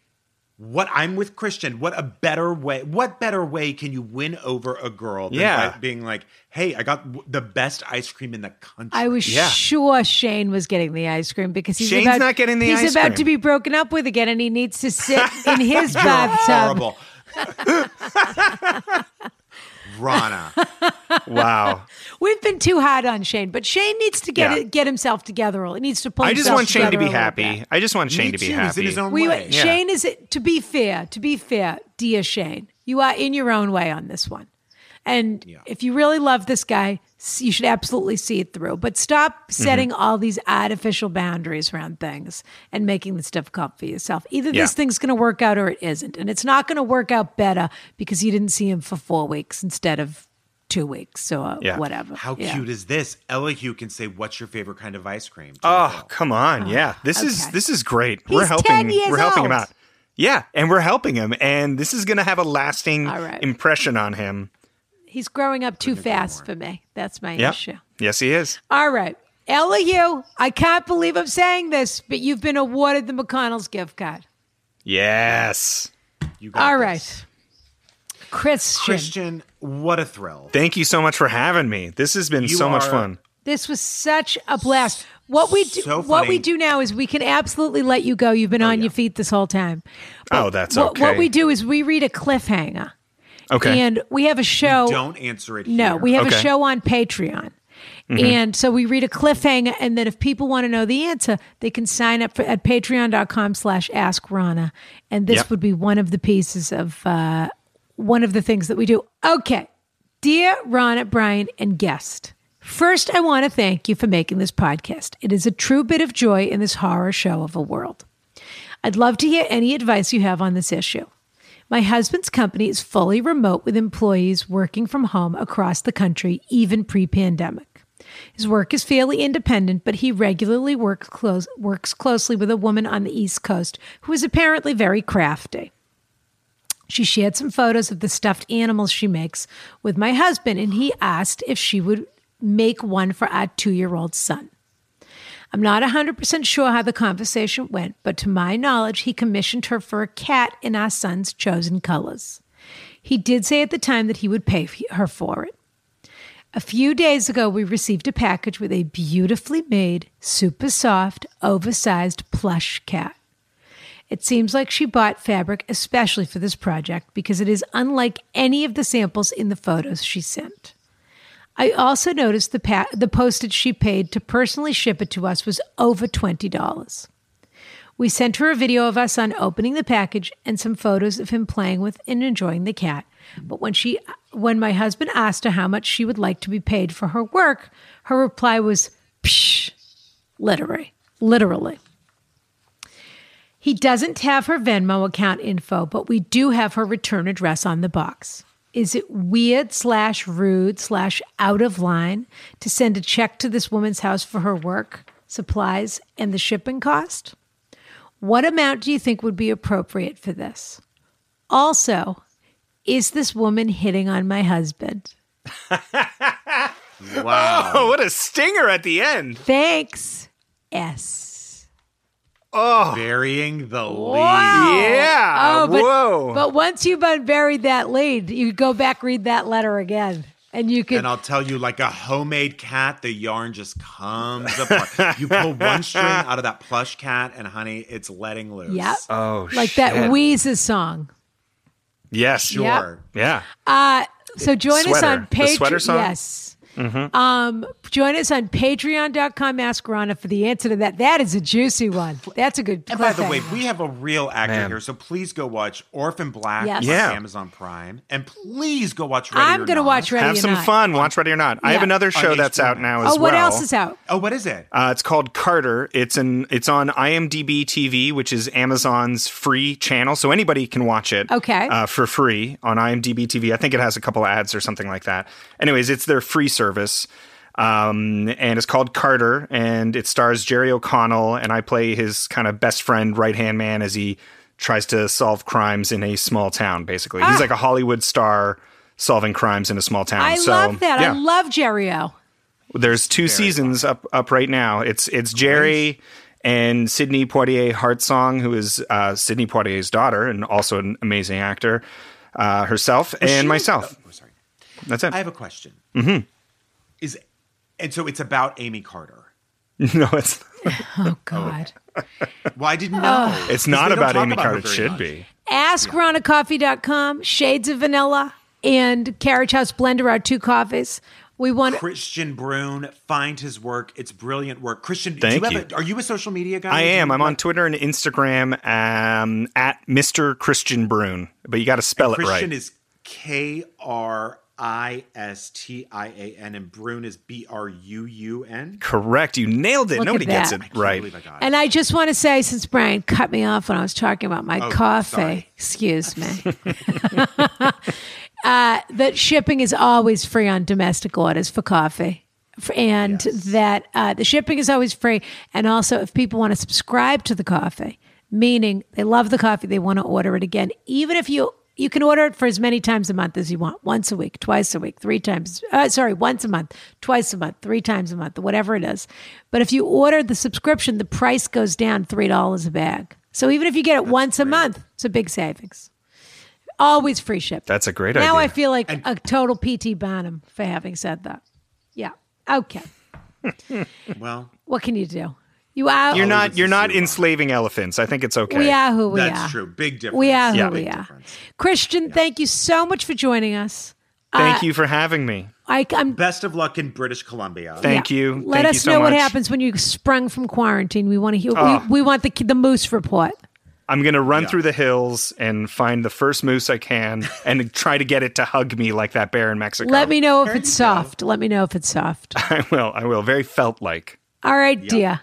what I'm with Christian, what a better way, what better way can you win over a girl than Yeah. by being like, hey, I got w- the best ice cream in the country. I was Yeah. sure Shane was getting the ice cream because he's Shane's about, not getting the he's ice about cream. to be broken up with again, and he needs (laughs) to sit in his You're bathtub. horrible. (laughs) Rana. Wow. We've been too hard on Shane, but Shane needs to get Yeah. it, get himself together. He needs to pull. I just himself want Shane to together be a little happy. bit. I just want Shane to be too. He's happy. in his own We, way. Yeah. Shane is to be fair. To be fair, dear Shane, you are in your own way on this one. And if you really love this guy, s- you should absolutely see it through. But stop setting all these artificial boundaries around things and making this difficult for yourself. Either Yeah. this thing's going to work out or it isn't. And it's not going to work out better because you didn't see him for four weeks instead of two weeks or Yeah. whatever. How Yeah. cute is this? Ella Hugh can say, "What's your favorite kind of ice cream?" to a Oh, girl. come on. Yeah. This is okay. this is great. 10 we're helping years we're helping him old. out. Yeah, and we're helping him and this is going to have a lasting All right. impression on him. He's growing up too fast for me. That's my Yep. issue. Yes, he is. All right. LU, I can't believe I'm saying this, but you've been awarded the McConnell's gift card. Yes. you got All this. right. Christian, Christian, what a thrill! Thank you so much for having me. This has been You so much are- fun. this was such a blast. What we do, So what we funny. Oh, do now is we can absolutely let you go. You've been on your feet this whole time. Oh, that's what, okay. what we do is we read a cliffhanger, Okay. and we have a show. Don't answer it. No, here. we have a Okay. Mm-hmm. show on Patreon. And so we read a cliffhanger, and then if people want to know the answer, they can sign up for, at patreon.com slash ask Rana. And this Yep. would be one of the pieces of uh, one of the things that we do. Okay. Dear Rana, Brian, and guest, first, I want to thank you for making this podcast. It is a true bit of joy in this horror show of a world. I'd love to hear any advice you have on this issue. My husband's company is fully remote with employees working from home across the country, even pre pandemic. His work is fairly independent, but he regularly works, close, works closely with a woman on the East Coast who is apparently very crafty. She shared some photos of the stuffed animals she makes with my husband, and he asked if she would make one for our two year old son. I'm not 100% sure how the conversation went, but to my knowledge, he commissioned her for a cat in our son's chosen colors. He did say at the time that he would pay f- her for it. A few days ago, we received a package with a beautifully made, super soft, oversized plush cat. It seems like she bought fabric especially for this project because it is unlike any of the samples in the photos she sent. I also noticed the pa- the postage she paid to personally ship it to us was over twenty dollars. We sent her a video of us on opening the package and some photos of him playing with and enjoying the cat. But when she when my husband asked her how much she would like to be paid for her work, her reply was psh literally literally. He doesn't have her Venmo account info, but we do have her return address on the box. Is it weird slash rude slash out of line to send a check to this woman's house for her work, supplies, and the shipping cost? What amount do you think would be appropriate for this? Also, is this woman hitting on my husband? (laughs) Wow. (laughs) Oh, what a stinger at the end. Thanks, S. Burying the lead. Yeah. Ah, Oh, but, Whoa. but once you've unburied that lead, you go back read that letter again, and you can. And I'll tell you, like a homemade cat, the yarn just comes apart. you pull one string out of that plush cat, and honey, it's letting loose. Yep. oh, like shit. that Weezer song. Yes. Sure. Yep. Yeah. Uh, so join us Sweater. on The sweater Patreon. song? Mm-hmm. Yes. Um, join us on Patreon.com. Ask Rana for the answer to that. That is a juicy one. That's a good. And by the way, cliffhanger. we have a real actor Man. here, so please go watch Orphan Black Yes. on Yeah. Amazon Prime, and please go watch. Ready I'm going to watch Ready Have or some Not. fun. Watch Ready or Not. I have Yeah. another On show that's HBO out now as Oh, well. what else is out? Oh, what is it? Uh, it's called Carter. It's an it's on IMDb TV, which is Amazon's free channel, so anybody can watch it. Okay. uh, for free on IMDb TV. I think it has a couple ads or something like that. Anyways, it's their free service, um, and it's called Carter, and it stars Jerry O'Connell, and I play his kind of best friend, right hand man, as he tries to solve crimes in a small town. Basically, he's like a Hollywood star solving crimes in a small town. Ah. I Um, so, love that. yeah. I love Jerry O. There's two seasons up up right now. It's it's Jerry and Sydney Poitier Hartsong, who is uh, Sydney Poitier's daughter and also an amazing actor uh, herself, and She- myself. Mm-hmm. Oh, sorry. That's it. I have a question. Is and so it's about Amy Carter. (laughs) no, it's Oh God. Well, I didn't know. it's 'Cause not they don't about talk Amy about her Carter. It very should much. be. Ask RanaCoffee.com. Shades of Vanilla. and Carriage House Blender are two coffees. We want Christian Brune, find his work. It's brilliant work. Christian, Thank do you, you. Have a, are you a social media guy? I Do am. you- I'm on Twitter and Instagram um, at Mr. Christian Brune, but you got to spell it Christian right. is K R I S T I A N, and Brune is B R U U (laughs) N. Correct. You nailed it. Look at Nobody gets that. it I right. believe I got it. and I just want to say, since Brian cut me off when I was talking about Oh, my coffee, sorry. excuse me, uh, that shipping is always free on domestic orders for coffee. F- And that uh, the shipping is always free. And also, if people want to subscribe to the coffee, meaning they love the coffee, they want to order it again, even if you you can order it for as many times a month as you want once a week, twice a week, three times, uh, sorry, once a month, twice a month, three times a month, whatever it is. But if you order the subscription, the price goes down $3 a bag. So even if you get it once a month, it's a big savings. Always free shipping. That's a great now I idea. feel like a total PT Barnum for having said that. Yeah. Okay. Well, What can you do? You are. you're not. it's You're a not zero. enslaving elephants. I think it's okay. we are who we that's are. true. Big difference. We are who Yeah. we Big are. difference. Christian, thank you so much for joining us. Thank uh, you for having me. I, I'm. Best of luck in British Columbia. Thank yeah. you. Let Thank us you so know what much. happens when you sprung from quarantine. We want to hear. Oh. We, we want the the moose report. I'm gonna run Yeah. through the hills and find the first moose I can and try to get it to hug me like that bear in Mexico. Let me know if There it's you go. soft. Let me know if it's soft. (laughs) I will. I will. Very felt like. All (laughs) right, dear.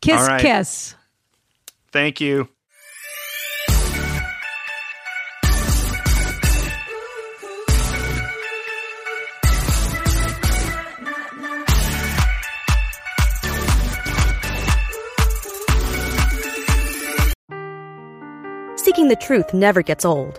Kiss, All right. kiss. Thank you. Seeking the truth never gets old.